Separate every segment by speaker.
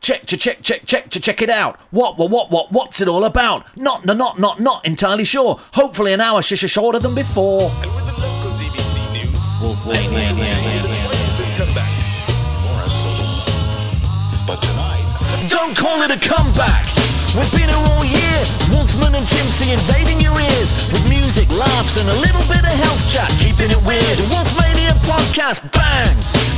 Speaker 1: Check, check, check, check, check, check, check it out. What, what, what, what, what's it all about? Not, no, not, not, not entirely sure. Hopefully an hour sh- sh- shorter than before.
Speaker 2: And with the local DBC news, it's right for the comeback.
Speaker 3: But tonight,
Speaker 4: Don't call it a comeback. We've been here all year. Wolfman and Timsey invading your ears with music, laughs, and a little bit of health chat. Keeping it weird. And Wolfmania podcast, bang!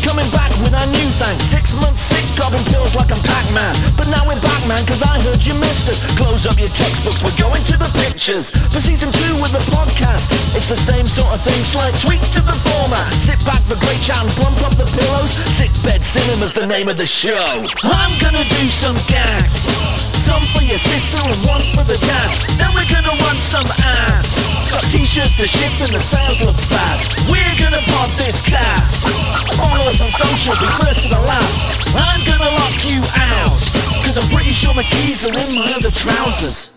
Speaker 4: Coming back with our new thanks. Six months sick, gobbling pills like I'm Pac-Man. But now we're back, man, cause I heard you missed us. Close up your textbooks, we're going to the pictures. For season two with the podcast, it's the same sort of thing. Slight tweak to the format. Sit back for great chat and plump up the pillows. Sick bed cinema's the name of the show. I'm gonna do some gags. Some for your sister and one for the dads. Then we're gonna run some ads. Got t-shirts to ship and the sounds look bad. We're gonna pop this cast. Follow us on social, be first to the last. I'm gonna lock you out. Cause I'm pretty sure my keys are in my other trousers.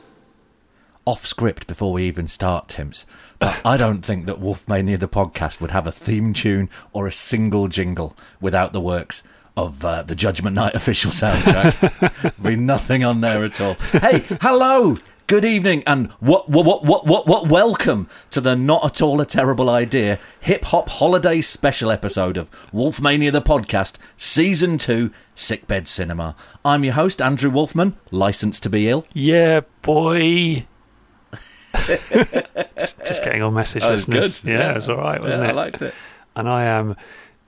Speaker 1: Off script before we even start, Timps. But I don't think that Wolfmania the podcast would have a theme tune or a single jingle without the works of uh, the Judgment Night official soundtrack. Be nothing on there at all. Hey, hello. Good evening and what what what what what, what welcome to the not at all a terrible idea hip hop holiday special episode of Wolfmania the podcast season 2 Sickbed Cinema. I'm your host Andrew Wolfman, licensed to be ill.
Speaker 5: Yeah, boy. just, just getting on message
Speaker 1: That was
Speaker 5: listeners.
Speaker 1: Oh, good.
Speaker 5: Yeah,
Speaker 1: Yeah.
Speaker 5: it was all right, wasn't
Speaker 1: Yeah,
Speaker 5: it?
Speaker 1: I liked it.
Speaker 5: And I am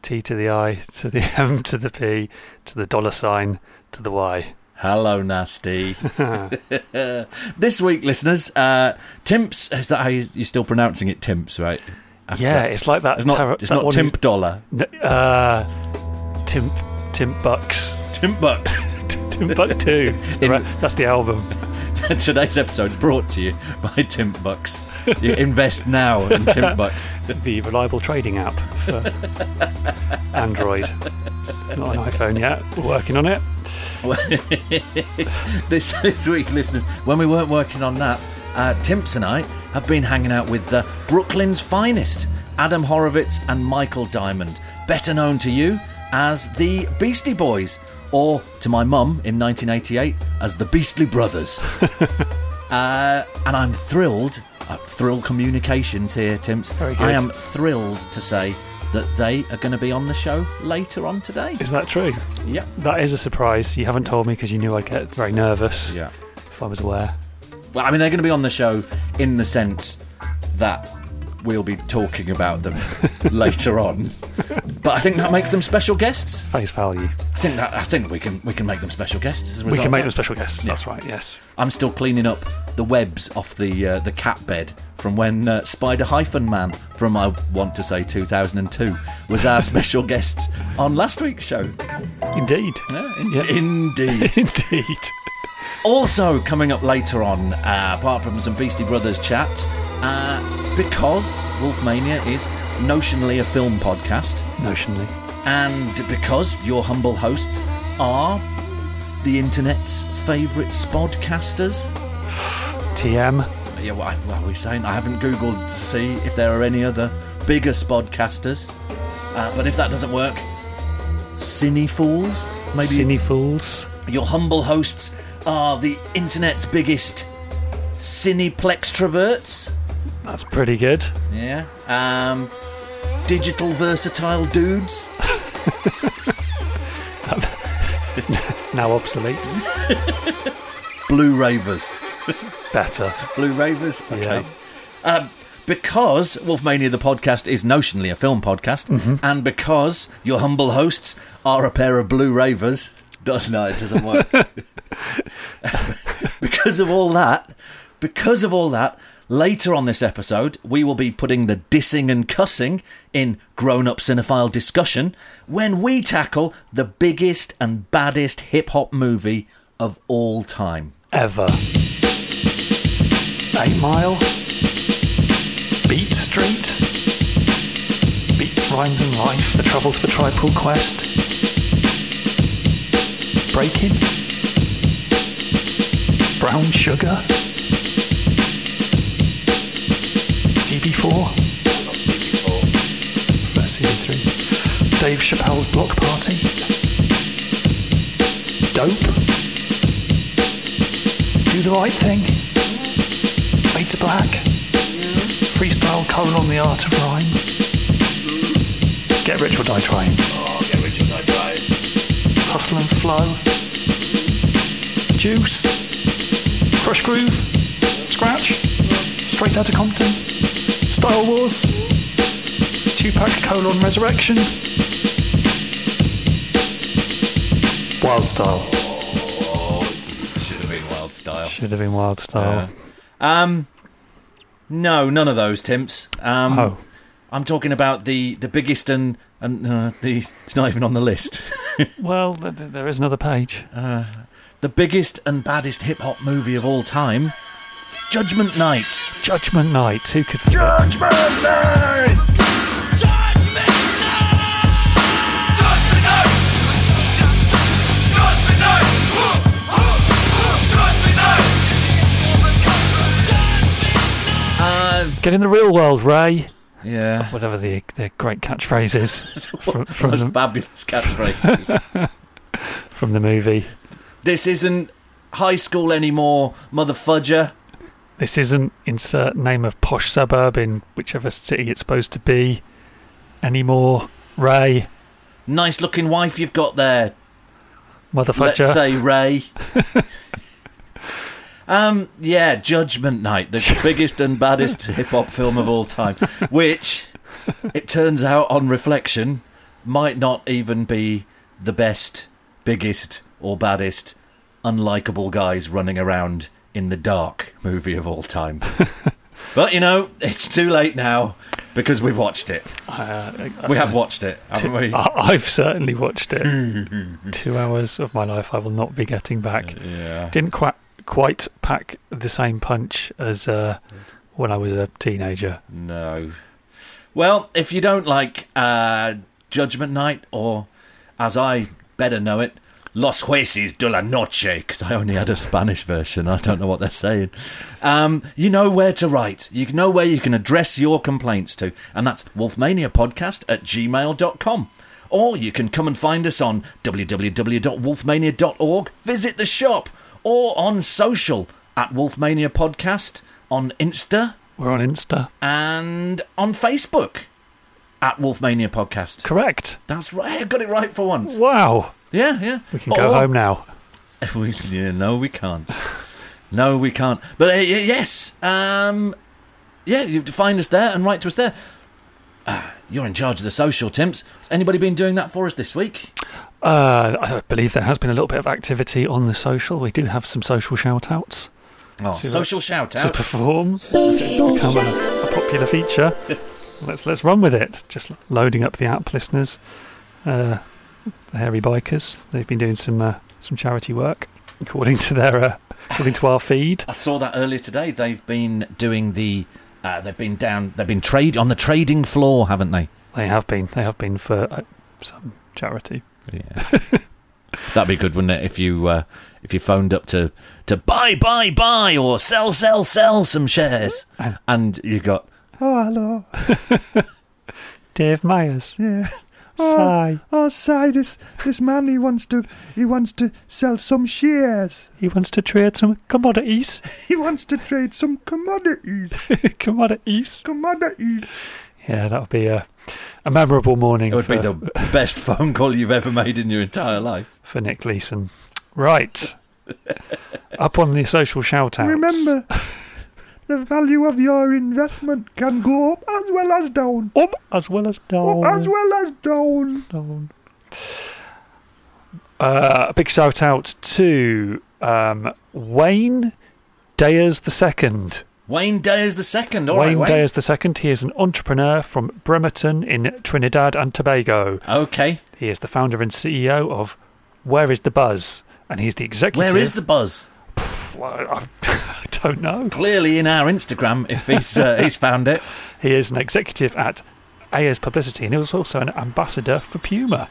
Speaker 5: T to the I to the M to the P to the dollar sign to the Y.
Speaker 1: Hello, nasty. this week, listeners, uh, Timps. Is that how you, you're still pronouncing it? Timps, right? After-
Speaker 5: Yeah, it's like that.
Speaker 1: it's not.
Speaker 5: tarot-
Speaker 1: it's
Speaker 5: that
Speaker 1: not
Speaker 5: one
Speaker 1: Timp dollar.
Speaker 5: who- n- uh, Timp Timp Bucks.
Speaker 1: Timp bucks.
Speaker 5: Timp Buck Two. It's the
Speaker 1: In-
Speaker 5: re- that's the album.
Speaker 1: Today's episode is brought to you by Timp bucks. You invest now in Timp bucks.
Speaker 5: the reliable trading app for Android. Not an iPhone yet. We're working on it.
Speaker 1: this this week, listeners, when we weren't working on that, uh, Timps and I have been hanging out with the Brooklyn's finest, Adam Horowitz and Michael Diamond, better known to you as the Beastie Boys, or to my mum in 1988 as the Beastly Brothers. Uh, and I'm thrilled. Uh, Thrill Communications here, Timps.
Speaker 5: Very good.
Speaker 1: I am thrilled to say that they are going to be on the show later on today.
Speaker 5: Is that true?
Speaker 1: Yep.
Speaker 5: That is a surprise. You haven't told me because you knew I'd get very nervous
Speaker 1: Yeah.
Speaker 5: if I was aware.
Speaker 1: Well, I mean, they're going to be on the show in the sense that we'll be talking about them later on. But I think that makes them special guests.
Speaker 5: Face value.
Speaker 1: I think that, I think we can we can make them special guests. As a
Speaker 5: We
Speaker 1: result
Speaker 5: can
Speaker 1: of
Speaker 5: make
Speaker 1: that.
Speaker 5: them special guests. That's right. Yes.
Speaker 1: I'm still cleaning up the webs off the uh, the cat bed from when uh, Spider Hyphen Man from I want to say 2002 was our special guest on last week's show.
Speaker 5: Indeed.
Speaker 1: Yeah, in-
Speaker 5: Yeah.
Speaker 1: Indeed.
Speaker 5: Indeed.
Speaker 1: Also, coming up later on, uh, apart from some Beastie Brothers chat, uh, because Wolfmania is notionally a film podcast,
Speaker 5: Notionally.
Speaker 1: and because your humble hosts are the internet's favourite spodcasters.
Speaker 5: TM.
Speaker 1: Yeah, what, what are we saying? I haven't Googled to see if there are any other bigger spodcasters. Uh, but if that doesn't work, Cinefools? Maybe
Speaker 5: Cine Fools.
Speaker 1: your humble hosts are the internet's biggest cineplextroverts.
Speaker 5: That's pretty good.
Speaker 1: Yeah. Um, digital versatile dudes.
Speaker 5: Now obsolete.
Speaker 1: Blue ravers.
Speaker 5: Better.
Speaker 1: Blue ravers. Okay.
Speaker 5: Yeah.
Speaker 1: Um, because Wolfmania the podcast is notionally a film podcast, and because your humble hosts are a pair of blue ravers. Does no, it doesn't work. because of all that, because of all that, later on this episode, we will be putting the dissing and cussing in grown up cinephile discussion when we tackle the biggest and baddest hip hop movie of all time.
Speaker 5: Ever. Eight Mile. Beat Street. Beats, Rhymes and Life. The Travels for Tripole Quest. Breaking. Brown Sugar. CB4. First CB3. Dave Chappelle's Block Party. dope. Do the right thing. Fade to black. Freestyle colon, the art of rhyme. Get rich or die trying.
Speaker 2: Oh, get rich or die trying.
Speaker 5: Hustle and flow. Juice. Crush groove. Scratch. Straight out of Compton. Style Wars. Tupac colon resurrection. Wild style.
Speaker 1: Should have been wild style.
Speaker 5: Should have been wild style.
Speaker 1: Um, no, none of those, Timps. Um,
Speaker 5: Oh.
Speaker 1: I'm talking about the, the biggest and and uh, the it's not even on the list.
Speaker 5: Well, th- th- there is another page.
Speaker 1: the biggest and baddest hip hop movie of all time, Judgment Night.
Speaker 5: Judgment Night. Who could? Get in the real world, Ray.
Speaker 1: Yeah,
Speaker 5: Whatever the the great catchphrase is from, from
Speaker 1: those
Speaker 5: the
Speaker 1: fabulous catchphrases.
Speaker 5: from the movie.
Speaker 1: this isn't high school anymore, mother fudger.
Speaker 5: This isn't insert name of posh suburb in whichever city it's supposed to be anymore. Ray,
Speaker 1: Nice looking wife you've got there. Let's
Speaker 5: motherfucker.
Speaker 1: say Ray. um, yeah, Judgment Night, the biggest and baddest hip hop film of all time, which it turns out on reflection might not even be the best, biggest, or baddest unlikable guys running around in the dark movie of all time. but you know, it's too late now because we've watched it.
Speaker 5: Uh,
Speaker 1: we have watched it, haven't we?
Speaker 5: I- I've certainly watched it. Two hours of my life I will not be getting back.
Speaker 1: yeah.
Speaker 5: Didn't quite quite pack the same punch as uh, when I was a teenager.
Speaker 1: No. Well, if you don't like uh, Judgment Night, or as I better know it, Los Jueces de la Noche, because I only had a Spanish version, I don't know what they're saying. Um, you know where to write. You know where you can address your complaints to, and that's wolfmaniapodcast at gmail.com. Or you can come and find us on www.wolfmania.org, visit the shop, or on social at Wolfmania Podcast, on Insta,
Speaker 5: We're on Insta.
Speaker 1: and on Facebook at Wolfmania Podcast.
Speaker 5: Correct.
Speaker 1: That's right. I got it right for once.
Speaker 5: Wow.
Speaker 1: Yeah, yeah.
Speaker 5: We can go home now.
Speaker 1: We, yeah, no, we can't. no, we can't. But uh, y- yes, um, yeah, you have to find us there and write to us there. Ah, you're in charge of the social, Timps. Has anybody been doing that for us this week?
Speaker 5: Uh, I believe there has been a little bit of activity on the social. We do have some social shout outs
Speaker 1: Oh,
Speaker 5: To-
Speaker 1: social shout
Speaker 5: to
Speaker 1: out.
Speaker 5: perform. Social become a, a popular feature. let's let's run with it. Just loading up the app, listeners. Uh, the hairy bikers. They've been doing some uh, some charity work according to their uh, according to our feed.
Speaker 1: I saw that earlier today. They've been doing the. Uh, they've been down. They've been trade on the trading floor, haven't they?
Speaker 5: They have been. They have been for uh, some charity.
Speaker 1: Yeah. That'd be good, wouldn't it? If you uh, if you phoned up to to buy, buy, buy, or sell, sell, sell some shares, and you got
Speaker 5: Oh hello, Dave Myers. Yeah. Sigh.
Speaker 3: Oh, sigh, this, this man, he wants to, he wants to sell some shares.
Speaker 5: He wants to trade some commodities.
Speaker 3: He wants to trade some commodities.
Speaker 5: commodities.
Speaker 3: commodities.
Speaker 5: Yeah, that would be a, a memorable morning
Speaker 1: it would be
Speaker 5: for,
Speaker 1: the best phone call you've ever made in your entire life.
Speaker 5: for Nick Gleason. Right. Up on the social shout outs.
Speaker 3: Remember, the value of your investment can go up as well as down.
Speaker 5: Up as well as down.
Speaker 3: Up as well as down.
Speaker 5: down. Uh, a big shout out to um, Wayne Dayers the Second.
Speaker 1: Wayne Dayers the second. All right,
Speaker 5: Wayne
Speaker 1: Wayne
Speaker 5: Dayers the Second. He is an entrepreneur from Bremerton in Trinidad and Tobago.
Speaker 1: Okay,
Speaker 5: He is the founder and CEO of Where Is the Buzz, and he's the executive.
Speaker 1: where is the buzz?
Speaker 5: Well, I, I don't know.
Speaker 1: Clearly in our Instagram, if he's uh, he's found it.
Speaker 5: He is an executive at AS Publicity, and he was also an ambassador for Puma.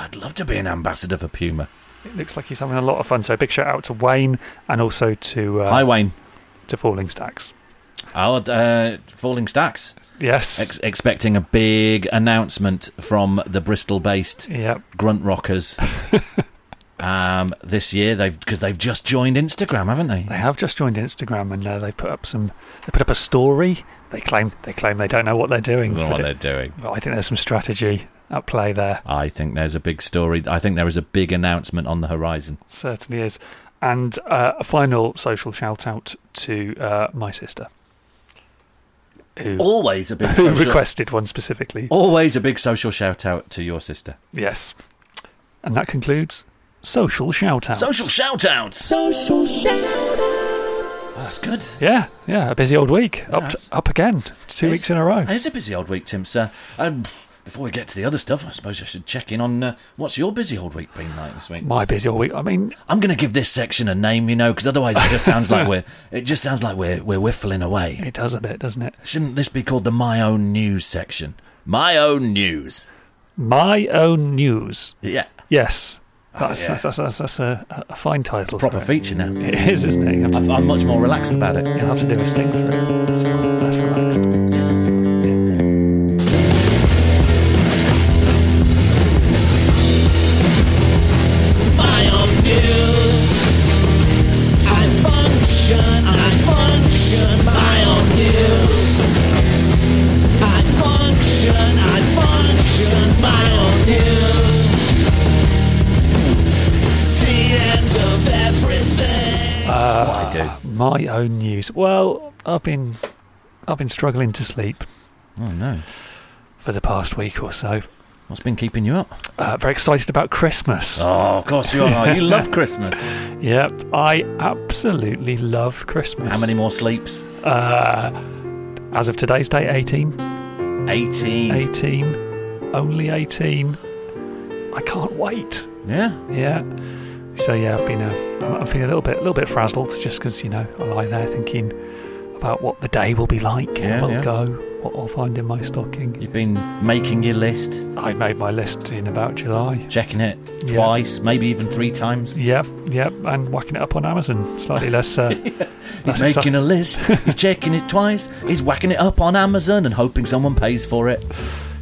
Speaker 1: I'd love to be an ambassador for Puma.
Speaker 5: It looks like he's having a lot of fun. So big shout out to Wayne and also to uh,
Speaker 1: Hi, Wayne.
Speaker 5: to Falling Stacks.
Speaker 1: Oh, uh, falling stacks.
Speaker 5: Yes.
Speaker 1: Ex- expecting a big announcement from the Bristol-based
Speaker 5: yep.
Speaker 1: grunt rockers um, this year. They've because they've just joined Instagram, haven't they?
Speaker 5: They have just joined Instagram and uh, they put up some. They put up a story. They claim they claim they don't know what they're doing.
Speaker 1: Don't know
Speaker 5: but
Speaker 1: what
Speaker 5: it-
Speaker 1: they're doing.
Speaker 5: but I think there's some strategy at play there.
Speaker 1: I think there's a big story. I think there is a big announcement on the horizon.
Speaker 5: Certainly is. And uh, a final social shout out to uh, my sister, who,
Speaker 1: Always a big
Speaker 5: who
Speaker 1: Oh, social, Oh.
Speaker 5: requested one specifically.
Speaker 1: always a big social shout out to your sister.
Speaker 5: Yes. And that concludes social shout out.
Speaker 1: Social shout outs. Social shout That's good.
Speaker 5: Yeah, yeah, a busy old week. Up
Speaker 1: Yes.
Speaker 5: up again, two weeks in a row.
Speaker 1: It's a busy old week, Tim. Sir, um, before we get to the other stuff, I suppose I should check in on uh, what's your busy old week been like this week.
Speaker 5: My busy old week. I mean,
Speaker 1: I'm going to give this section a name, you know, because otherwise it just sounds like we're it just sounds like we're we're whiffling away.
Speaker 5: it does a bit, doesn't it?
Speaker 1: Shouldn't this be called the my own news section? My own news.
Speaker 5: My own news.
Speaker 1: Yeah,
Speaker 5: Yes, that's
Speaker 1: Ah, yeah.
Speaker 5: that's, that's, that's, that's a, a fine title.
Speaker 1: proper
Speaker 5: for it.
Speaker 1: feature now.
Speaker 5: It is, isn't it? You have to,
Speaker 1: I'm much more relaxed about it.
Speaker 5: you have to do a sting for it. That's fine. That's relaxed.
Speaker 4: My own news. I function, I function, my own news. I function, I function, my own news. The end of everything.
Speaker 1: I do.
Speaker 5: My own news. Well, I've been I've been struggling to sleep
Speaker 1: Oh no,
Speaker 5: for the past week or so.
Speaker 1: what's been keeping you up?
Speaker 5: Uh, very excited about Christmas.
Speaker 1: Oh, of course you are. You love Christmas.
Speaker 5: Yep, I absolutely love Christmas.
Speaker 1: How many more sleeps?
Speaker 5: Uh, as of today's date, 18.
Speaker 1: Eighteen.
Speaker 5: 18. Only 18. I can't wait.
Speaker 1: Yeah.
Speaker 5: Yeah. So yeah, I've been. Uh, I'm, I'm feeling a little bit, a little bit frazzled, just because you know I lie there thinking about what the day will be like,
Speaker 1: Yeah,
Speaker 5: how it'll
Speaker 1: yeah.
Speaker 5: go, what I'll find in my stocking.
Speaker 1: You've been making your list,
Speaker 5: I made my list in about July.
Speaker 1: checking it
Speaker 5: Yeah.
Speaker 1: twice, maybe even three times.
Speaker 5: Yep, yep, and whacking it up on Amazon. Slightly less. Uh,
Speaker 1: He's
Speaker 5: less
Speaker 1: making a list, he's checking it twice, he's whacking it up on Amazon and hoping someone pays for it.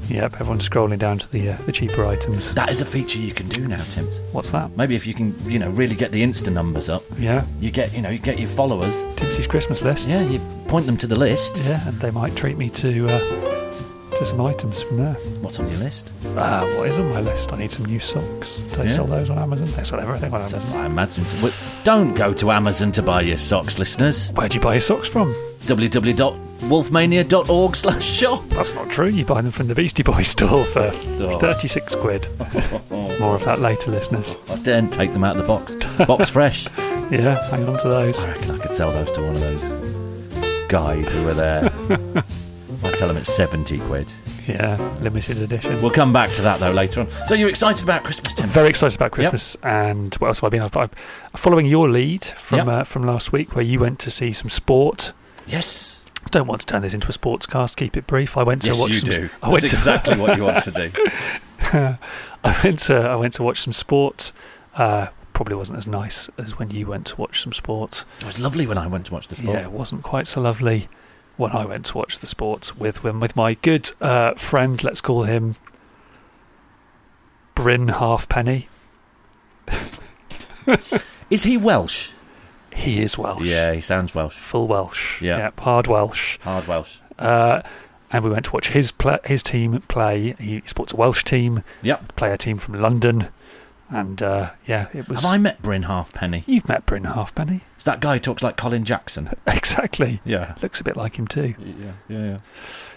Speaker 5: Yep, everyone's scrolling down to the uh, the cheaper items.
Speaker 1: That is a feature you can do now, Tim's.
Speaker 5: What's that?
Speaker 1: Maybe if you can, you know, really get the Insta numbers up,
Speaker 5: Yeah,
Speaker 1: you get, you know, you get your followers.
Speaker 5: Tipsy's Christmas list.
Speaker 1: Yeah, you point them to the list.
Speaker 5: Yeah, and they might treat me to uh, to some items from there.
Speaker 1: What's on your list?
Speaker 5: Uh, what is on my list? I need some new socks. Do they
Speaker 1: Yeah.
Speaker 5: sell those on Amazon? They sell everything on
Speaker 1: So,
Speaker 5: Amazon.
Speaker 1: I imagine. well, Don't go to Amazon to buy your socks, listeners.
Speaker 5: Where'd you buy your socks from?
Speaker 1: www.wolfmania.org/shop.
Speaker 5: That's not true. You buy them from the Beastie Boys store for
Speaker 1: Oh.
Speaker 5: 36 quid. More of that later, listeners.
Speaker 1: I daren't take them out of the box. Box fresh.
Speaker 5: Yeah, hang on to those.
Speaker 1: I reckon I could sell those to one of those guys who were there. I tell them it's 70 quid.
Speaker 5: Yeah, limited edition.
Speaker 1: We'll come back to that though later on. So you're excited about Christmas, Tim?
Speaker 5: Very excited about Christmas, and what else have I been? I've, I've, following your lead from
Speaker 1: Yep.
Speaker 5: uh, from last week, where you went to see some sport.
Speaker 1: Yes.
Speaker 5: Don't want to turn this into a sports cast. Keep it brief. I went to
Speaker 1: yes,
Speaker 5: watch.
Speaker 1: you
Speaker 5: some,
Speaker 1: do.
Speaker 5: I went
Speaker 1: That's
Speaker 5: to,
Speaker 1: exactly what you want to do.
Speaker 5: I went to I went to watch some sport. Uh, probably wasn't as nice as when you went to watch some sport.
Speaker 1: It was lovely when I went to watch the sport.
Speaker 5: Yeah, it wasn't quite so lovely when I went to watch the sport with with, with my good uh, friend. Let's call him Bryn Halfpenny.
Speaker 1: Is he Welsh?
Speaker 5: He is Welsh.
Speaker 1: Yeah, he sounds Welsh.
Speaker 5: Full Welsh,
Speaker 1: Yeah.
Speaker 5: Yep, hard Welsh,
Speaker 1: Hard Welsh.
Speaker 5: uh, and we went to watch his pla his team play. He supports a Welsh team,
Speaker 1: Yep.
Speaker 5: play a team from London, and uh, yeah, it was.
Speaker 1: Have I met Bryn Halfpenny?
Speaker 5: You've met Bryn Halfpenny,
Speaker 1: It's that guy who talks like Colin Jackson.
Speaker 5: exactly.
Speaker 1: Yeah.
Speaker 5: looks a bit like him too.
Speaker 1: Yeah, yeah,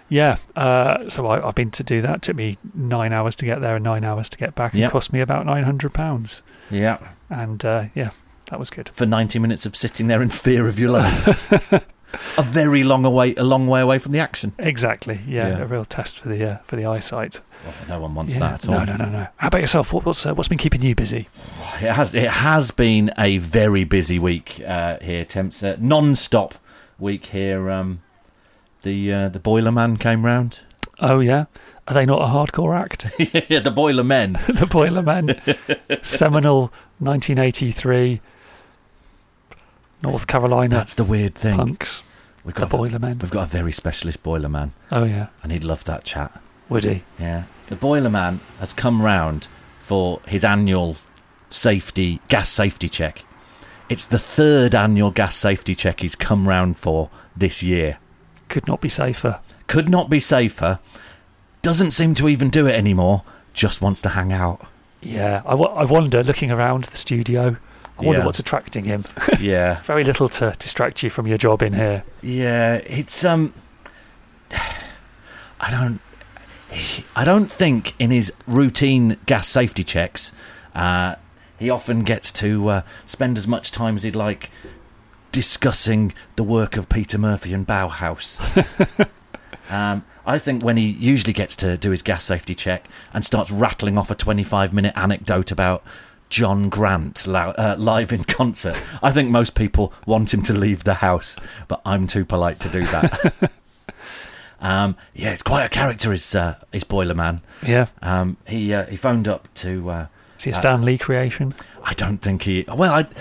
Speaker 5: Yeah, uh, so I, I've been to do that. took me nine hours to get there and nine hours to get back.
Speaker 1: Yep.
Speaker 5: It cost me about nine hundred pounds,
Speaker 1: yeah. Yeah.
Speaker 5: and uh, yeah, that was good.
Speaker 1: For 90 minutes of sitting there in fear of your life. a very long away, a long way away from the action.
Speaker 5: Exactly. Yeah,
Speaker 1: Yeah.
Speaker 5: a real test for the uh, for the eyesight.
Speaker 1: Well, no one wants
Speaker 5: Yeah.
Speaker 1: that at all.
Speaker 5: no, no, no, no. How about yourself? What, what's uh, what's been keeping you busy?
Speaker 1: It has it has been a very busy week uh, here, Temps. Uh, non-stop week here. Um, the uh, the boiler man came round.
Speaker 5: Oh yeah, are they not a hardcore act?
Speaker 1: yeah, the boiler men.
Speaker 5: the Boilermen, seminal, nineteen eighty three, North Carolina
Speaker 1: That's the weird thing.
Speaker 5: punks.
Speaker 1: we've
Speaker 5: The
Speaker 1: got
Speaker 5: Boilermen.
Speaker 1: we've got a very specialist boiler man,
Speaker 5: Oh yeah,
Speaker 1: and he'd love that chat.
Speaker 5: Woody.
Speaker 1: Yeah, the boiler man has come round for his annual safety gas safety check. It's the third annual gas safety check he's come round for this year.
Speaker 5: Could not be safer.
Speaker 1: Could not be safer. Doesn't seem to even do it anymore. Just wants to hang out.
Speaker 5: Yeah, I, w- I wonder, looking around the studio, I wonder
Speaker 1: Yeah.
Speaker 5: what's attracting him.
Speaker 1: Yeah.
Speaker 5: Very little to distract you from your job in here.
Speaker 1: Yeah, it's um I don't I don't think in his routine gas safety checks uh he often gets to uh, spend as much time as he'd like discussing the work of Peter Murphy and Bauhaus. um I think when he usually gets to do his gas safety check and starts rattling off a 25 minute anecdote about John Grant lou- uh, live in concert, I think most people want him to leave the house, but I'm too polite to do that. um, yeah, it's quite a character, is, uh, is Boiler Man.
Speaker 5: Yeah.
Speaker 1: Um, he, uh, he phoned up to. Uh,
Speaker 5: Is he a
Speaker 1: Uh,
Speaker 5: Stan Lee creation?
Speaker 1: I don't think he. Well, I. Do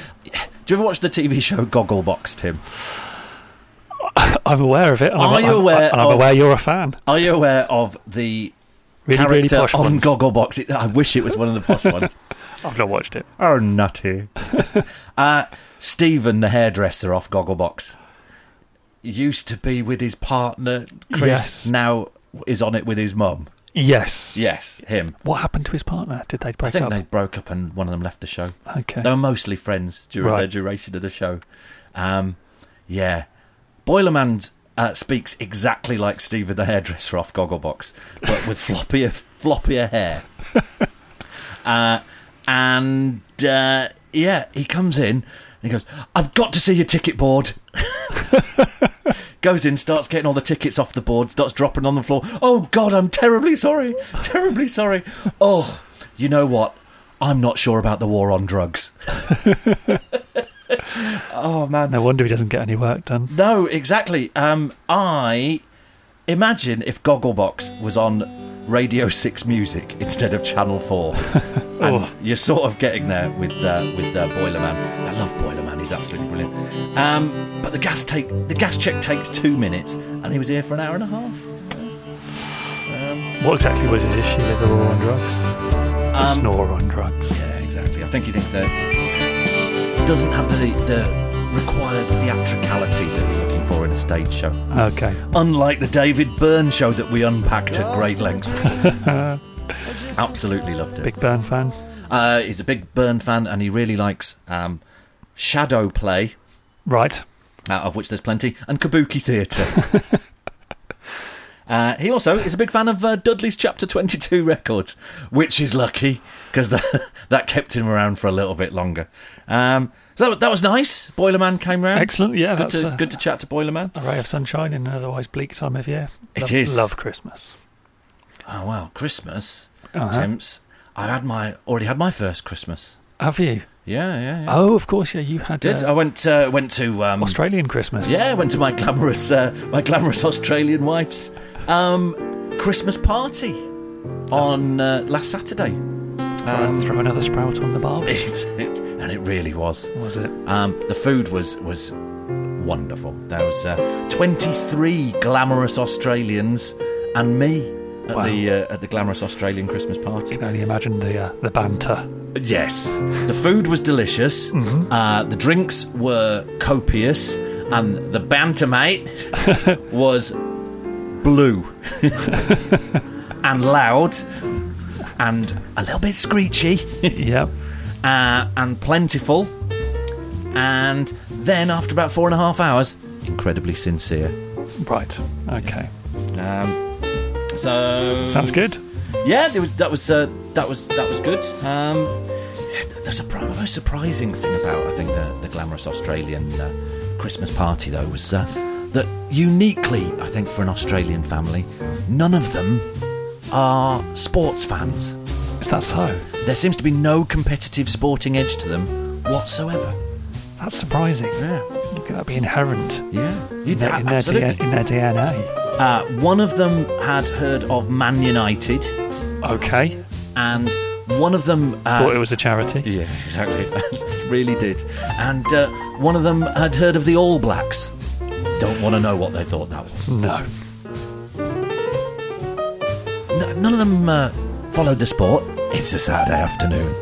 Speaker 1: you ever watch the TV show Gogglebox, Tim?
Speaker 5: I'm aware of it. and I'm,
Speaker 1: Are you
Speaker 5: I'm-
Speaker 1: aware
Speaker 5: And I'm
Speaker 1: of-
Speaker 5: aware you're a fan.
Speaker 1: Are you aware of the
Speaker 5: Really, really
Speaker 1: character
Speaker 5: posh
Speaker 1: on
Speaker 5: ones.
Speaker 1: Gogglebox? It- I wish it was one of the posh ones.
Speaker 5: I've not watched it.
Speaker 1: Oh, nutty. uh, Stephen, the hairdresser off Gogglebox, used to be with his partner, Chris,
Speaker 5: Yes.
Speaker 1: now is on it with his mum.
Speaker 5: Yes.
Speaker 1: Yes, him.
Speaker 5: What happened to his partner? Did they break
Speaker 1: I think
Speaker 5: up?
Speaker 1: they broke up and one of them left the show.
Speaker 5: Okay.
Speaker 1: They were mostly friends during
Speaker 5: Right.
Speaker 1: their duration of the show. Um, yeah. Boilerman uh, speaks exactly like Stephen the hairdresser off Gogglebox, but with floppier, floppier hair. Uh, and uh, yeah, he comes in and he goes, I've got to see your ticket board. Goes in, starts getting all the tickets off the board, starts dropping on the floor. Oh God, I'm terribly sorry, terribly sorry. Oh, you know what? I'm not sure about the war on drugs. oh man,
Speaker 5: No wonder he doesn't get any work done.
Speaker 1: no, exactly. Um, I imagine if Gogglebox was on Radio Six Music instead of Channel Four, and
Speaker 5: Oh.
Speaker 1: you're sort of getting there with uh, with uh, Boilerman. I love Boilerman; he's absolutely brilliant. Um, but the gas take the gas check takes two minutes, and he was here for an hour and a half.
Speaker 5: What exactly was his issue with the war on drugs? The
Speaker 1: Um,
Speaker 5: snore on drugs.
Speaker 1: Yeah, exactly. I think he thinks that doesn't have the the required theatricality that he's looking for in a stage show.
Speaker 5: Okay.
Speaker 1: unlike the David Byrne show that we unpacked at great length. Absolutely loved it.
Speaker 5: Big Burn fan.
Speaker 1: Uh, he's a big Byrne fan and he really likes um, shadow play,
Speaker 5: Right.
Speaker 1: uh, of which there's plenty, and kabuki theatre. Uh, he also is a big fan of uh, Dudley's Chapter 22 records, which is lucky because that, that kept him around for a little bit longer. Um, so that, that was nice. Boilerman came round.
Speaker 5: Excellent. Yeah,
Speaker 1: Good
Speaker 5: that's uh,
Speaker 1: to,
Speaker 5: a,
Speaker 1: good to chat to Boilerman.
Speaker 5: a ray of sunshine in an otherwise bleak time of year.
Speaker 1: It
Speaker 5: Love,
Speaker 1: is.
Speaker 5: Love Christmas.
Speaker 1: Oh, wow. Christmas.
Speaker 5: Uh-huh.
Speaker 1: Temps. I had my already had my first Christmas.
Speaker 5: Have you?
Speaker 1: Yeah, yeah, yeah.
Speaker 5: Oh, of course. Yeah, you had
Speaker 1: did
Speaker 5: uh,
Speaker 1: I went uh, went to um,
Speaker 5: Australian Christmas.
Speaker 1: yeah went to my glamorous uh, my glamorous Australian wife's um, Christmas party on uh, last Saturday.
Speaker 5: Throw,
Speaker 1: Um,
Speaker 5: Uh, throw another sprout on the barb.
Speaker 1: it, it, and it really was.
Speaker 5: Was it?
Speaker 1: Um, the food was was wonderful. There was uh, 23 glamorous Australians and me at
Speaker 5: Wow.
Speaker 1: the uh, at the glamorous Australian Christmas party.
Speaker 5: Can only imagine the uh, the banter.
Speaker 1: Yes. The food was delicious. Uh, the drinks were copious. And the banter, mate, was blue and loud and a little bit screechy
Speaker 5: yep.
Speaker 1: uh, and plentiful. And then, after about four and a half hours, incredibly sincere.
Speaker 5: Right. Okay.
Speaker 1: Um, so
Speaker 5: Sounds good.
Speaker 1: Yeah, there was, that was uh, that was that was good. Um, the, surpri- the most surprising thing about I think the, the glamorous Australian uh, Christmas party though was uh, that uniquely I think for an Australian family, none of them are sports fans.
Speaker 5: Is that so?
Speaker 1: There seems to be no competitive sporting edge to them whatsoever.
Speaker 5: That's surprising.
Speaker 1: Yeah,
Speaker 5: Look at that be inherent
Speaker 1: yeah, you
Speaker 5: in, their, in, their, DNA, in their DNA.
Speaker 1: Uh, one of them had heard of Man United,
Speaker 5: Okay.
Speaker 1: and one of them uh,
Speaker 5: Thought it was a charity.
Speaker 1: Yeah, exactly. really did. And uh, one of them had heard of the All Blacks. Don't want to know what they thought that was.
Speaker 5: No.
Speaker 1: N- none of them uh, followed the sport. It's a Saturday afternoon.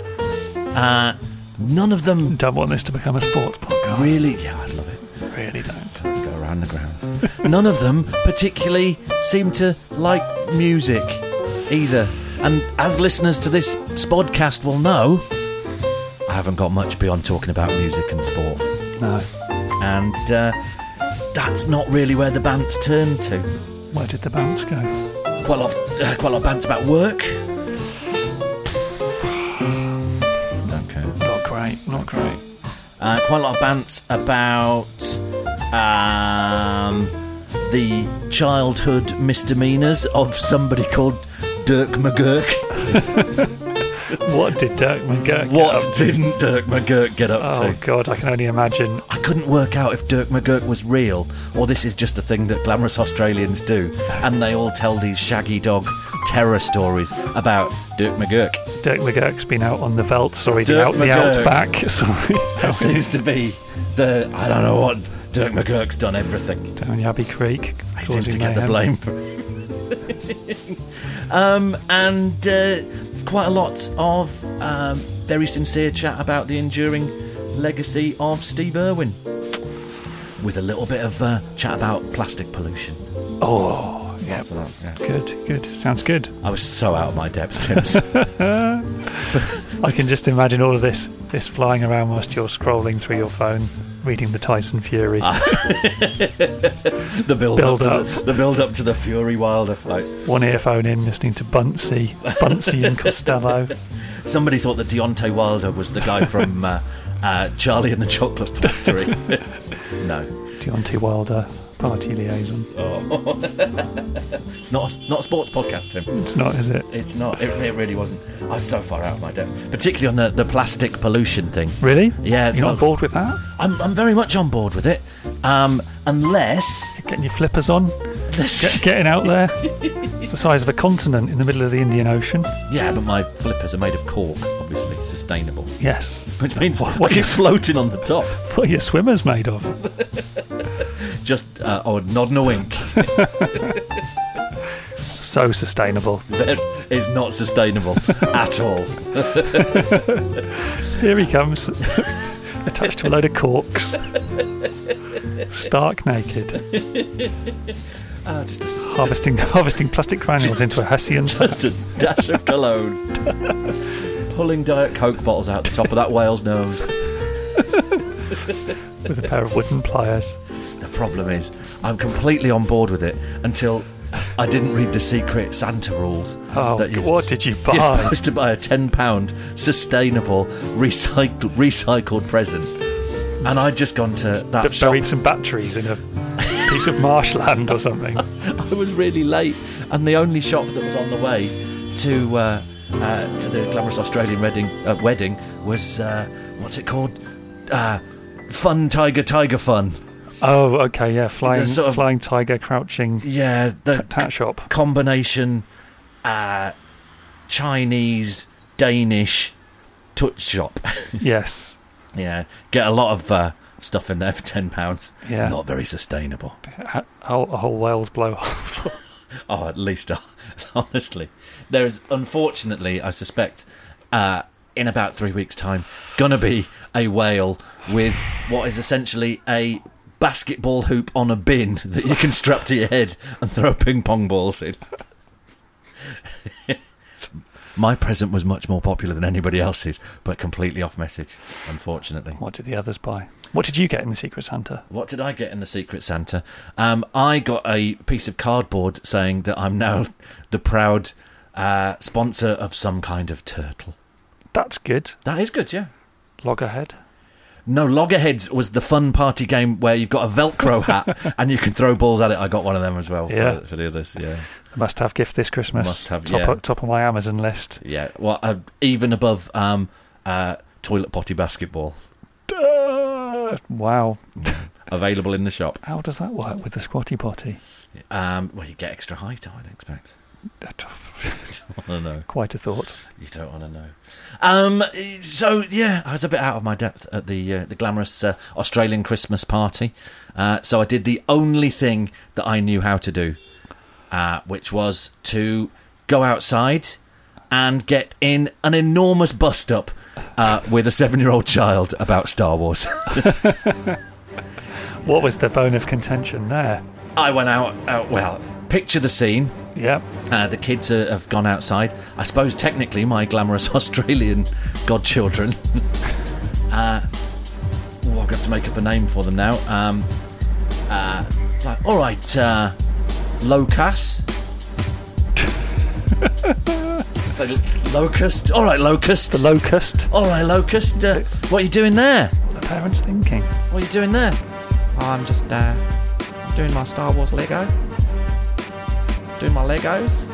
Speaker 1: Uh, none of them
Speaker 5: Don't want this to become a sports podcast.
Speaker 1: really. Yeah, I love it.
Speaker 5: Really don't.
Speaker 1: Let's go around the grounds. none of them particularly seem to like music either. And as listeners to this podcast will know, I haven't got much beyond talking about music and sport.
Speaker 5: No.
Speaker 1: and uh, that's not really where the band's turned to.
Speaker 5: Where did the bounce go?
Speaker 1: Quite a lot, of, uh, quite a lot of bands about work. Okay.
Speaker 5: Not great. Not great.
Speaker 1: Uh, quite a lot of bands about um, the childhood misdemeanors of somebody called Dirk McGurk.
Speaker 5: What did Dirk McGurk
Speaker 1: What
Speaker 5: get up to?
Speaker 1: didn't Dirk McGurk get up
Speaker 5: Oh
Speaker 1: to?
Speaker 5: God, I can only imagine.
Speaker 1: I couldn't work out if Dirk McGurk was real or this is just a thing that glamorous Australians do. And they all tell these shaggy dog terror stories about Dirk McGurk.
Speaker 5: Dirk McGurk's been out on the veldt. Sorry, the
Speaker 1: Dirk
Speaker 5: out the
Speaker 1: McGurk.
Speaker 5: outback. Sorry,
Speaker 1: That seems to be the. I don't know what. Dirk McGurk's done everything.
Speaker 5: down Abbey Creek.
Speaker 1: He seems to
Speaker 5: causing
Speaker 1: get the blame
Speaker 5: mayhem.
Speaker 1: for everything. um, and uh, quite a lot of um, very sincere chat about the enduring legacy of Steve Irwin. With a little bit of uh, chat about plastic pollution.
Speaker 5: Oh, yeah.
Speaker 1: So that- yeah.
Speaker 5: Good, good. Sounds good.
Speaker 1: I was so out of my depth, Tims.
Speaker 5: I can just imagine all of this this flying around whilst you're scrolling through your phone, reading the Tyson Fury.
Speaker 1: the build,
Speaker 5: Build
Speaker 1: up, To the, the build up to the Fury Wilder fight.
Speaker 5: One earphone in, listening to Buncey, Buncey and Costello.
Speaker 1: Somebody thought that Deontay Wilder was the guy from uh, uh, Charlie and the Chocolate Factory. no,
Speaker 5: Deontay Wilder, party liaison.
Speaker 1: Oh. it's not. Not a sports podcast, Tim.
Speaker 5: It's not, is it?
Speaker 1: It's not. It, it really wasn't. I was so far out of my depth, particularly on the, the plastic pollution thing.
Speaker 5: Really?
Speaker 1: Yeah,
Speaker 5: You're not
Speaker 1: well-
Speaker 5: on board with that?
Speaker 1: I'm, I'm very much on board with it, um, unless.
Speaker 5: Getting your flippers on, Get, getting out there. It's the size of a continent in the middle of the Indian Ocean.
Speaker 1: Yeah, but my flippers are made of cork, obviously sustainable,
Speaker 5: Yes.
Speaker 1: which means what,
Speaker 5: What- what
Speaker 1: what
Speaker 5: do you-
Speaker 1: is floating on the top?
Speaker 5: What are your swimmers made of?
Speaker 1: Just uh, or nod and a wink.
Speaker 5: So sustainable.
Speaker 1: That is not sustainable at all.
Speaker 5: Here he comes, attached to a load of corks. Stark naked,
Speaker 1: Ah, just, a,
Speaker 5: harvesting harvesting plastic granules into a Hessian sack.
Speaker 1: just a dash of cologne. Pulling Diet Coke bottles out the top of that whale's nose.
Speaker 5: with a pair of wooden pliers.
Speaker 1: The problem is, I'm completely on board with it until I didn't read the secret Santa rules.
Speaker 5: Oh, what did you buy?
Speaker 1: You're supposed to buy a £10 sustainable recycled, recycled present. And I'd just gone to that
Speaker 5: That
Speaker 1: shop.
Speaker 5: buried some batteries in a piece of marshland or something.
Speaker 1: I was really late, and the only shop that was on the way to uh, uh, to the glamorous Australian wedding uh, wedding was uh, what's it called? Uh, fun Tiger Tiger Fun.
Speaker 5: Oh, okay, yeah, flying
Speaker 1: sort of-
Speaker 5: flying tiger, crouching
Speaker 1: Yeah, the
Speaker 5: tat shop.
Speaker 1: combination uh, Chinese Danish touch shop.
Speaker 5: Yes,
Speaker 1: yeah, get a lot of uh, stuff in there for ten pounds.
Speaker 5: Yeah.
Speaker 1: not very sustainable.
Speaker 5: a whole, a whole whale's blowhole.
Speaker 1: Oh, at least honestly, there is unfortunately, I suspect, uh, in about three weeks' time, gonna be a whale with what is essentially a basketball hoop on a bin that you can strap to your head and throw ping pong balls in. My present was much more popular than anybody else's, but completely off message, unfortunately.
Speaker 5: what did the others buy? What did you get in the Secret Santa?
Speaker 1: What did I get in the Secret Santa? Um, I got a piece of cardboard saying that I'm now the proud uh, sponsor of some kind of turtle.
Speaker 5: That's good.
Speaker 1: That is good, yeah.
Speaker 5: Loggerhead.
Speaker 1: No, Loggerheads was the fun party game where you've got a Velcro hat and you can throw balls at it. I got one of them as well for-
Speaker 5: Yeah.
Speaker 1: for, the others, yeah.
Speaker 5: The must-have gift this Christmas.
Speaker 1: Must-have,
Speaker 5: top,
Speaker 1: yeah.
Speaker 5: of, top of my Amazon list.
Speaker 1: Yeah, well, uh, even above um, uh, toilet potty basketball
Speaker 5: Duh! wow,
Speaker 1: available in the shop.
Speaker 5: how does that work with the squatty potty?
Speaker 1: Um, well, you get extra height, I'd expect. I don't know.
Speaker 5: Quite a thought.
Speaker 1: You don't want to know. Um, so yeah, I was a bit out of my depth at the uh, the glamorous uh, Australian Christmas party. Uh, so I did the only thing that I knew how to do, uh, which was to go outside and get in an enormous bust up uh, with a seven-year-old child about Star Wars.
Speaker 5: What was the bone of contention there?
Speaker 1: I went out. Uh, well, picture the scene.
Speaker 5: Yep.
Speaker 1: Uh, the kids uh, have gone outside. I suppose technically my glamorous Australian godchildren. uh, oh, I'm going to have to make up a name for them now. Um, uh, like, all right, uh, Locas. so, locust. All right, Locust.
Speaker 5: The locust.
Speaker 1: all right, Locust. Uh, what are you doing there?
Speaker 5: The parents thinking.
Speaker 1: What are you doing there?
Speaker 6: I'm just uh, doing my Star Wars Lego. Doing my Legos.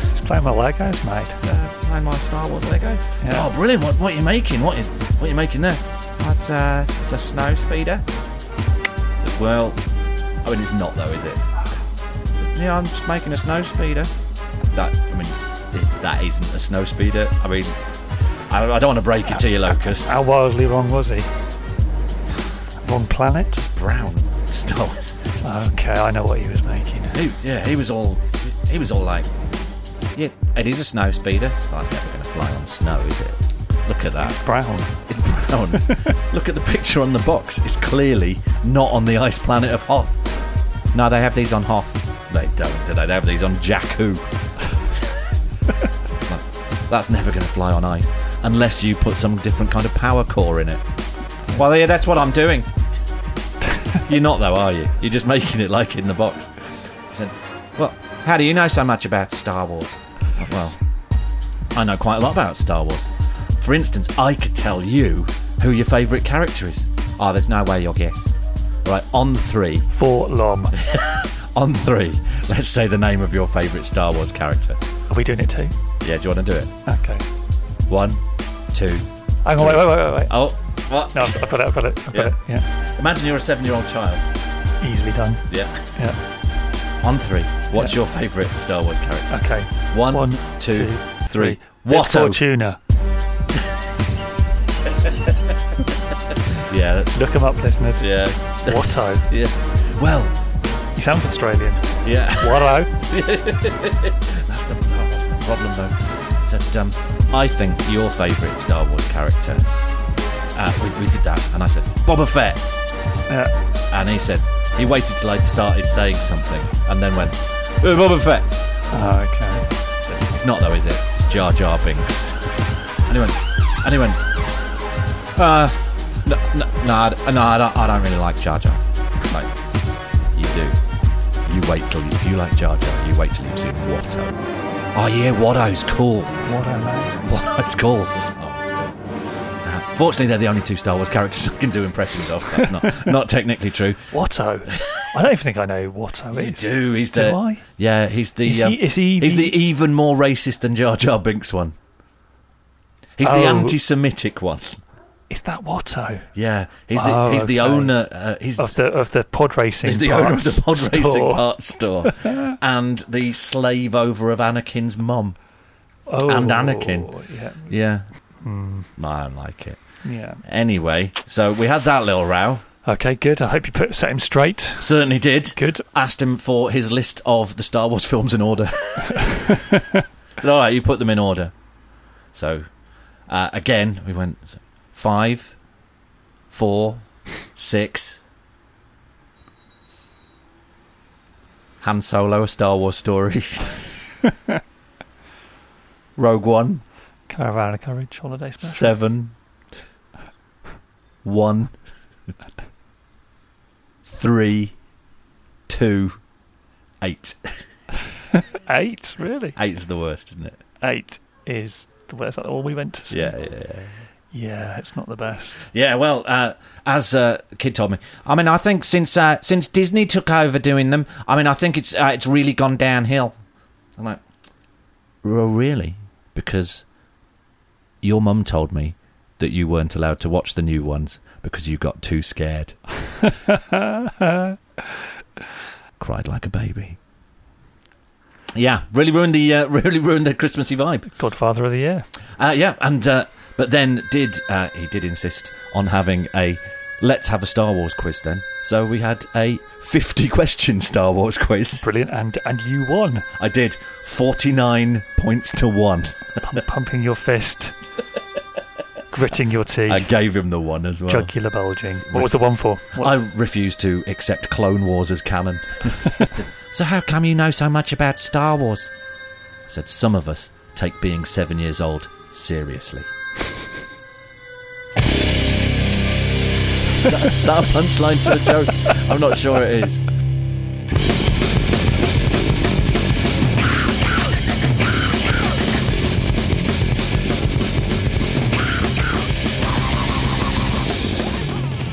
Speaker 5: Just playing my Legos, mate.
Speaker 6: Uh, playing my Star Wars Legos.
Speaker 1: Oh, brilliant. What, what are you making? What, you- what are you making there?
Speaker 6: It's, uh, it's a snow speeder.
Speaker 1: Well, I mean, it's not though, is it?
Speaker 6: Yeah, I'm just making a snow speeder.
Speaker 1: That I mean, it, that isn't a snow speeder. I mean, I, I don't want to break it to you, Locust.
Speaker 5: How wildly wrong was he? Wrong planet?
Speaker 1: Brown Star Wars.
Speaker 5: Okay, I know what he was making.
Speaker 1: He, yeah, he was all, he was all like, yeah, it is a snow speeder. So it's never going to fly on snow, is it? Look at that.
Speaker 5: Brown.
Speaker 1: It's brown. Look at the picture on the box. It's clearly not on the ice planet of Hoth. No, they have these on Hoth. They don't, do they? They have these on Jakku. that's never going to fly on ice unless you put some different kind of power core in it.
Speaker 6: Well, yeah, that's what I'm doing.
Speaker 1: You're not, though, are you? You're just making it like in the box. He said,
Speaker 6: Well, how do you know so much about Star Wars?
Speaker 1: Well, I know quite a lot about Star Wars. For instance, I could tell you who your favourite character is. Ah,
Speaker 6: Oh, there's no way you'll guess.
Speaker 1: Right, on three,
Speaker 5: Fort Lom. Are
Speaker 1: on three, let's say the name of your favourite Star Wars character.
Speaker 5: we doing it too?
Speaker 1: Yeah, do you want to do it?
Speaker 5: Okay.
Speaker 1: One, two.
Speaker 5: Hang on, wait, wait, wait, wait, wait.
Speaker 1: Oh, what?
Speaker 5: No, I've got it, I've got it, I've got it. Yeah.
Speaker 1: Imagine you're a seven-year-old child.
Speaker 5: Easily done.
Speaker 1: Yeah.
Speaker 5: Yeah.
Speaker 1: On three. What's your favourite Star Wars character?
Speaker 5: Okay.
Speaker 1: One,
Speaker 5: One,
Speaker 1: two,
Speaker 5: two,
Speaker 1: three.
Speaker 5: three.
Speaker 1: Watto.
Speaker 5: Fortuna.
Speaker 1: yeah, that's,
Speaker 5: Look him up, listeners.
Speaker 1: yeah,
Speaker 5: Watto.
Speaker 1: yeah. Well,
Speaker 5: He sounds Australian.
Speaker 1: yeah.
Speaker 5: Watto.
Speaker 1: That's the, that's the problem, though. So, um, I think your favourite Star Wars character. Uh, we, we did that, and I said Boba Fett,
Speaker 5: Yeah.
Speaker 1: and he said he waited till I'd started saying something, and then went "Uh, Boba Fett.
Speaker 5: Okay.
Speaker 1: It's not though, is it? It's Jar Jar Binks. and he went, and he went,
Speaker 6: Uh,
Speaker 1: no, no, no, I, d- no, I don't, I don't really like Jar Jar. Like, you do. You wait till you, if you like Jar Jar, you wait till you've seen Watto. Oh yeah, Watto's cool.
Speaker 5: Watto, mate.
Speaker 1: What it's called. Uh, Fortunately, they're the only two Star Wars characters I can do impressions of. That's not, not technically true.
Speaker 5: Watto. I don't even think I know who Watto
Speaker 1: You
Speaker 5: is.
Speaker 1: do. He's the.
Speaker 5: I?
Speaker 1: Yeah, he's the.
Speaker 5: Is he-
Speaker 1: um,
Speaker 5: is he
Speaker 1: he's the
Speaker 5: the-
Speaker 1: even more racist than Jar Jar Binks one. He's
Speaker 5: Oh.
Speaker 1: the anti-Semitic one.
Speaker 5: Is that Watto?
Speaker 1: Yeah, he's the.
Speaker 5: Oh,
Speaker 1: he's the
Speaker 5: okay.
Speaker 1: owner. Uh, he's
Speaker 5: Of the of the pod racing.
Speaker 1: He's the owner of the pod
Speaker 5: parts
Speaker 1: racing
Speaker 5: store.
Speaker 1: parts store and the slave over of Anakin's mum.
Speaker 5: Oh,
Speaker 1: and Anakin.
Speaker 5: Yeah.
Speaker 1: Yeah.
Speaker 5: Hmm.
Speaker 1: I don't like it.
Speaker 5: Yeah.
Speaker 1: Anyway, so we had that little row.
Speaker 5: Okay, good. I hope you put set him straight.
Speaker 1: Certainly did.
Speaker 5: Good.
Speaker 1: asked him for his list of the Star Wars films in order. so, all right, you put them in order. So, uh, again, we went so, five, four, six. Han Solo, a Star Wars story. Rogue One,
Speaker 5: Caravan of Courage holiday special.
Speaker 1: seven, one, three, two, eight.
Speaker 5: Eight, really?
Speaker 1: Eight's the worst, isn't it?
Speaker 5: Eight is the worst. Is that all we went to see?
Speaker 1: Yeah, yeah, yeah.
Speaker 5: Yeah, it's not the best.
Speaker 1: Yeah, well, uh, as uh, Kid told me,
Speaker 6: I mean, I think since uh, since Disney took over doing them, I mean, I think it's uh, it's really gone downhill.
Speaker 1: I'm like, well, really? Because your mum told me that you weren't allowed to watch the new ones because you got too scared. Cried like a baby. Yeah, really ruined the uh, really ruined the Christmassy vibe.
Speaker 5: Godfather of the Year.
Speaker 1: Uh, yeah, and uh, but then did uh, he did insist on having a Let's have a Star Wars quiz then. So we had a 50 question Star Wars quiz.
Speaker 5: Brilliant. And and you won.
Speaker 1: I did 49 points to 1.
Speaker 5: Pump, pumping your fist, gritting your teeth,
Speaker 1: I gave him the 1 as well.
Speaker 5: jugular bulging. What was the one for? What-
Speaker 1: I refuse to accept Clone Wars as canon. so how come you know so much about Star Wars? I said some of us take being seven years old seriously. Is that a punchline to the joke? I'm not sure it is.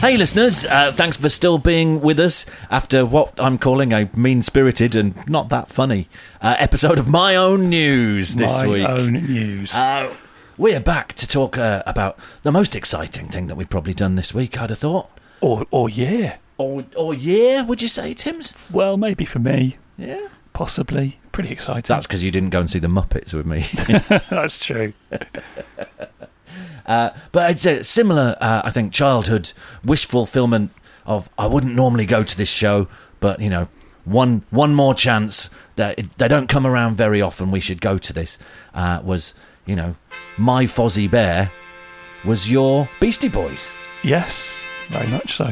Speaker 1: Hey, listeners, uh, thanks for still being with us after what I'm calling a mean spirited and not that funny uh, episode of My Own News this
Speaker 5: my
Speaker 1: week.
Speaker 5: own news.
Speaker 1: Uh, we're back to talk uh, about the most exciting thing that we've probably done this week, I'd have thought.
Speaker 5: or, or yeah.
Speaker 1: Or, or Oh, yeah, would you say, Tim's?
Speaker 5: Well, maybe for me,
Speaker 1: Yeah.
Speaker 5: possibly. Pretty exciting.
Speaker 1: That's because you didn't go and see the Muppets with me.
Speaker 5: That's true.
Speaker 1: Uh, but it's a similar, uh, I think, childhood wish fulfillment of I wouldn't normally go to this show, but you know, one one more chance that it, they don't come around very often. We should go to this. Uh, was you know, my Fozzie Bear was your Beastie Boys.
Speaker 5: Yes, very much so.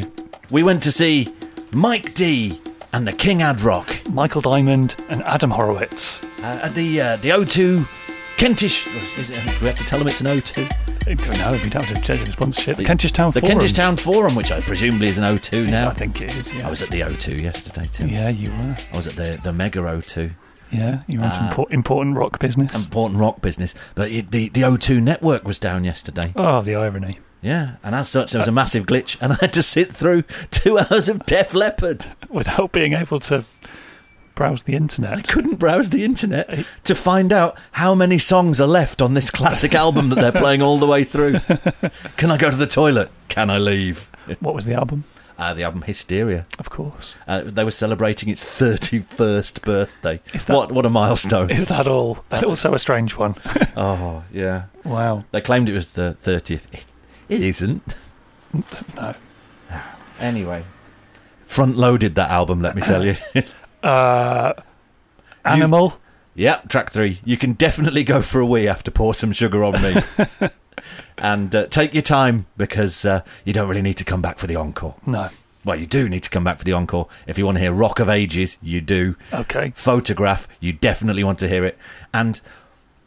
Speaker 1: We went to see Mike D and the King Ad Rock.
Speaker 5: Michael Diamond and Adam Horowitz.
Speaker 1: uh, at the uh, the O2 Kentish. Is it, do we have to tell them it's an O2.
Speaker 5: I don't know, we don't have to check the sponsorship. Kentish Town
Speaker 1: The
Speaker 5: Forum.
Speaker 1: Kentish Town Forum, which I presumably is an O2 now.
Speaker 5: I think it is, yeah.
Speaker 1: I was at the O2 yesterday, Tim.
Speaker 5: yeah, you were.
Speaker 1: I was at the the Mega O2,
Speaker 5: Yeah, you were in some impor- important rock business.
Speaker 1: important rock business. But it, the the O2 network was down yesterday.
Speaker 5: oh, the irony.
Speaker 1: Yeah, and as such, there was a massive glitch, and I had to sit through two hours of Def Leppard.
Speaker 5: Without being able to browse the
Speaker 1: I
Speaker 5: internet.
Speaker 1: couldn't browse the internet to find out how many songs are left on this classic album that they're playing all the way through. Can I go to the toilet? Can I leave?
Speaker 5: What was the album?
Speaker 1: uh, the album Hysteria.
Speaker 5: Of course.
Speaker 1: Uh, they were celebrating its 31st birthday.
Speaker 5: Is that-
Speaker 1: what what a milestone.
Speaker 5: Is that all? And also a strange one.
Speaker 1: oh, yeah.
Speaker 5: wow.
Speaker 1: They claimed it was the 30th. It, it isn't.
Speaker 5: No.
Speaker 1: Anyway. Front loaded that album, let me tell you.
Speaker 5: Uh, Animal.
Speaker 1: yep, track three. You can definitely go for a wee after Pour Some Sugar on Me. and uh, take your time because uh, you don't really need to come back for the encore.
Speaker 5: No.
Speaker 1: Well, you do need to come back for the encore. If you want to hear Rock of Ages, you do.
Speaker 5: Okay.
Speaker 1: Photograph, you definitely want to hear it. And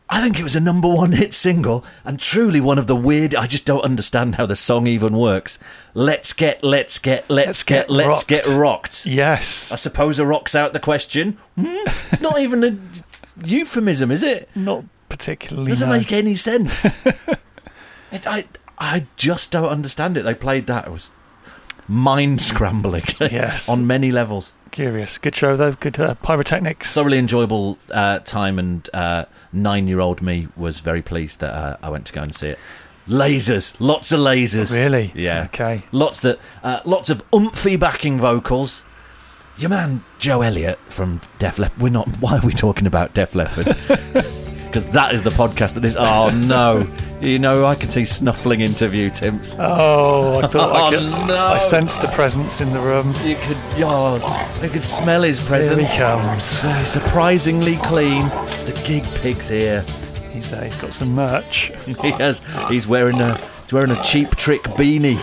Speaker 1: I think it was a number one hit single and truly one of the weird, I just don't understand how the song even works. Let's get, let's get, let's,
Speaker 5: Let's
Speaker 1: get,
Speaker 5: get
Speaker 1: let's
Speaker 5: rocked.
Speaker 1: get rocked.
Speaker 5: Yes.
Speaker 1: I suppose a rock's out the question. Hmm? It's not even a euphemism, is it?
Speaker 5: Not particularly.
Speaker 1: doesn't
Speaker 5: no.
Speaker 1: make any sense. it, I, I just don't understand it. They played that. It was mind scrambling
Speaker 5: Yes.
Speaker 1: on many levels.
Speaker 5: Curious. Good show though. Good uh, pyrotechnics.
Speaker 1: thoroughly enjoyable uh, time, and uh, nine-year-old me was very pleased that uh, I went to go and see it. Lasers, lots of lasers.
Speaker 5: Really?
Speaker 1: Yeah.
Speaker 5: Okay.
Speaker 1: Lots that, uh, lots of umphy backing vocals. Your man Joe Elliott from Def Leppard. We're not. Why are we talking about Def Leppard? Because that is the podcast that this. Oh no! You know I can see snuffling interview Tim's.
Speaker 5: Oh, I thought I,
Speaker 1: Oh,
Speaker 5: could,
Speaker 1: no.
Speaker 5: I sensed a presence in the room.
Speaker 1: You could. Oh, I could smell his
Speaker 5: Here
Speaker 1: presence.
Speaker 5: he comes.
Speaker 1: Oh, surprisingly clean. It's the gig pig's here.
Speaker 5: He's uh, he's got some merch.
Speaker 1: He has. He's wearing a. He's wearing a cheap trick beanie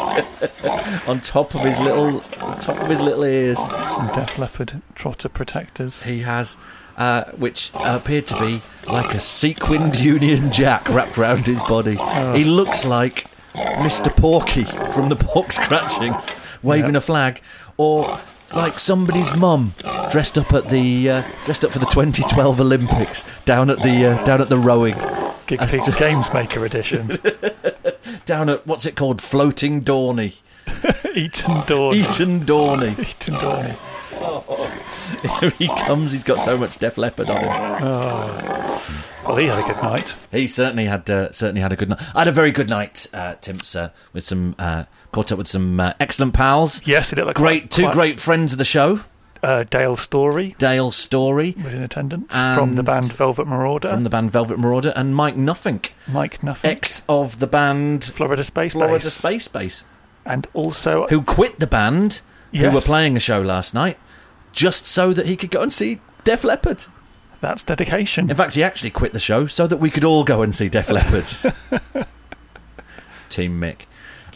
Speaker 1: on top of his little, on top of his little ears.
Speaker 5: Some Def Leppard trotter protectors.
Speaker 1: He has, uh, which appeared to be like a sequined Union Jack wrapped round his body. He looks like Mr. Porky from the Pork Scratchings, waving a flag, or like somebody's mum dressed up at the uh, dressed up for the 2012 Olympics down at the uh, down at the rowing.
Speaker 5: Gig Pig Games Maker Edition.
Speaker 1: down at what's it called? Floating Dawny.
Speaker 5: Eaton Dawn.
Speaker 1: Eaton Dawny.
Speaker 5: Eaton Dawny.
Speaker 1: Here he comes. He's got so much Def Leppard on him.
Speaker 5: Well, he had a good night.
Speaker 1: He certainly had uh, certainly had a good night. I had a very good night, uh, Timps, uh, with some uh, caught up with some uh, excellent pals.
Speaker 5: Yes, he looked like
Speaker 1: Great,
Speaker 5: quite,
Speaker 1: two
Speaker 5: quite-
Speaker 1: great friends of the show,
Speaker 5: Uh, Dale Story
Speaker 1: Dale Story
Speaker 5: was in attendance from the
Speaker 1: And-
Speaker 5: band Velvet Marauder.
Speaker 1: from the band Velvet Marauder and Mike Nothink,
Speaker 5: Mike Nothing.
Speaker 1: ex of the band
Speaker 5: Florida Space
Speaker 1: Florida
Speaker 5: Base.
Speaker 1: Space Base.
Speaker 5: and also
Speaker 1: who quit the band who were
Speaker 5: Yes.
Speaker 1: playing a show last night just so that he could go and see Def Leppard.
Speaker 5: that's dedication.
Speaker 1: In fact, he actually quit the show so that we could all go and see Def Leppard. Team Mick.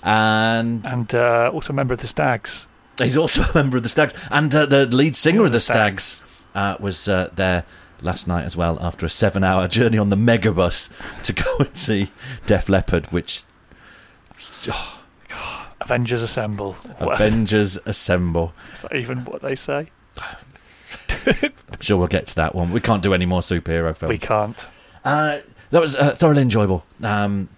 Speaker 1: And
Speaker 5: and uh, also a member of the Stags.
Speaker 1: he's also a member of the Stags. And uh, the lead singer of the
Speaker 5: Stags.
Speaker 1: Stags uh, was uh, there last night as well after a seven hour journey on the megabus to go and see Def Leppard, which
Speaker 5: Avengers Assemble. What-
Speaker 1: Avengers Assemble.
Speaker 5: is that even what they say?
Speaker 1: I'm sure we'll get to that one. We can't do any more superhero films.
Speaker 5: We can't.
Speaker 1: Uh, that was uh, thoroughly enjoyable. Um,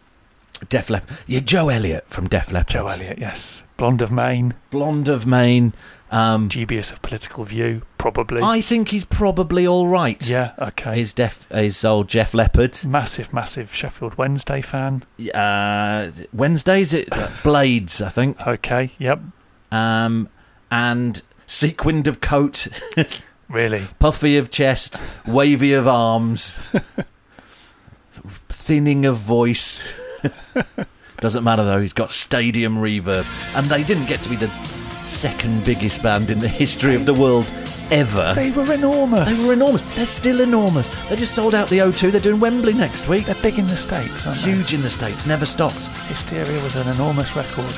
Speaker 1: Def Leppard. Yeah, Joe Elliott from Def Leppard.
Speaker 5: Joe Elliott, yes. Blonde of Maine,
Speaker 1: Blonde of Maine. Um,
Speaker 5: dubious of political view, probably.
Speaker 1: I think he's probably all right.
Speaker 5: yeah, okay.
Speaker 1: His, def, his old Jeff Leppard.
Speaker 5: Massive, massive Sheffield Wednesday fan.
Speaker 1: Uh, Wednesdays at uh, Blades, I think.
Speaker 5: Okay, yep.
Speaker 1: Um, and sequined of coat,
Speaker 5: Really?
Speaker 1: puffy of chest, wavy of arms, thinning of voice. Doesn't matter though, he's got stadium reverb. And they didn't get to be the second biggest band in the history of the world ever.
Speaker 5: They were enormous.
Speaker 1: They were enormous. They're still enormous. They just sold out the O2. They're doing Wembley next week.
Speaker 5: They're big in the States, aren't they?
Speaker 1: Huge in the States, never stopped.
Speaker 5: Hysteria was an enormous record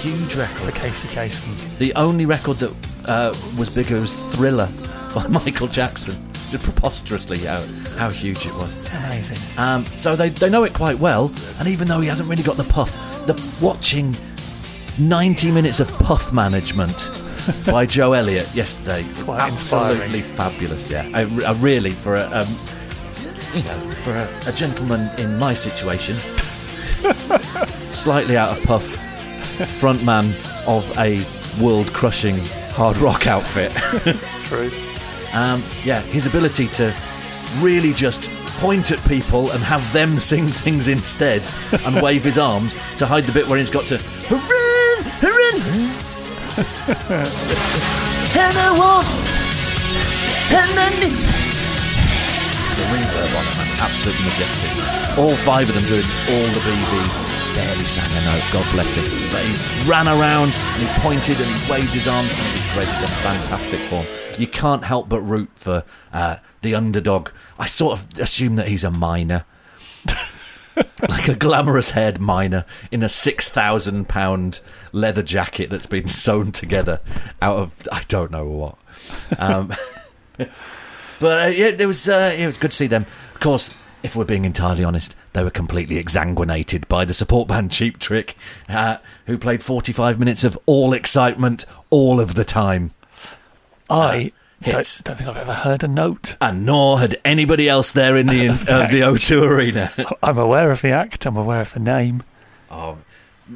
Speaker 1: Huge
Speaker 5: for
Speaker 1: record.
Speaker 5: Casey Kasem.
Speaker 1: The only record that uh, was bigger was Thriller by Michael Jackson. Just preposterously how, how huge it was.
Speaker 5: Amazing.
Speaker 1: Um, so they, they know it quite well, and even though he hasn't really got the puff, the watching 90 minutes of puff management by Joe Elliott yesterday was
Speaker 5: Quite
Speaker 1: absolutely fabulous. Yeah, I, I really for a um, you know for a, a gentleman in my situation, slightly out of puff, front man of a world-crushing hard rock outfit.
Speaker 5: True.
Speaker 1: Um, yeah, his ability to really just point at people and have them sing things instead and wave his arms to hide the bit where he's got to hooray, hooray, and I want, and I need. The reverb on it, man, absolutely majestic. All five of them doing all the BBs. Barely sang a note, God bless him. But he ran around and he pointed and he waved his arms and he created a fantastic form. You can't help but root for uh, the underdog. I sort of assume that he's a miner. like a glamorous haired miner in a six thousand pound leather jacket that's been sewn together out of I don't know what. Um, but uh, yeah, it was uh, it was good to see them. Of course, if we're being entirely honest, they were completely exsanguinated by the support band Cheap Trick, uh, who played forty five minutes of all excitement all of the time.
Speaker 5: I
Speaker 1: Uh, hits.
Speaker 5: don't, don't think I've ever heard a note.
Speaker 1: And nor had anybody else there in the in, uh, the O2 arena.
Speaker 5: I'm aware of the act, I'm aware of the name.
Speaker 1: Oh,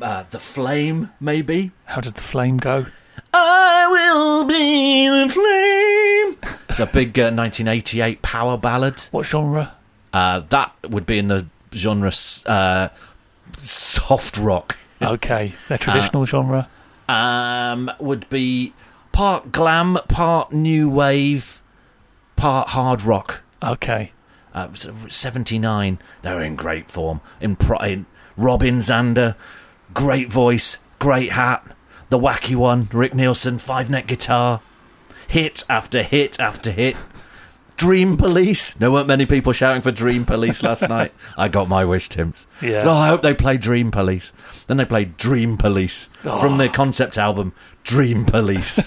Speaker 1: uh, the flame, maybe.
Speaker 5: How does the flame go?
Speaker 1: I will be the flame. It's a big uh, 1988 power ballad.
Speaker 5: What genre?
Speaker 1: Uh, that would be in the genre s- uh, soft rock.
Speaker 5: Okay,
Speaker 1: Uh,
Speaker 5: their traditional genre.
Speaker 1: Um, would be part glam, part new wave, part hard rock.
Speaker 5: Okay,
Speaker 1: Uh, s- 79. They were in great form. In, pro- in Robin Zander, great voice, great hat. The wacky one, Rick Nielsen, five neck guitar. Hit after hit after hit. Dream Police. There weren't many people shouting for Dream Police last night. I got my wish, Tim's.
Speaker 5: Yeah.
Speaker 1: So, oh, I hope they play Dream Police. Then they played Dream Police from their concept album, Dream Police.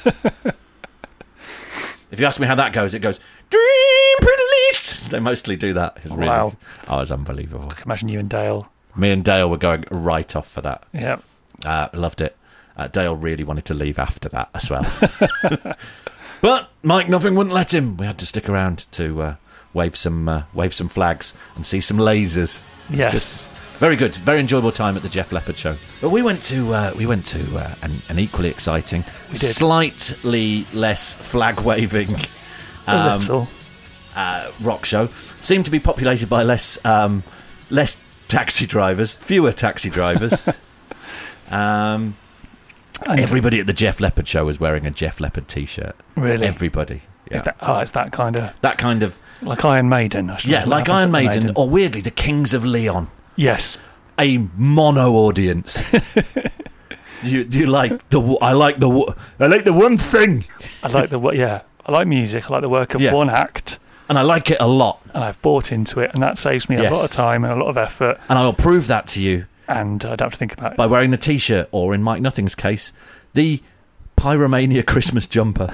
Speaker 1: if you ask me how that goes, it goes, Dream Police. They mostly do that. It's really,
Speaker 5: Wow.
Speaker 1: Oh, it's unbelievable.
Speaker 5: I can imagine you and Dale.
Speaker 1: Me and Dale were going right off for that.
Speaker 5: Yeah,
Speaker 1: Uh, loved it. Uh, Dale really wanted to leave after that as well. but Mike Nothing wouldn't let him. We had to stick around to uh, wave some uh, wave some flags and see some lasers.
Speaker 5: yes.
Speaker 1: Very good, very enjoyable time at the Jeff Leppard show. But we went to uh, we went to uh, an, an equally exciting,
Speaker 5: did.
Speaker 1: slightly less flag waving
Speaker 5: A
Speaker 1: Um,
Speaker 5: little.
Speaker 1: uh, rock show seemed to be populated by less um, less taxi drivers, fewer taxi drivers. um,
Speaker 5: And-
Speaker 1: everybody at the Jeff Leppard show was wearing a Jeff Leppard t-shirt.
Speaker 5: Really?
Speaker 1: Everybody. Yeah.
Speaker 5: Is that, oh, it's that kind of
Speaker 1: that kind of
Speaker 5: like Iron Maiden. I should
Speaker 1: yeah,
Speaker 5: imagine.
Speaker 1: like
Speaker 5: That was
Speaker 1: Iron
Speaker 5: at
Speaker 1: Maiden, or weirdly the Kings of Leon,
Speaker 5: yes,
Speaker 1: a mono audience. You you like the w- I like the w- I like the one thing,
Speaker 5: I like the wo- yeah. I like music. I like the work of
Speaker 1: Yeah.
Speaker 5: one act,
Speaker 1: and I like it a lot,
Speaker 5: and I've bought into it, and that saves me a
Speaker 1: Yes.
Speaker 5: lot of time and a lot of effort,
Speaker 1: and I'll prove that to you
Speaker 5: and I don't have to think about it.
Speaker 1: by wearing the T-shirt, or in Mike Nothing's case, the Pyromania Christmas jumper,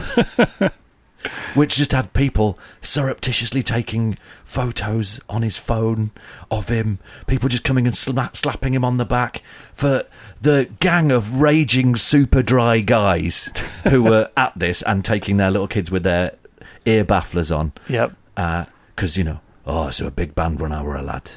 Speaker 1: which just had people surreptitiously taking photos on his phone of him. People just coming and sla- slapping him on the back for the gang of raging super dry guys who were at this and taking their little kids with their ear bafflers on
Speaker 5: Yep.
Speaker 1: because Uh, you know, oh, so a big band when I were a lad.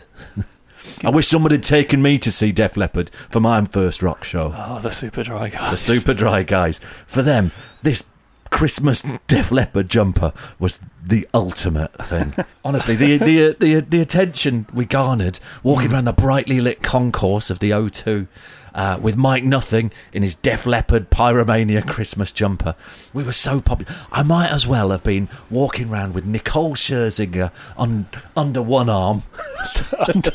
Speaker 1: I wish someone had taken me to see Def Leppard for my first rock show.
Speaker 5: Oh, the super dry guys.
Speaker 1: The Super Dry guys. For them, this Christmas Def Leppard jumper was the ultimate thing. Honestly, the the the the attention we garnered walking around the brightly lit concourse of the O2. Uh, with Mike Nothing in his Def Leppard Pyromania Christmas jumper. We were so popular. I might as well have been walking around with Nicole Scherzinger on, under one arm and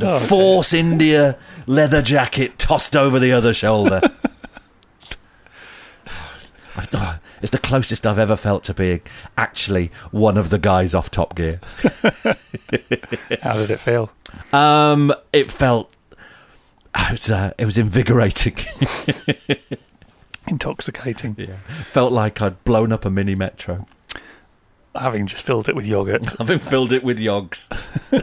Speaker 5: Oh,
Speaker 1: a Force India leather jacket tossed over the other shoulder. I've- oh, it's the closest I've ever felt to being actually one of the guys off Top Gear.
Speaker 5: How did it feel?
Speaker 1: Um, it felt. It was, uh, it was invigorating.
Speaker 5: Intoxicating.
Speaker 1: felt like I'd blown up a mini metro,
Speaker 5: Having just filled it with yogurt.
Speaker 1: having filled it with yogs.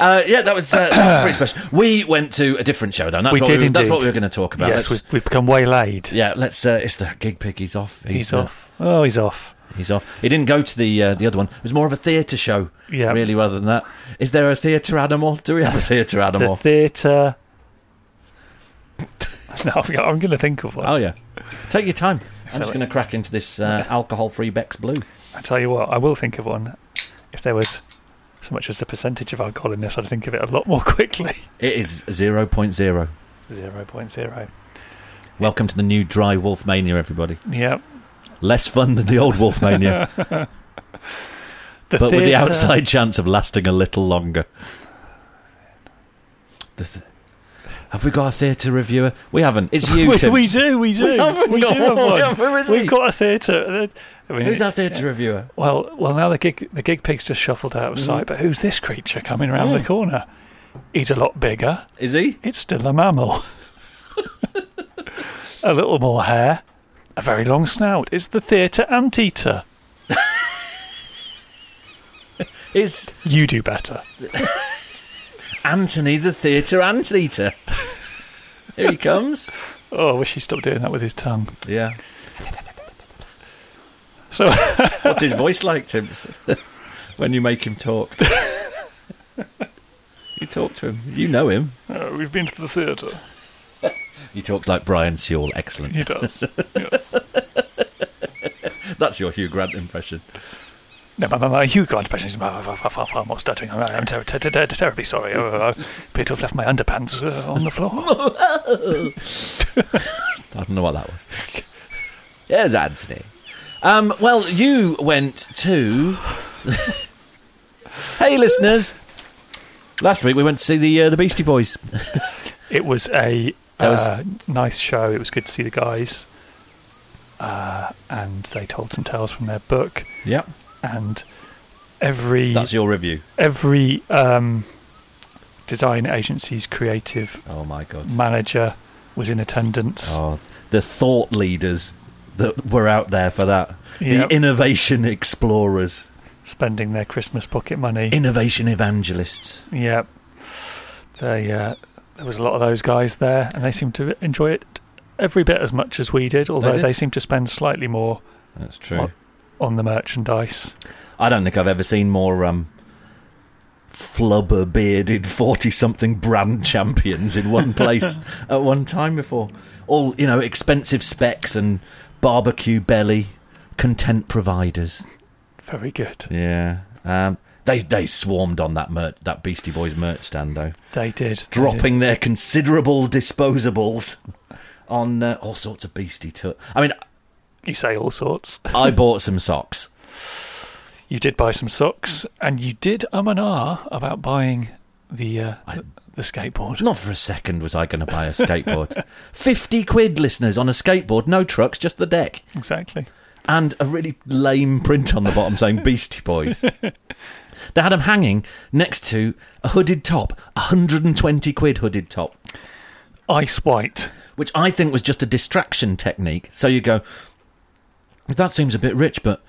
Speaker 1: Uh, yeah, that was, uh, that was pretty special. We went to a different show, though. and That's
Speaker 5: We
Speaker 1: what
Speaker 5: did
Speaker 1: we, That's
Speaker 5: indeed.
Speaker 1: what we were going to talk about.
Speaker 5: yes,
Speaker 1: Let's-
Speaker 5: we've, we've become waylaid.
Speaker 1: Yeah, let's. Uh, it's that gig pig. He's off.
Speaker 5: he's
Speaker 1: uh,
Speaker 5: off. Oh, he's off.
Speaker 1: He's off. He didn't go to the uh, the other one. It was more of a theatre show,
Speaker 5: Yeah.
Speaker 1: really, rather than that. Is there a theatre animal? Do we have a theatre
Speaker 5: The
Speaker 1: animal?
Speaker 5: theatre. no, I'm, I'm going to think of one.
Speaker 1: oh yeah. Take your time. I'm just
Speaker 5: like-
Speaker 1: going to crack into this uh, alcohol-free Beck's Blue.
Speaker 5: I tell you what, I will think of one. If there was so much as a percentage of alcohol in this, I'd think of it a lot more quickly.
Speaker 1: It is 0.0.
Speaker 5: Zero point zero.
Speaker 1: Welcome to the new dry wolf mania, everybody.
Speaker 5: Yeah.
Speaker 1: Less fun than the old wolf mania,
Speaker 5: The
Speaker 1: but with the
Speaker 5: theatre-
Speaker 1: outside chance of lasting a little longer. The th- have we got a theatre reviewer? We haven't. It's you,
Speaker 5: we,
Speaker 1: Tim.
Speaker 5: we do, we do,
Speaker 1: haven't
Speaker 5: we do
Speaker 1: got
Speaker 5: have
Speaker 1: one.
Speaker 5: one.
Speaker 1: Who is he?
Speaker 5: We've got a theatre. I mean,
Speaker 1: Who's our theatre reviewer?
Speaker 5: Well, well, now the gig the gig pig's just shuffled out of
Speaker 1: Mm-hmm.
Speaker 5: sight. But who's this creature coming around the corner? He's a lot bigger.
Speaker 1: Is he?
Speaker 5: It's still a mammal. a little more hair, a very long snout. It's the theatre anteater.
Speaker 1: Is
Speaker 5: You do better.
Speaker 1: Anthony the Theatre Anteater. Here he comes.
Speaker 5: Oh, I wish he stopped doing that with his tongue.
Speaker 1: Yeah.
Speaker 5: So, uh,
Speaker 1: What's his voice like, Tim? when you make him talk. you talk to him. You know him.
Speaker 5: uh, we've been to the theatre.
Speaker 1: He talks like Brian Sewell. Excellent.
Speaker 5: He does. yes.
Speaker 1: That's your Hugh Grant impression.
Speaker 5: No, my, my, my Hugh Grant impression is far, far, far, far more stuttering. I am ter- ter- ter- ter- terribly sorry. Uh, I appear to have left my underpants uh, on the floor.
Speaker 1: I don't know what that was. Here's Anthony. Um, well, you went to. hey, listeners. Last week we went to see the uh, the Beastie Boys.
Speaker 5: It was a
Speaker 1: That was-
Speaker 5: uh, nice show. It was good to see the guys. Uh, and they told some tales from their book.
Speaker 1: Yep.
Speaker 5: And every
Speaker 1: That's your review.
Speaker 5: every um, design agency's creative
Speaker 1: Oh my god.
Speaker 5: manager was in attendance.
Speaker 1: Oh, the thought leaders that were out there for that.
Speaker 5: Yep.
Speaker 1: The innovation explorers,
Speaker 5: spending their Christmas pocket money.
Speaker 1: innovation evangelists.
Speaker 5: yeah, they uh, there was a lot of those guys there, and they seemed to enjoy it every bit as much as we did. Although they,
Speaker 1: did.
Speaker 5: seemed to spend slightly more
Speaker 1: That's true.
Speaker 5: What? on the merchandise.
Speaker 1: I don't think I've ever seen more um, flubber bearded 40 something brand champions in one place at one time before. All, you know, expensive specs and barbecue belly, content providers.
Speaker 5: Very good.
Speaker 1: Yeah. Um, they, they swarmed on that merch, that Beastie Boys merch stand though.
Speaker 5: They did they did.
Speaker 1: dropping their considerable disposables on uh, all sorts of beastie too. I mean,
Speaker 5: You say all sorts.
Speaker 1: I bought some socks.
Speaker 5: You did buy some socks, and you did um and ah about buying the uh,
Speaker 1: I-
Speaker 5: the skateboard.
Speaker 1: Not for a second was I going to buy a skateboard. 50 quid, listeners, on a skateboard, no trucks, just the deck.
Speaker 5: Exactly.
Speaker 1: And a really lame print on the bottom saying Beastie Boys. they had them hanging next to a hooded top, a 120 quid hooded top,
Speaker 5: Ice white.
Speaker 1: which I think was just a distraction technique. So you go, that seems a bit rich, but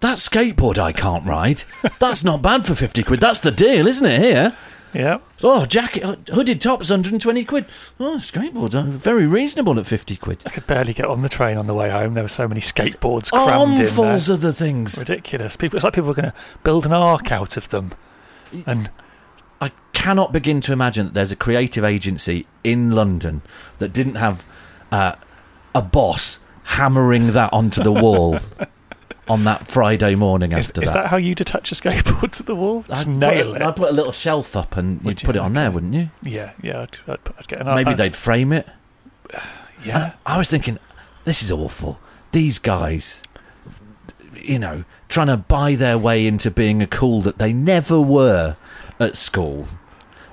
Speaker 1: that skateboard I can't ride, that's not bad for 50 quid. That's the deal, isn't it, here?
Speaker 5: Yeah.
Speaker 1: Oh, jacket, hooded top's 120 quid. Oh, skateboards are very reasonable at 50 quid.
Speaker 5: I could barely get on the train on the way home. There were so many skateboards crammed in there.
Speaker 1: Armfuls of the things.
Speaker 5: Ridiculous. People. It's like people were going to build an ark out of them. And
Speaker 1: I cannot begin to imagine that there's a creative agency in London that didn't have uh, a boss hammering that onto the wall on that Friday morning
Speaker 5: is,
Speaker 1: after
Speaker 5: is that how you'd attach a skateboard to the wall? Just
Speaker 1: I'd
Speaker 5: nail
Speaker 1: put,
Speaker 5: it.
Speaker 1: a- I'd put a little shelf up and you'd
Speaker 5: Would you? Oh, uh,
Speaker 1: put it on there, wouldn't you?
Speaker 5: yeah, yeah. I'd, I'd, I'd get an
Speaker 1: Maybe
Speaker 5: I,
Speaker 1: they'd frame it.
Speaker 5: Yeah.
Speaker 1: And I was thinking, this is awful. These guys, you know, trying to buy their way into being a cool that they never were at school.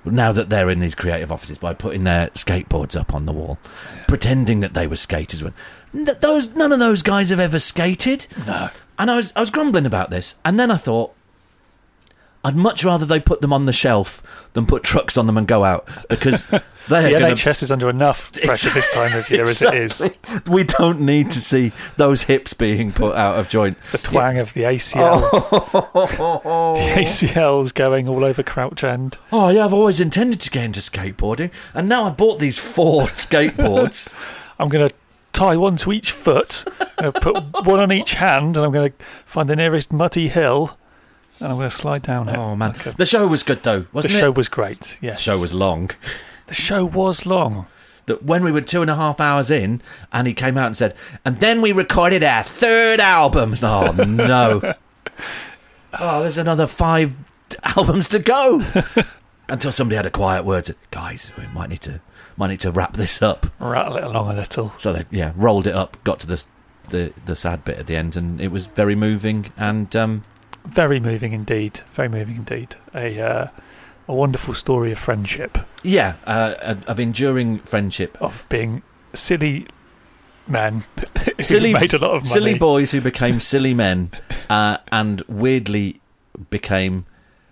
Speaker 1: Now that they're in these creative offices by putting their skateboards up on the wall, pretending that they were skaters when n- those none of those guys have ever skated. No. And I was I was grumbling about this, and then I thought, I'd much rather they put them on the shelf than put trucks on them and go out because they're
Speaker 5: the
Speaker 1: going
Speaker 5: NHS is under enough pressure this time of year as it is.
Speaker 1: Exactly. We don't need to see those hips being put out of joint.
Speaker 5: The twang of the ACL. The ACL's going all over Crouch End.
Speaker 1: Oh yeah, I've always intended to get into skateboarding, and now I bought these four skateboards.
Speaker 5: I'm going to tie one to each foot, I'm gonna put one on each hand, and I'm going to find the nearest muddy hill, and I'm going to slide down it.
Speaker 1: Oh man,
Speaker 5: Like a-
Speaker 1: the show was good though,
Speaker 5: the
Speaker 1: wasn't
Speaker 5: show
Speaker 1: it?
Speaker 5: was great. Yes,
Speaker 1: The show was long.
Speaker 5: the show was long.
Speaker 1: That when we were two and a half hours in, and he came out and said, and then we recorded our third album. Oh no! oh, there's another five albums to go. Until somebody had a quiet word, said, guys, we might need to might need to wrap this up.
Speaker 5: Rattle it along a little.
Speaker 1: So they yeah rolled it up, got to the the the sad bit at the end, and it was very moving. And um,
Speaker 5: Very moving indeed. Very moving indeed. A uh, a wonderful story of friendship,
Speaker 1: yeah, uh, of enduring friendship,
Speaker 5: of being silly men who
Speaker 1: Silly-
Speaker 5: made a lot of money.
Speaker 1: silly boys who became silly men, uh, and weirdly became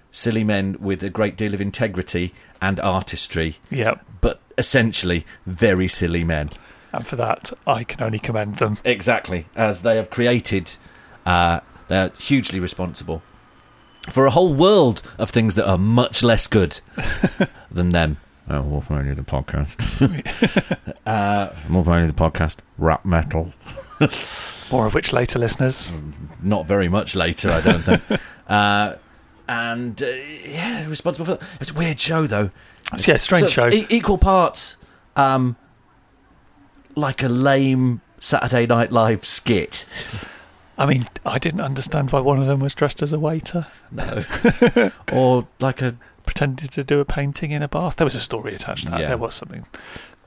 Speaker 1: silly men with a great deal of integrity and artistry,
Speaker 5: Yep.
Speaker 1: but essentially very silly men.
Speaker 5: And for that, I can only commend them.
Speaker 1: Exactly, as they have created, uh, they're hugely responsible for a whole world of things that are much less good than them. Oh, Wolf Radio the podcast. uh, Wolf Radio the podcast. Rap metal.
Speaker 5: More of which later, listeners.
Speaker 1: Not very much later, I don't think. uh, and uh, yeah, responsible for that. It's a weird show though.
Speaker 5: So, yeah, strange
Speaker 1: So,
Speaker 5: show.
Speaker 1: e- equal parts, um, like a lame Saturday Night Live skit.
Speaker 5: I mean, I didn't understand why one of them was dressed as a waiter,
Speaker 1: No. or like a
Speaker 5: pretended to do a painting in a bath. There was a story attached to that.
Speaker 1: Yeah.
Speaker 5: There was something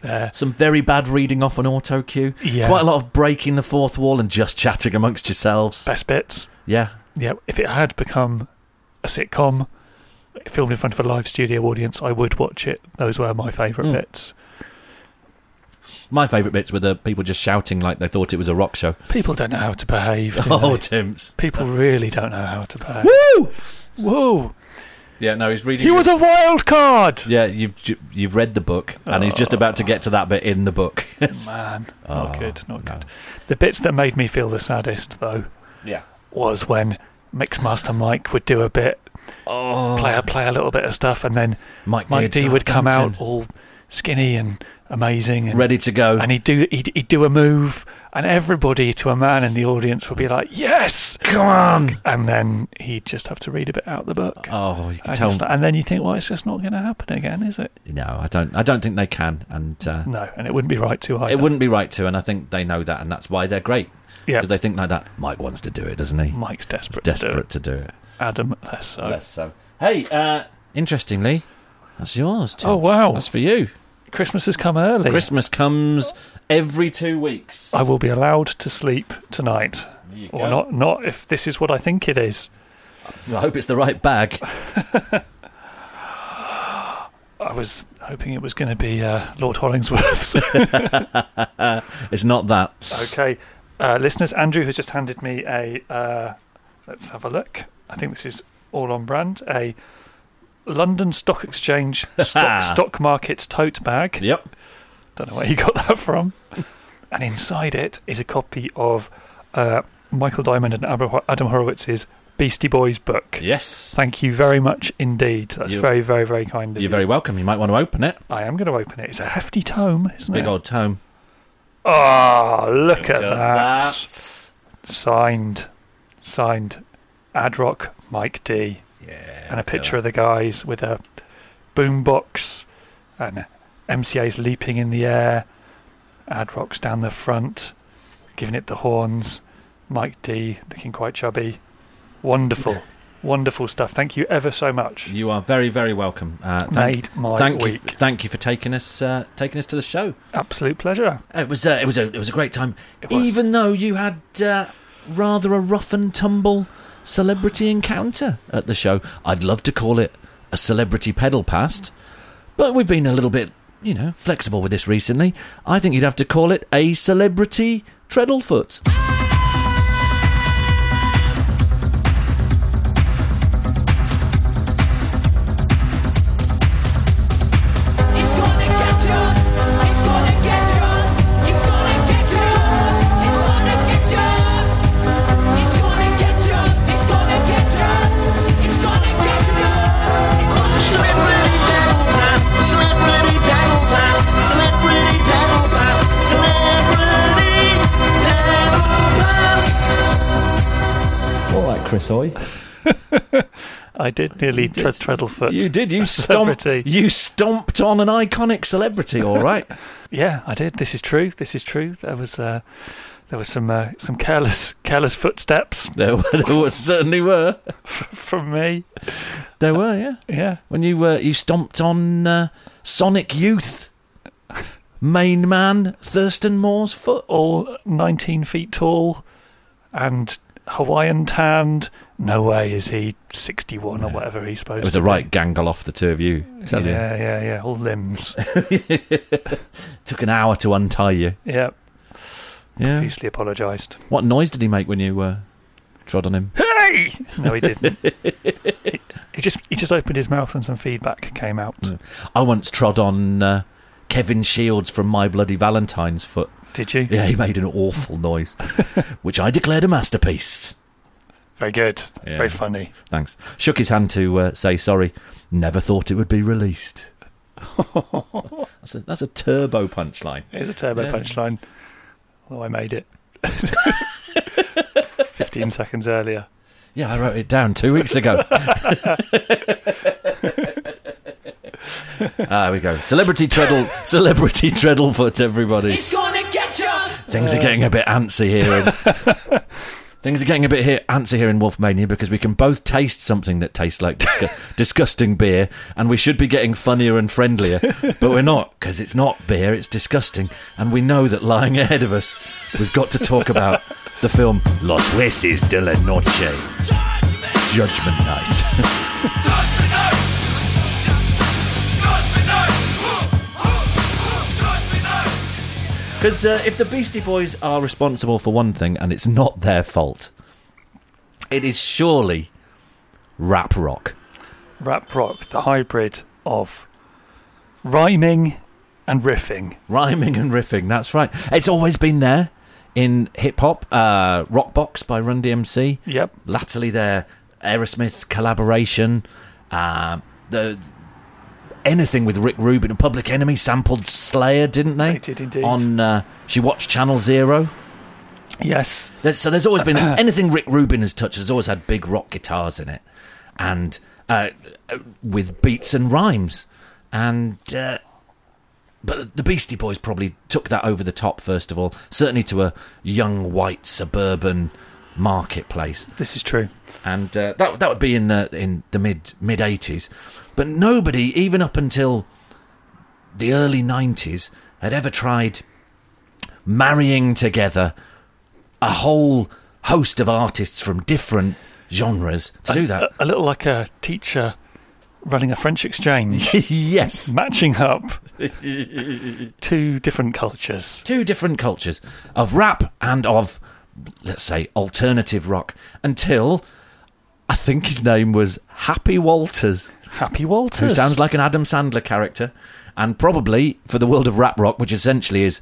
Speaker 5: there.
Speaker 1: some very bad reading off an auto cue.
Speaker 5: Yeah.
Speaker 1: Quite a lot of breaking the fourth wall and just chatting amongst yourselves.
Speaker 5: Best bits.
Speaker 1: Yeah.
Speaker 5: Yeah, if it had become a sitcom filmed in front of a live studio audience, I would watch it. Those were my favourite
Speaker 1: Mm.
Speaker 5: bits.
Speaker 1: My favourite bits were the people just shouting like they thought it was a rock show.
Speaker 5: People don't know how to behave. do
Speaker 1: Oh,
Speaker 5: they?
Speaker 1: Tim's.
Speaker 5: People really don't know how to behave.
Speaker 1: Woo!
Speaker 5: Whoa!
Speaker 1: Yeah, no, he's reading.
Speaker 5: He was a wild card!
Speaker 1: yeah, you've ju- you've read the book, and he's just about to get to that bit in the book.
Speaker 5: Man,
Speaker 1: Oh,
Speaker 5: not good, not
Speaker 1: no.
Speaker 5: good. The bits that made me feel the saddest, though,
Speaker 1: Yeah.
Speaker 5: was when Mixmaster Mike would do a bit,
Speaker 1: Oh,
Speaker 5: play a play a little bit of stuff, and then
Speaker 1: Mike,
Speaker 5: Mike D
Speaker 1: start
Speaker 5: would come
Speaker 1: dancing.
Speaker 5: out all skinny and amazing, and
Speaker 1: ready to go.
Speaker 5: and he'd do he'd, he'd do a move, and everybody to a man in the audience would be like, "Yes!"
Speaker 1: Come on!
Speaker 5: And then he'd just have to read a bit out of the book,
Speaker 1: Oh, you can
Speaker 5: and,
Speaker 1: tell.
Speaker 5: it's like- and then you think, "Well, it's just not going to happen again, is it?"
Speaker 1: No, I don't. I don't think they can, and uh,
Speaker 5: No, and it wouldn't be right to either.
Speaker 1: it wouldn't be right to. And I think they know that, and that's why they're great
Speaker 5: Yeah,
Speaker 1: because they think like that. Mike wants to do it, doesn't he?
Speaker 5: Mike's
Speaker 1: He's
Speaker 5: desperate, Mm, to do it.
Speaker 1: desperate to do it.
Speaker 5: Adam less so.
Speaker 1: Less so. Hey, uh, interestingly, that's yours. Tim.
Speaker 5: Oh, wow.
Speaker 1: that's for you.
Speaker 5: Christmas has come early.
Speaker 1: Christmas comes every two weeks.
Speaker 5: I will be allowed to sleep tonight,
Speaker 1: There you
Speaker 5: or
Speaker 1: go.
Speaker 5: not. Not if this is what I think it is.
Speaker 1: I hope it's the right bag.
Speaker 5: I was hoping it was going to be uh, Lord Hollingsworth's.
Speaker 1: It's not that.
Speaker 5: okay, uh, listeners, Andrew has just handed me a. Uh, let's have a look. I think this is all on brand. A London Stock Exchange stock, stock market tote bag.
Speaker 1: Yep.
Speaker 5: Don't know where he got that from. and inside it is a copy of uh, Michael Diamond and Abra- Adam Horowitz's Beastie Boys book.
Speaker 1: Yes.
Speaker 5: Thank you very much indeed. That's
Speaker 1: You're-
Speaker 5: very, very, very kind of
Speaker 1: You're
Speaker 5: you.
Speaker 1: very welcome. You might want to open it.
Speaker 5: I am going to open it. It's a hefty tome, isn't
Speaker 1: Big
Speaker 5: it?
Speaker 1: old tome.
Speaker 5: Oh, look, at, that.
Speaker 1: That's-
Speaker 5: Signed, signed, Adrock Mike D,
Speaker 1: Yeah.
Speaker 5: and a picture of the guys with a boombox and MCA's leaping in the air. Adrock's down the front, giving it the horns. Mike D looking quite chubby. Wonderful, wonderful stuff. Thank you ever so much.
Speaker 1: You are very, very welcome. Uh, thank,
Speaker 5: Made my
Speaker 1: thank you,
Speaker 5: week.
Speaker 1: thank you for taking us, uh, taking us to the show.
Speaker 5: Absolute pleasure.
Speaker 1: It was, uh, it was a, it was a great time.
Speaker 5: It was.
Speaker 1: Even though you had uh, rather a rough and tumble celebrity encounter at the show, I'd love to call it a celebrity pedal past, but we've been a little bit, you know, flexible with this recently. I think you'd have to call it a celebrity treadlefoot.
Speaker 7: It's gonna get you. It's gonna get you. It's gonna get you. It's gonna get you. It's gonna get you. It's gonna get you. It's gonna get you. It's gonna
Speaker 4: Celebrity pedal blast, celebrity pedal blast, celebrity pedal blast, celebrity pedal blast.
Speaker 1: All right, Chris Oy.
Speaker 5: I did nearly tre- treadlefoot.
Speaker 1: You did. You
Speaker 5: a
Speaker 1: stomped.
Speaker 5: celebrity.
Speaker 1: You stomped on an iconic celebrity. All right.
Speaker 5: Yeah, I did. This is true. This is true. There was uh, there was some uh, some careless careless footsteps
Speaker 1: there, were, there were, certainly were.
Speaker 5: from me.
Speaker 1: There were. Yeah.
Speaker 5: Yeah,
Speaker 1: When you uh, you stomped on uh, Sonic Youth main man Thurston Moore's foot.
Speaker 5: all 19 feet tall and Hawaiian tanned. No way is he 61 or whatever he's supposed
Speaker 1: It was
Speaker 5: to
Speaker 1: a
Speaker 5: be.
Speaker 1: right gangle off the two of you. Tell you.
Speaker 5: Yeah, yeah, yeah. All limbs.
Speaker 1: Took an hour to untie you.
Speaker 5: yeah.
Speaker 1: Yeah.
Speaker 5: Profusely apologised.
Speaker 1: What noise did he make when you uh, trod on him?
Speaker 5: Hey! No, he didn't. he, he just he just opened his mouth and some feedback came out.
Speaker 1: I once trod on uh, Kevin Shields from My Bloody Valentine's foot.
Speaker 5: Did you?
Speaker 1: Yeah, he made an awful noise, which I declared a masterpiece.
Speaker 5: Very good.
Speaker 1: Yeah.
Speaker 5: Very funny.
Speaker 1: Thanks. Shook his hand to uh, say sorry. Never thought it would be released. that's, a, that's a turbo punchline.
Speaker 5: It's a turbo
Speaker 1: Yeah.
Speaker 5: punchline. Although I made it 15 seconds earlier.
Speaker 1: Yeah, I wrote it down two weeks ago. Ah, there we go. Celebrity treadle, celebrity treadlefoot, everybody.
Speaker 7: It's gonna get you.
Speaker 1: Things are getting a bit antsy here. In, things are getting a bit here, antsy here in Wolfmania because we can both taste something that tastes like disgu- disgusting beer, and we should be getting funnier and friendlier, but we're not because it's not beer; it's disgusting, and we know that lying ahead of us, we've got to talk about the film Los Huesos de la Noche, Judgment Night. Because uh, if the Beastie Boys are responsible for one thing, and it's not their fault, it is surely rap rock.
Speaker 5: Rap rock, the hybrid of rhyming and riffing.
Speaker 1: Rhyming and riffing, that's right. It's always been there in hip hop, uh, Rock Box by Run DMC,
Speaker 5: Yep.
Speaker 1: latterly their Aerosmith collaboration, uh, the anything with Rick Rubin and Public Enemy sampled Slayer, didn't they?
Speaker 5: They did indeed.
Speaker 1: On uh, She Watched Channel Zero.
Speaker 5: Yes.
Speaker 1: There's, so there's always been anything Rick Rubin has touched has always had big rock guitars in it, and uh, uh, with beats and rhymes, and uh, but the Beastie Boys probably took that over the top first of all, certainly to a young white suburban marketplace,
Speaker 5: This is true.
Speaker 1: and uh, that that would be in the in the mid mid eighties, but nobody even up until the early nineties had ever tried marrying together a whole
Speaker 5: Uh,
Speaker 1: host of artists from different genres to do that.
Speaker 5: A, a little like a teacher running a French exchange,
Speaker 1: yes.
Speaker 5: matching up two different cultures.
Speaker 1: Two different cultures of rap and of, let's say, alternative rock until I think his name was Happy Walters,
Speaker 5: Happy
Speaker 1: who
Speaker 5: Walters.
Speaker 1: sounds like an Adam Sandler character. And probably for the world of rap rock, which essentially is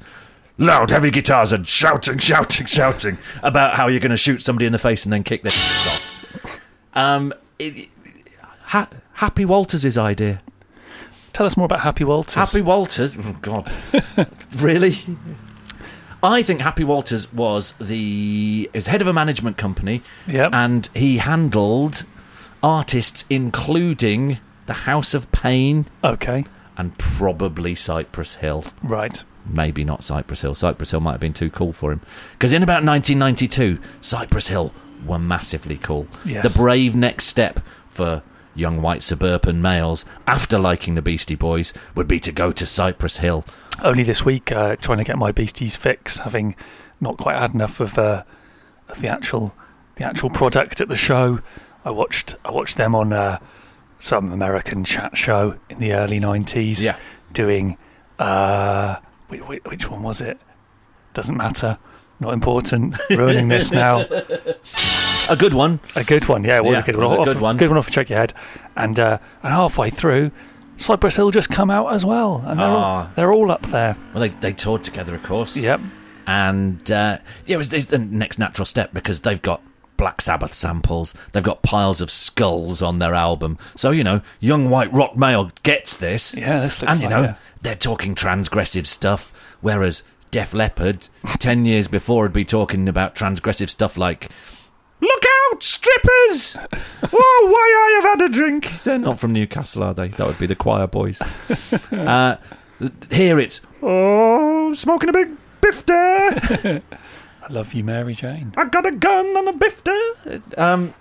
Speaker 1: loud, heavy guitars and shouting, shouting, shouting about how you're going to shoot somebody in the face and then kick their face off. Um, it- ha- Happy Walters' idea.
Speaker 5: Tell us more about Happy Walters.
Speaker 1: Happy Walters. Oh, God, really? I think Happy Walters was the is head of a management company,
Speaker 5: Yep.
Speaker 1: and he handled artists including the House of Pain
Speaker 5: okay,
Speaker 1: and probably Cypress Hill.
Speaker 5: right.
Speaker 1: Maybe not Cypress Hill. Cypress Hill might have been too cool for him because in about 1992, Cypress Hill were massively cool.
Speaker 5: Yes.
Speaker 1: The brave next step for young white suburban males after liking the Beastie Boys would be to go to Cypress Hill.
Speaker 5: Only this week, uh, trying to get my Beasties fix, having not quite had enough of uh, of the actual the actual product at the show. I watched I watched them on uh, some American chat show in the early nineties.
Speaker 1: Yeah.
Speaker 5: doing uh, whi- whi- which one was it? Doesn't matter. Not important. Ruining this now.
Speaker 1: A good one.
Speaker 5: A good one, yeah, it was
Speaker 1: Yeah,
Speaker 5: a good
Speaker 1: it
Speaker 5: one.
Speaker 1: was a
Speaker 5: off,
Speaker 1: good one.
Speaker 5: Good one off a check your head. And uh, and halfway through, Cypress Hill just come out as well, and they're all,
Speaker 1: Ah.
Speaker 5: they're all up there.
Speaker 1: Well, they, they toured together, of course.
Speaker 5: Yep.
Speaker 1: And uh, yeah, it was it's the next natural step because they've got Black Sabbath samples, they've got piles of skulls on their album. So, you know, young white rock male gets this.
Speaker 5: Yeah, this looks
Speaker 1: And, you
Speaker 5: like
Speaker 1: know,
Speaker 5: a-
Speaker 1: they're talking transgressive stuff, whereas Def Leppard, 10 years before, would be talking about transgressive stuff like. Look out, strippers!
Speaker 3: Oh, why I have had a drink.
Speaker 1: They're not from Newcastle, are they? That would be the choir boys. uh, here it's
Speaker 3: Oh, smoking a big bifter.
Speaker 5: I love you, Mary Jane.
Speaker 3: I got a gun and a bifter.
Speaker 1: Um,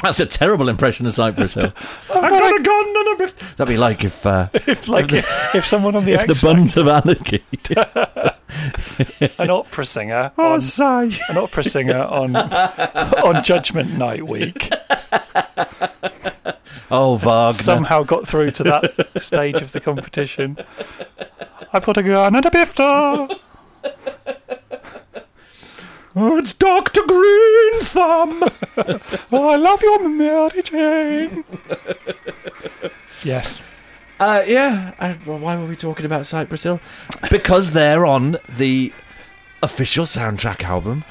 Speaker 1: that's a terrible impression of Cypress Hill.
Speaker 3: I got a gun and a bifter.
Speaker 1: That'd be like if uh,
Speaker 5: If like if someone on the,
Speaker 1: if the
Speaker 5: X,
Speaker 1: Buns of Anarchy.
Speaker 5: an opera singer,
Speaker 3: Oh,
Speaker 5: on,
Speaker 3: sigh.
Speaker 5: an opera singer on on Judgment Night week
Speaker 1: Oh, Wagner.
Speaker 5: somehow got through to that stage of the competition. I've got a gun and a bifter.
Speaker 3: Oh, it's Dr. Green Thumb.
Speaker 5: Oh, I love you, Mary Jane. yes.
Speaker 1: Uh, yeah. I, well, why were we talking about Cypress Hill? Because they're on the official soundtrack album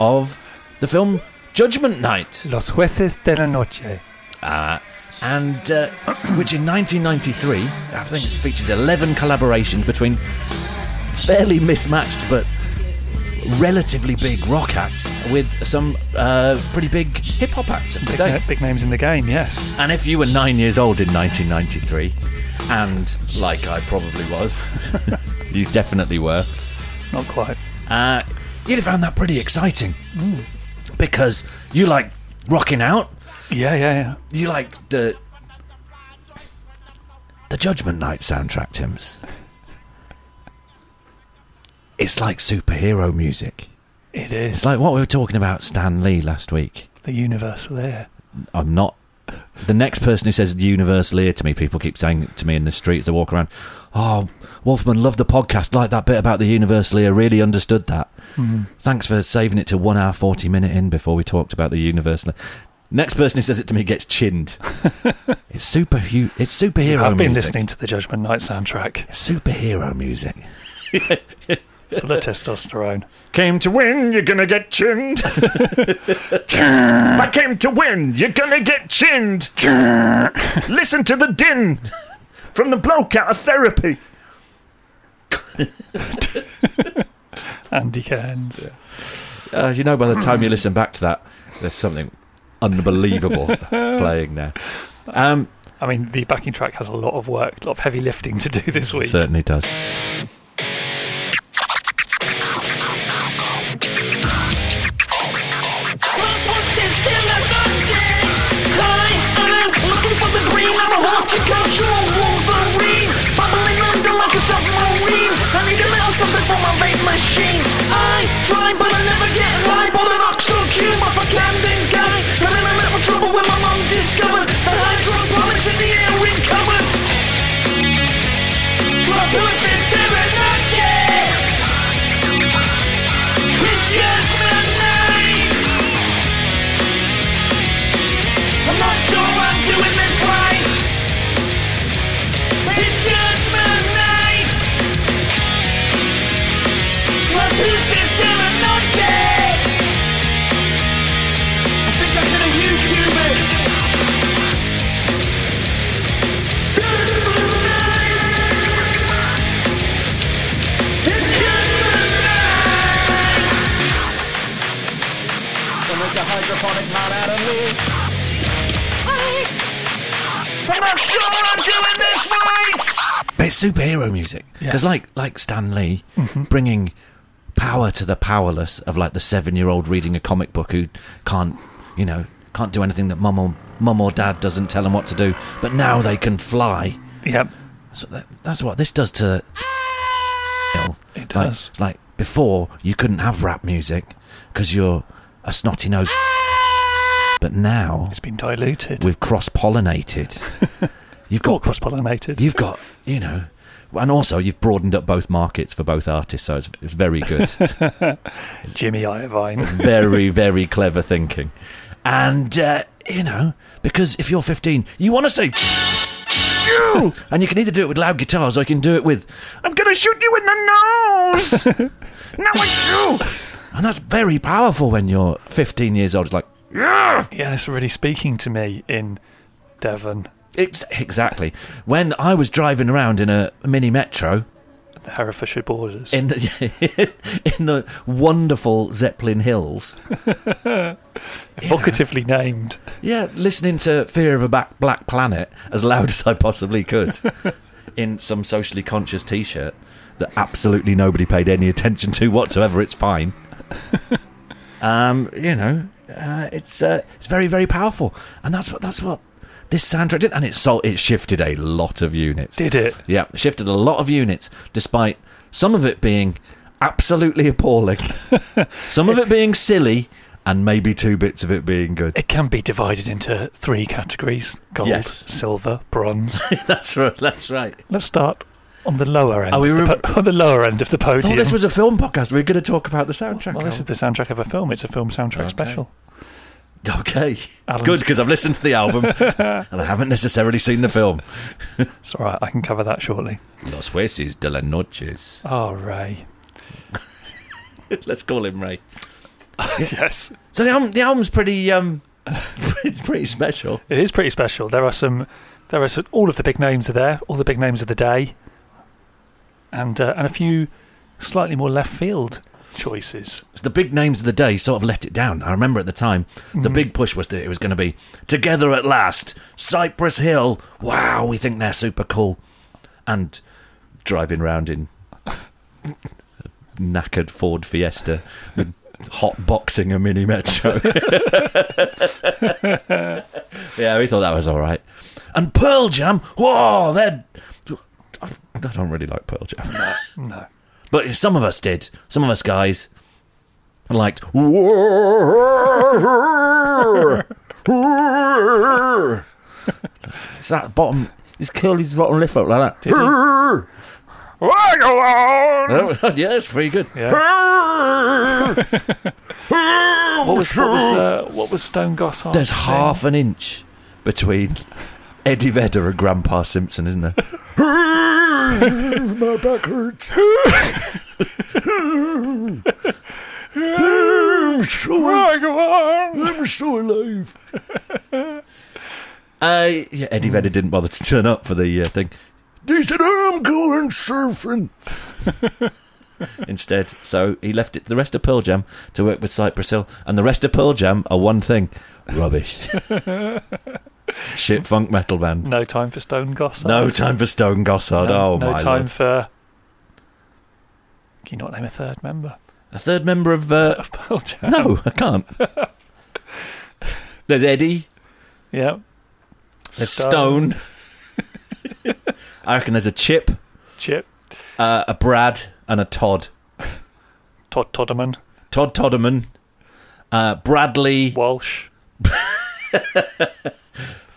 Speaker 1: of the film Judgment Night.
Speaker 5: Los jueces de la noche.
Speaker 1: Uh, and uh, which in 1993, I think it features 11 collaborations between fairly mismatched but relatively big rock acts with some uh, pretty big hip hop acts of the
Speaker 5: Big,
Speaker 1: day.
Speaker 5: na- big names in the game, yes.
Speaker 1: And if you were nine years old in 1993, and like I probably was, you definitely were
Speaker 5: Not quite.
Speaker 1: uh, you'd have found that pretty exciting because you like rocking out.
Speaker 5: Yeah, yeah, yeah.
Speaker 1: You like the the Judgment Night soundtrack, Tim's. It's like superhero music.
Speaker 5: It is
Speaker 1: It's like what we were talking about Stan Lee last week.
Speaker 5: the universal air.
Speaker 1: I'm not. The next person who says universal ear to me, people keep saying to me in the streets, they walk around, oh, Wolfman loved the podcast, like that bit about the universal ear, really understood that.
Speaker 5: Hmm.
Speaker 1: Thanks for saving it to one hour, 40 minute in before we talked about the universal ear. Next person who says it to me gets chinned. it's super. hu- It's superhero
Speaker 5: I've been
Speaker 1: music.
Speaker 5: listening to the Judgment Night soundtrack
Speaker 1: Superhero music.
Speaker 5: for the testosterone.
Speaker 3: Came to win, you're gonna get chinned. I came to win, you're gonna get chinned. Listen to the din from the bloke out of therapy.
Speaker 5: Andy Cairns.
Speaker 1: Uh, you know, by the time you listen back to that, there's something unbelievable playing there. Um,
Speaker 5: I mean, the backing track has a lot of work, a lot of heavy lifting to do this week.
Speaker 1: Certainly does.
Speaker 7: Discovered that hydroponics in the air is
Speaker 3: I'm sure I'm doing this right!
Speaker 1: But it's superhero music because,
Speaker 5: Yes. Mm-hmm.
Speaker 1: like, like Stan Lee, bringing power to the powerless of like the seven-year-old reading a comic book who can't, you know, can't do anything that mum or mum or dad doesn't tell them what to do. But now they can fly.
Speaker 5: Yep.
Speaker 1: So that, that's what this does to.
Speaker 5: It
Speaker 1: Like,
Speaker 5: does.
Speaker 1: it's like before, you couldn't have rap music because you're a snotty nosed. But now
Speaker 5: It's been diluted.
Speaker 1: we've cross pollinated. You've
Speaker 5: Or
Speaker 1: got
Speaker 5: cross pollinated.
Speaker 1: You've got, you know, and also you've broadened up both markets for both artists, so it's, it's very good.
Speaker 5: Jimmy
Speaker 1: Mm-hmm.
Speaker 5: Iovine.
Speaker 1: very, very clever thinking. And, uh, you know, because if you're 15, you want to say. "Phew!" and you can either do it with loud guitars or you can do it with.
Speaker 3: I'm gonna shoot you in the nose! now I do!
Speaker 1: And that's very powerful when you're 15 years old. It's like,
Speaker 5: yeah, it's really speaking to me in Devon.
Speaker 1: it's exactly. When I was driving around in a mini metro,
Speaker 5: the Herefordshire borders.
Speaker 1: in the, in the wonderful Zeppelin Hills,
Speaker 5: Evocatively named.
Speaker 1: Yeah, listening to Fear of a Back Black Planet as loud as I possibly could in some socially conscious t shirt that absolutely nobody paid any attention to whatsoever. It's fine. um, you know, uh, it's uh, it's very very powerful, and that's what that's what this soundtrack did, and it sold, it shifted a lot of units.
Speaker 5: Did it?
Speaker 1: Yeah, shifted a lot of units, despite some of it being absolutely appalling, some of it being silly, and maybe two bits of it being good.
Speaker 5: It can be divided into three categories gold,
Speaker 1: Yes.
Speaker 5: silver, bronze.
Speaker 1: That's right. That's right.
Speaker 5: Let's start on the lower end.
Speaker 1: Are we
Speaker 5: of the
Speaker 1: re-
Speaker 5: po- on the lower end of the
Speaker 1: I
Speaker 5: podium.
Speaker 1: thought this was a film podcast. We are going to talk about the soundtrack.
Speaker 5: well, this is the soundtrack of a film. It's a film soundtrack
Speaker 1: Okay.
Speaker 5: special.
Speaker 1: okay.
Speaker 5: Alan's-
Speaker 1: Good because I've listened to the album and I haven't necessarily seen the film.
Speaker 5: It's all right. I can cover that shortly.
Speaker 1: Los Huesos de la Noches.
Speaker 5: Oh, Ray.
Speaker 1: Let's call him Ray.
Speaker 5: yes.
Speaker 1: So the, album, the album's pretty um, it's pretty special.
Speaker 5: It is pretty special. There are some. There are some, all of the big names are there. All the big names of the day, and uh, and a few slightly more left field choices.
Speaker 1: So the big names of the day sort of let it down. I remember at the time the big push was that it was going to be Together at Last, Cypress Hill. Wow, we think they're super cool. And driving round in knackered Ford Fiesta with hot boxing a mini metro. yeah, we thought that was all right. And Pearl Jam, whoa, they're. I don't really like Pearl Jam.
Speaker 5: No.
Speaker 1: But some of us did. Some of us guys liked. it's that bottom. He's curled his bottom lip up like that. Oh, yeah, that's pretty good.
Speaker 5: What was what was uh, what was Stone Goss?
Speaker 1: There's half an inch between Eddie Vedder and Grandpa Simpson, isn't there? My back hurts. I'm so, I'm so alive. Uh, yeah, Eddie Vedder didn't bother to turn up for the uh, thing. He said, I'm going surfing. Instead, so he left it to the rest of Pearl Jam to work with Cypress Hill, and the rest of Pearl Jam are one thing rubbish. Shit funk metal band.
Speaker 5: No time for Stone Goss.
Speaker 1: No time for Stone Gossard.
Speaker 5: No,
Speaker 1: oh,
Speaker 5: no
Speaker 1: my
Speaker 5: time
Speaker 1: Lord.
Speaker 5: for. Can you not name a third member
Speaker 1: A third member of. Uh,
Speaker 5: of Pearl Jam?
Speaker 1: no, I can't. There's Eddie.
Speaker 5: Yeah.
Speaker 1: There's Stone. I reckon there's a Chip,
Speaker 5: Chip,
Speaker 1: uh, a Brad, and a Todd.
Speaker 5: Todd Todderman,
Speaker 1: Todd Todderman, uh, Bradley.
Speaker 5: Walsh.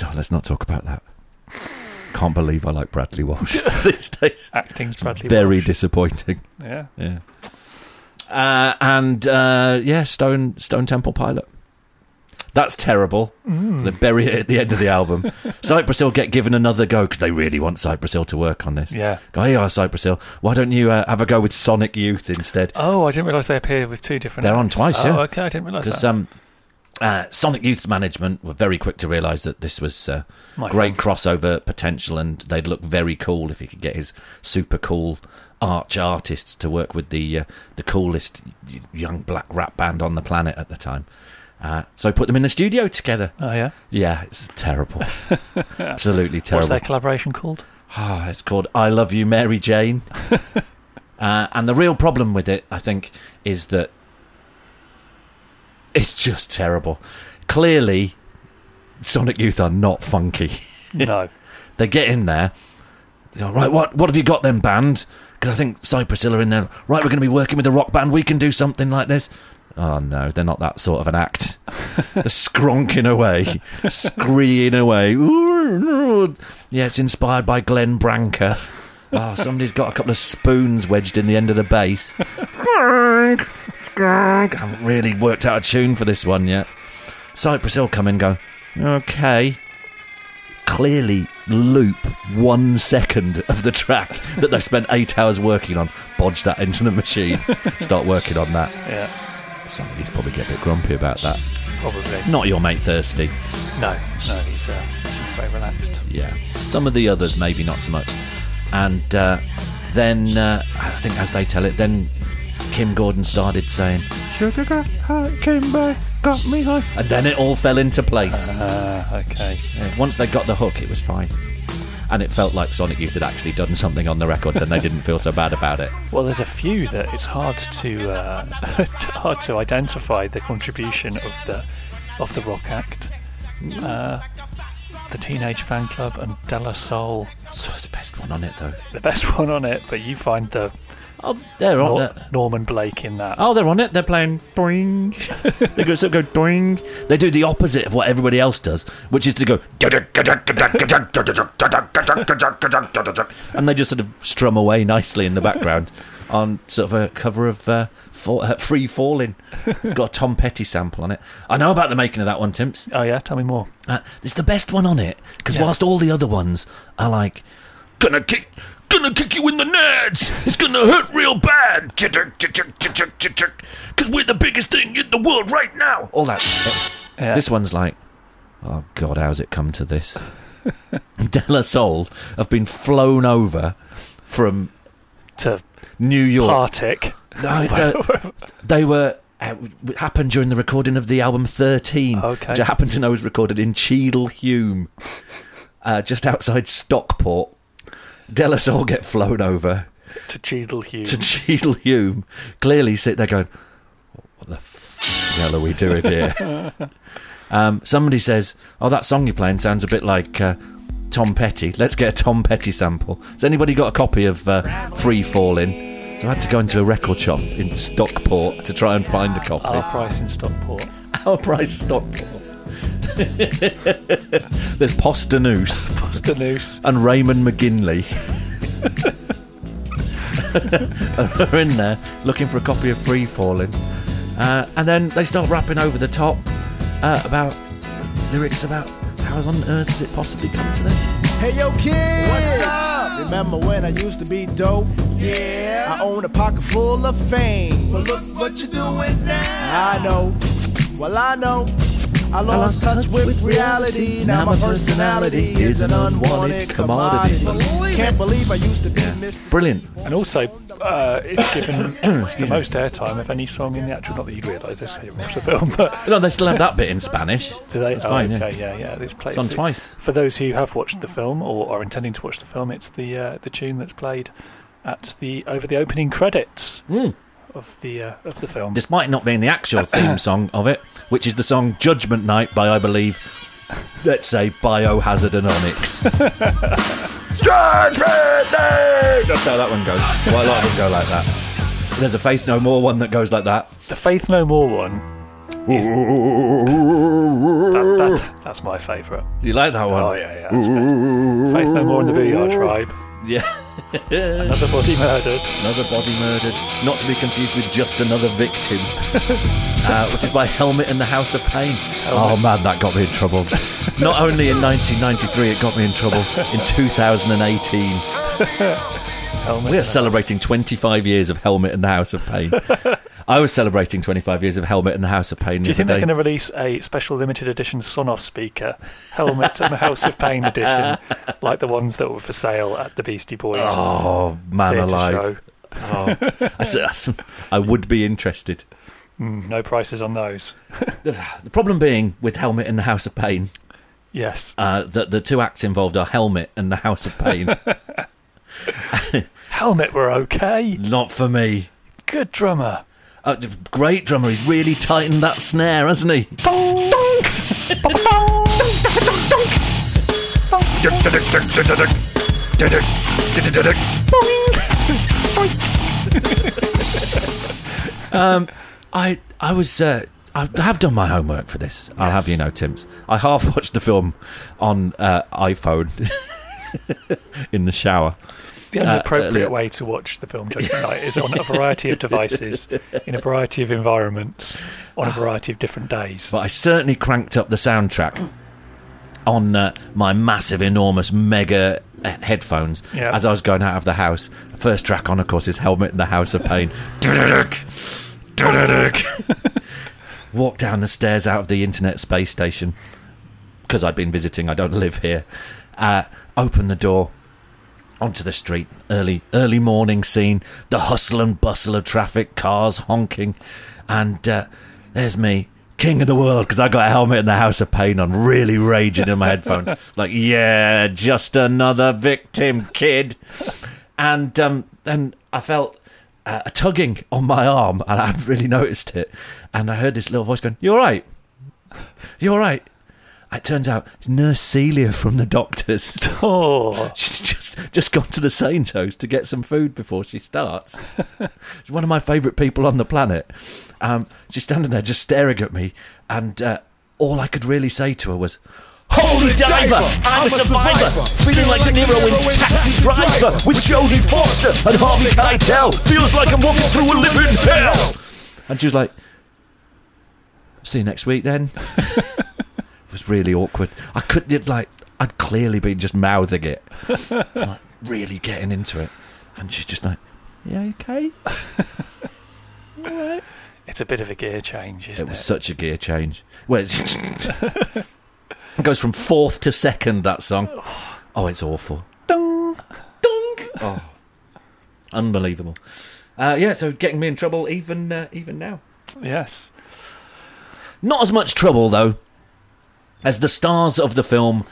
Speaker 1: Oh, let's not talk about that. Can't believe I like Bradley Walsh these days.
Speaker 5: Acting's Bradley.
Speaker 1: Very
Speaker 5: Walsh.
Speaker 1: disappointing.
Speaker 5: Yeah.
Speaker 1: Yeah. Uh, and uh, yeah, Stone Stone Temple Pilot. That's terrible.
Speaker 5: Mm.
Speaker 1: So they bury it at the end of the album. Cypress Hill get given another go because they really want Cypress Hill to work on this.
Speaker 5: Yeah.
Speaker 1: Go, here you are, Cypress Hill. Why don't you uh, have a go with Sonic Youth instead?
Speaker 5: Oh, I didn't realise they appear with two different.
Speaker 1: They're on
Speaker 5: acts.
Speaker 1: twice,
Speaker 5: Oh,
Speaker 1: yeah.
Speaker 5: okay, I didn't realise
Speaker 1: Because
Speaker 5: that.
Speaker 1: um, uh, Sonic Youth's management were very quick to realise that this was uh,
Speaker 5: My
Speaker 1: great crossover potential, and they'd look very cool if you could get his super cool arch artists to work with the uh, the coolest y- young black rap band on the planet at the time. Uh, so I put them in the studio together.
Speaker 5: Oh yeah.
Speaker 1: Yeah, it's terrible. Absolutely
Speaker 5: What's
Speaker 1: terrible.
Speaker 5: their collaboration called?
Speaker 1: Ah, it's called I Love You, Mary Jane. uh, and the real problem with it, I think, is that it's just terrible. Clearly, Sonic Youth are not funky.
Speaker 5: no.
Speaker 1: They get in there. You know, right, what, what have you got then, band? Because I think Cypress Hill are in there. Right, we're going to be working with a rock band. We can do something like this. Oh, no, they're not that sort of an act. they're scronking away, screeing away. Yeah, it's inspired by Glenn Branca. Oh, somebody's got a couple of spoons wedged in the end of the bass. Skronk, skronk. I haven't really worked out a tune for this one yet. Cypress Hill come in go, okay clearly loop one second of the track that they've spent eight hours working on. Bodge that into the machine. Start working on that.
Speaker 5: Yeah.
Speaker 1: Somebody's probably get a bit grumpy about that.
Speaker 5: Probably.
Speaker 1: Not your mate Thirsty.
Speaker 5: No. No. He's uh, he's very relaxed.
Speaker 1: Yeah. Some of the others, maybe not so much. And uh, then, uh, I think as they tell it, then Kim Gordon started saying,
Speaker 5: Sugar came back, got me high.
Speaker 1: and then it all fell into place.
Speaker 5: Uh, okay.
Speaker 1: Yeah, Once they got the hook, it was fine. And it felt like Sonic Youth had actually done something on the record, then they didn't feel so bad about it.
Speaker 5: Well, there's a few that it's hard to uh, hard to identify the contribution of the of the rock act. Uh, the Teenage Fan Club and Della Soul,
Speaker 1: So it's the best one on it, though.
Speaker 5: the best one on it, but you find the
Speaker 1: Oh, they're on
Speaker 5: Nor-
Speaker 1: it.
Speaker 5: Norman Blake in that.
Speaker 1: Oh, they're on it. They're playing doing. they go, so go doing. They do the opposite of what everybody else does, which is to go, and they just sort of strum away nicely in the background on sort of a cover of uh, Fall- uh, Free Falling. It's got a Tom Petty sample on it. I know about the making of that one, Timps.
Speaker 5: Oh yeah, tell me more.
Speaker 1: Uh, it's the best one on it because
Speaker 5: Yeah.
Speaker 1: whilst all the other ones are like,
Speaker 3: Gonna kick, gonna kick you in the nads. It's gonna hurt real bad. Because we're the biggest thing in the world right now.
Speaker 1: all that. uh,
Speaker 5: Yeah.
Speaker 1: This one's like, oh God, how's it come to this? Della Soul have been flown over from
Speaker 5: to
Speaker 1: New York.
Speaker 5: Partick.
Speaker 1: No, the- they were. uh, It happened during the recording of the album 13,
Speaker 5: Okay.
Speaker 1: which I happen to know was recorded in Cheadle Hume, uh, just outside Stockport. Della Soul get flown over
Speaker 5: to Cheadle Hugh.
Speaker 1: to Cheadle Hume. Clearly sit there going, what the f- hell are we doing here? um, somebody says, oh, that song you're playing sounds a bit like uh, Tom Petty. Let's get a Tom Petty sample. Has anybody got a copy of uh, Free Falling? So I had to go into a record shop in Stockport to try and find a copy.
Speaker 5: our price in Stockport.
Speaker 1: Our Oh, price Stockport. There's Postanoose
Speaker 5: Buster Noose.
Speaker 1: and Raymond McGinley are in there looking for a copy of Free Falling. Uh, and then they start rapping over the top uh, about lyrics about how on earth has it possibly come to this?
Speaker 8: Hey yo kids! What's up? Remember when I used to be dope? Yeah. I own a pocket full of fame. But look what you're doing now. I know. Well I know. I lost, touch, with, reality. Now my personality is an unwanted commodity. Can't believe I used to be Mr.
Speaker 1: Brilliant.
Speaker 5: And also, uh, it's given the most airtime of any song in the actual. Not that you'd realise this when you watch the film, but
Speaker 1: No, they still have that bit in Spanish.
Speaker 5: do they?
Speaker 1: That's
Speaker 5: oh,
Speaker 1: fine,
Speaker 5: okay, yeah, yeah. This plays
Speaker 1: It's on twice.
Speaker 5: For those who have watched the film or are intending to watch the film, it's the uh, the tune that's played at the over the opening credits
Speaker 1: Hmm.
Speaker 5: of the uh, of the film.
Speaker 1: Despite not being the actual theme song of it, which is the song Judgment Night by, I believe, let's say, Biohazard and Onyx. That's how that one goes. Well, a lot of them go like that. There's a Faith No More one that goes like that.
Speaker 5: The Faith No More one. Is, that, that, that's my favourite.
Speaker 1: Do you like that one?
Speaker 5: Oh yeah, yeah. that's best. Faith No More and the Booyah Tribe.
Speaker 1: yeah.
Speaker 5: Another body murdered.
Speaker 1: another body murdered, not to be confused with just another victim, uh, which is by Helmet and the House of Pain. Oh man, that got me in trouble. Not only in 1993, it got me in trouble in 2018.
Speaker 5: Helmet
Speaker 1: We are
Speaker 5: and-
Speaker 1: celebrating 25 years of Helmet and the House of Pain. I was celebrating 25 years of Helmet and the House of Pain.
Speaker 5: Do you
Speaker 1: the
Speaker 5: think
Speaker 1: other
Speaker 5: they're going
Speaker 1: day.
Speaker 5: to release a special limited edition Sonos speaker, helmet, and the House of Pain edition, like the ones that were for sale at the Beastie Boys
Speaker 1: Oh man,
Speaker 5: theatre
Speaker 1: alive!
Speaker 5: show?
Speaker 1: I, said- I would be interested.
Speaker 5: Mm, No prices on those.
Speaker 1: The problem being with Helmet and the House of Pain,
Speaker 5: Yes.
Speaker 1: uh, that the two acts involved are Helmet and the House of Pain.
Speaker 5: Helmet were okay.
Speaker 1: Not for me.
Speaker 5: Good drummer.
Speaker 1: Uh, d- great drummer. He's really tightened that snare, hasn't he? I I was uh, I have done my homework for this. I'll have you know, Tim's. I half watched the film on uh, iPhone in the shower.
Speaker 5: The only
Speaker 1: Uh,
Speaker 5: appropriate
Speaker 1: earlier-
Speaker 5: way to watch the film Judgment Night is on a variety of devices, in a variety of environments, on a variety of different days.
Speaker 1: but I certainly cranked up the soundtrack on uh, my massive, enormous, mega he- headphones
Speaker 5: Yeah.
Speaker 1: as I was going out of the house. First track on, of course, is Helmet in the House of Pain. Duduk. Duduk. Walked down the stairs out of the internet space station because I'd been visiting. I don't live here. Uh, opened the door onto the street. Early, early morning scene. The hustle and bustle of traffic, cars honking, and uh, there's me, king of the world, because I got a helmet and the House of Pain on, really raging in my headphones. Like, yeah, just another victim, kid. And um, then I felt uh, a tugging on my arm, and I hadn't really noticed it. And I heard this little voice going, "You all right? You all right?" It turns out it's Nurse Celia from the Doctors.
Speaker 5: Oh,
Speaker 1: She's just just gone to the Sainsbury's to get some food before she starts. She's one of my favourite people on the planet. Um, she's standing there just staring at me, and uh, all I could really say to her was, "Holy diver, I'm a survivor, feeling like De Niro in Taxi Driver with Jodie Foster and Harvey Keitel. Feels like I'm walking through a living hell." And she was like, "See you next week, then." it was really awkward. I couldn't it, like. I'd clearly been just mouthing it really getting into it. And she's just like, Yeah, okay.
Speaker 5: it's a bit of a gear change,
Speaker 1: It
Speaker 5: isn't it?
Speaker 1: was such a gear change. Well, it's it goes from fourth to second, that song. Oh, it's awful. Oh.
Speaker 5: Dong.
Speaker 1: Unbelievable. Uh, yeah, so getting me in trouble even uh, even now.
Speaker 5: Yes.
Speaker 1: Not as much trouble, though, as the stars of the film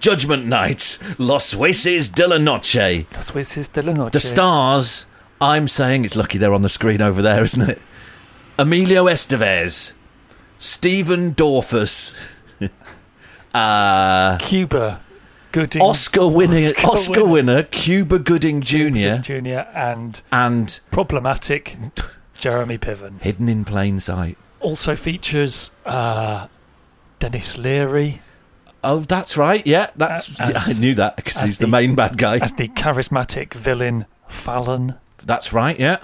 Speaker 1: Judgment Night, Los Hueses de la Noche.
Speaker 5: Los Whizzes de la Noche.
Speaker 1: The stars, I'm saying it's lucky they're on the screen over there, isn't it? Emilio Estevez, Stephen Dorfus, uh,
Speaker 5: Cuba. Gooding.
Speaker 1: Oscar winning Oscar,
Speaker 5: Oscar
Speaker 1: winner. Cuba Gooding Jr.
Speaker 5: Jr. and
Speaker 1: and
Speaker 5: problematic Jeremy Piven.
Speaker 1: Hidden in Plain Sight.
Speaker 5: Also features uh, Dennis Leary
Speaker 1: Oh, that's right. Yeah, that's
Speaker 5: Uh, as-
Speaker 1: yeah, I knew that because
Speaker 5: as
Speaker 1: he's the,
Speaker 5: the-
Speaker 1: main bad guy.
Speaker 5: as the charismatic villain Fallon
Speaker 1: that's right. Yeah.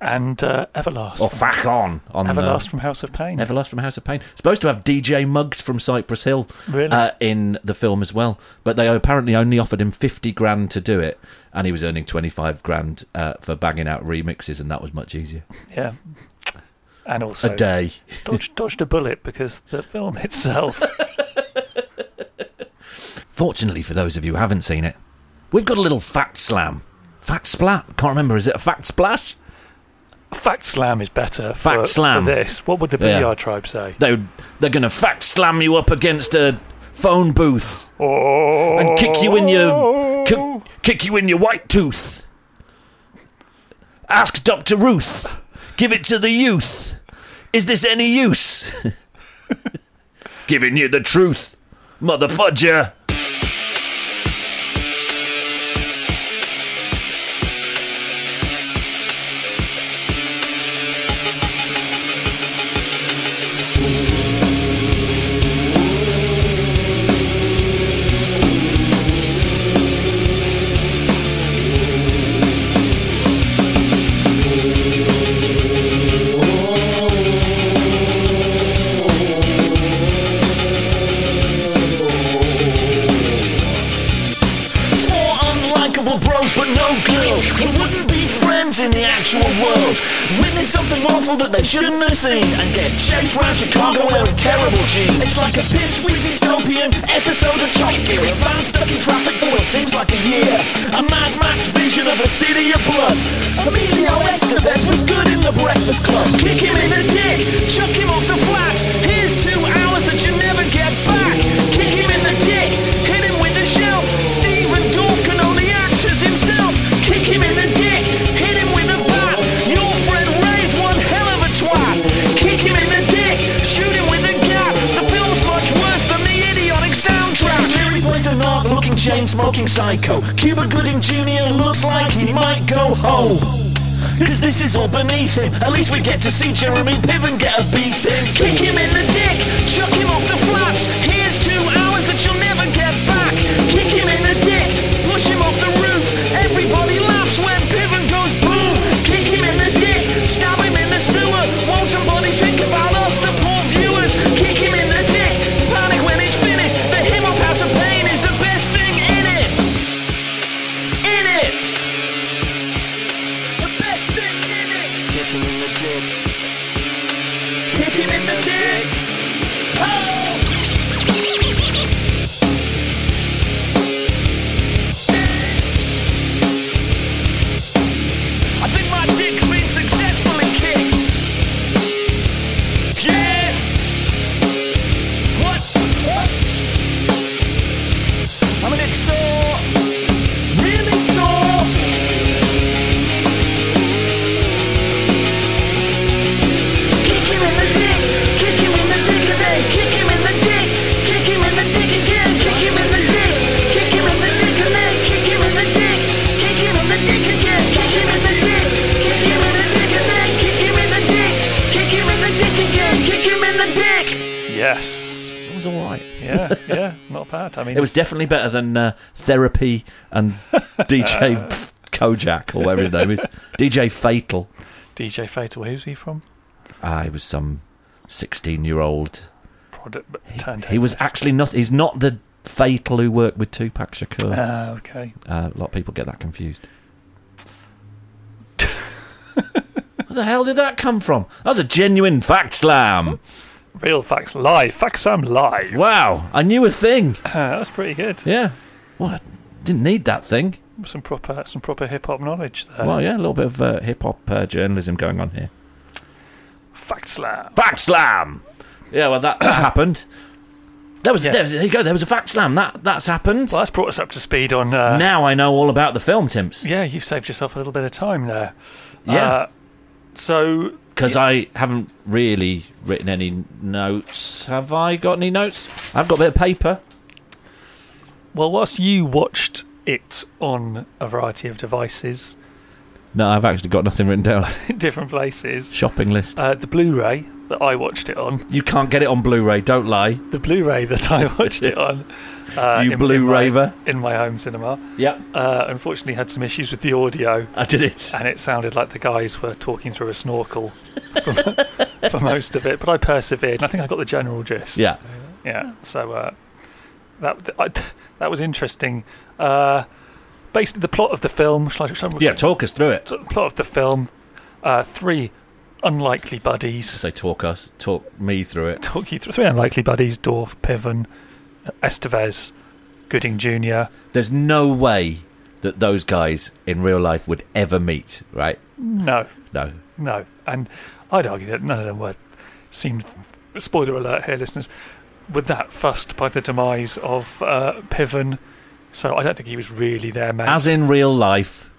Speaker 5: and uh, Everlast.
Speaker 1: Or fuck on on the-
Speaker 5: Everlast from House of Pain.
Speaker 1: Everlast from House of Pain. Supposed to have DJ Muggs from Cypress Hill
Speaker 5: Really?
Speaker 1: uh, in the film as well, but they apparently only offered him fifty grand to do it, and he was earning twenty five grand uh, for banging out remixes, and that was much easier
Speaker 5: yeah. And also
Speaker 1: a day.
Speaker 5: dodged, dodged a bullet because the film itself.
Speaker 1: Fortunately for those of you who haven't seen it, we've got a little fact slam, fact splat. Can't remember. Is it a fact splash?
Speaker 5: Fact Slam is better.
Speaker 1: Fact
Speaker 5: for,
Speaker 1: Slam.
Speaker 5: For this. What would the
Speaker 1: Yeah.
Speaker 5: BR tribe say?
Speaker 1: They they're gonna fact slam you up against a phone booth
Speaker 5: Oh.
Speaker 1: and kick you in your kick, kick you in your white tooth. Ask Doctor Ruth. Give it to the youth. Is this any use? Giving you the truth, mother fudger.
Speaker 4: Four unlikable bros, but no girls. We wouldn't be friends in the actual world. Witness something awful that they shouldn't have seen and get chased round Chicago wearing terrible jeans. It's like a piss-weak dystopian episode of Top Gear. A van stuck in traffic for what seems like a year. A Mad Max vision of a city of blood. Emilio Estevez was good in the Breakfast Club. Kick him in the dick. smoking psycho. Cuba Gooding Jr. looks like he might go home. Cause this is all beneath him. At least we get to see Jeremy Piven get a beating. Kick him in the dick, chuck him off the flats. Here's two hours that you'll never get back. Kick him in the dick, push him off the roof. Everybody laughs when Piven goes boom. Kick him in the dick, stab him in the sewer. Won't somebody think about us, the poor viewers? Kick him in the dick, panic when it's finished. The hymn of House of Pain is the best thing in it. In it. The best thing in it. Kick him in the dick. Kick him in the dick. Oh! I think my dick's been successfully kicked. Yeah. What? What? I mean, it's so really sore. Kick him in the dick. Kick him in the dick again. Kick him in the dick. Kick him in the dick again. Kick him in the dick. Kick him in the dick again. Kick him in the dick. Kick him in the dick again. Kick him in the dick. Kick him in the dick again. Kick him in the dick. Kick him in the dick again. Kick him in the dick.
Speaker 5: Yes.
Speaker 6: It was alright.
Speaker 5: Yeah, yeah, not bad. I mean,
Speaker 1: It was definitely better than uh, Therapy and DJ pff, Kojak, or whatever his name is. DJ Fatal.
Speaker 5: DJ Fatal. Who's he from?
Speaker 1: I was some 16 year old.
Speaker 5: Product turned.
Speaker 1: He was actually not. He's not the Fatal who worked with Tupac Shakur. Uh,
Speaker 5: Ah, okay.
Speaker 1: a lot of people get that confused. Where the hell did that come from? That's a genuine fact slam.
Speaker 5: Real facts live. Facts I'm live.
Speaker 1: Wow, I knew a thing.
Speaker 5: Uh, that's pretty good.
Speaker 1: Yeah. Well, I didn't need that thing.
Speaker 5: Some proper, some proper hip hop knowledge there.
Speaker 1: Well, yeah, a little bit of uh, hip hop uh, journalism going on here.
Speaker 5: Fact slap.
Speaker 1: Fact slam. Yeah, well, that, that happened. There was,
Speaker 5: Yes.
Speaker 1: there, there you go. There was a fact slam. That that's happened.
Speaker 5: Well, that's brought us up to speed on. Uh,
Speaker 1: Now I know all about the film, Timps,
Speaker 5: Yeah, you've saved yourself a little bit of time there.
Speaker 1: Yeah.
Speaker 5: Uh, so
Speaker 1: because I haven't really written any notes. Have I got any notes? I've got a bit of paper.
Speaker 5: Well, whilst you watched it on a variety of devices,
Speaker 1: No, I've actually got nothing written down.
Speaker 5: in different places,
Speaker 1: Shopping list.
Speaker 5: uh, the Blu ray that I watched it on,
Speaker 1: You can't get it on Blu-ray. Don't lie.
Speaker 5: the Blu ray that I watched it on, uh,
Speaker 1: You
Speaker 5: in-
Speaker 1: blue
Speaker 5: in my-
Speaker 1: raver.
Speaker 5: in my home cinema,
Speaker 1: Yep,
Speaker 5: uh, unfortunately had some issues with the audio,
Speaker 1: I did it.
Speaker 5: and it sounded like the guys were talking through a snorkel for, for most of it, but I persevered, and I think I got the general gist.
Speaker 1: Yeah.
Speaker 5: Yeah. So uh, that th- I, that was interesting. Uh, basically, the plot of the film. Shall I, shall I-
Speaker 1: Yeah, talk us through it.
Speaker 5: So the plot of the film: uh, three unlikely buddies
Speaker 1: So talk us, talk me through it.
Speaker 5: talk you through three unlikely buddies: Dorf, Piven, Estevez, Gooding Jr.
Speaker 1: There's no way that those guys in real life would ever meet, right?
Speaker 5: No,
Speaker 1: No.
Speaker 5: no, and I'd argue that none of them were seemed. Spoiler alert here, listeners. Were that fussed by the demise of uh, Piven? So I don't think he was really their man.
Speaker 1: As in real life,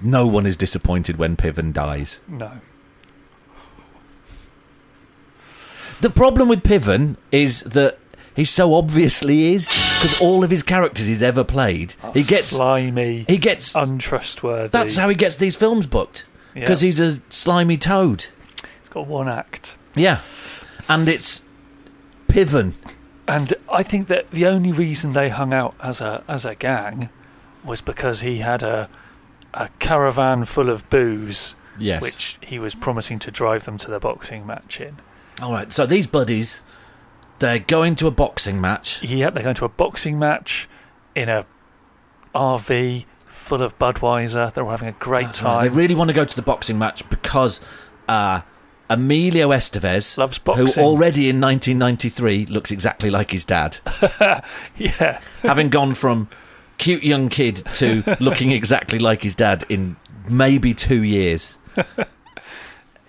Speaker 1: no one is disappointed when Piven dies.
Speaker 5: no.
Speaker 1: The problem with Piven is that he so obviously is because all of his characters he's ever played,
Speaker 5: Oh,
Speaker 1: he gets
Speaker 5: slimy.
Speaker 1: he gets.
Speaker 5: untrustworthy.
Speaker 1: That's how he gets these films booked
Speaker 5: Yeah.
Speaker 1: because he's a slimy toad.
Speaker 5: he's got one act.
Speaker 1: Yeah, and it's Piven.
Speaker 5: And I think that the only reason they hung out as a as a gang was because he had a a caravan full of booze,
Speaker 1: Yes.
Speaker 5: which he was promising to drive them to their boxing match in.
Speaker 1: All right. So these buddies, they're going to a boxing match.
Speaker 5: He had they're going to a boxing match in a RV full of Budweiser. They were having a great
Speaker 1: Right,
Speaker 5: time.
Speaker 1: They really want to go to the boxing match because uh, Emilio Estevez
Speaker 5: Loves
Speaker 1: who
Speaker 5: boxing.
Speaker 1: already in 1993 looks exactly like his dad,
Speaker 5: yeah,
Speaker 1: having gone from cute young kid to looking exactly like his dad in maybe two years.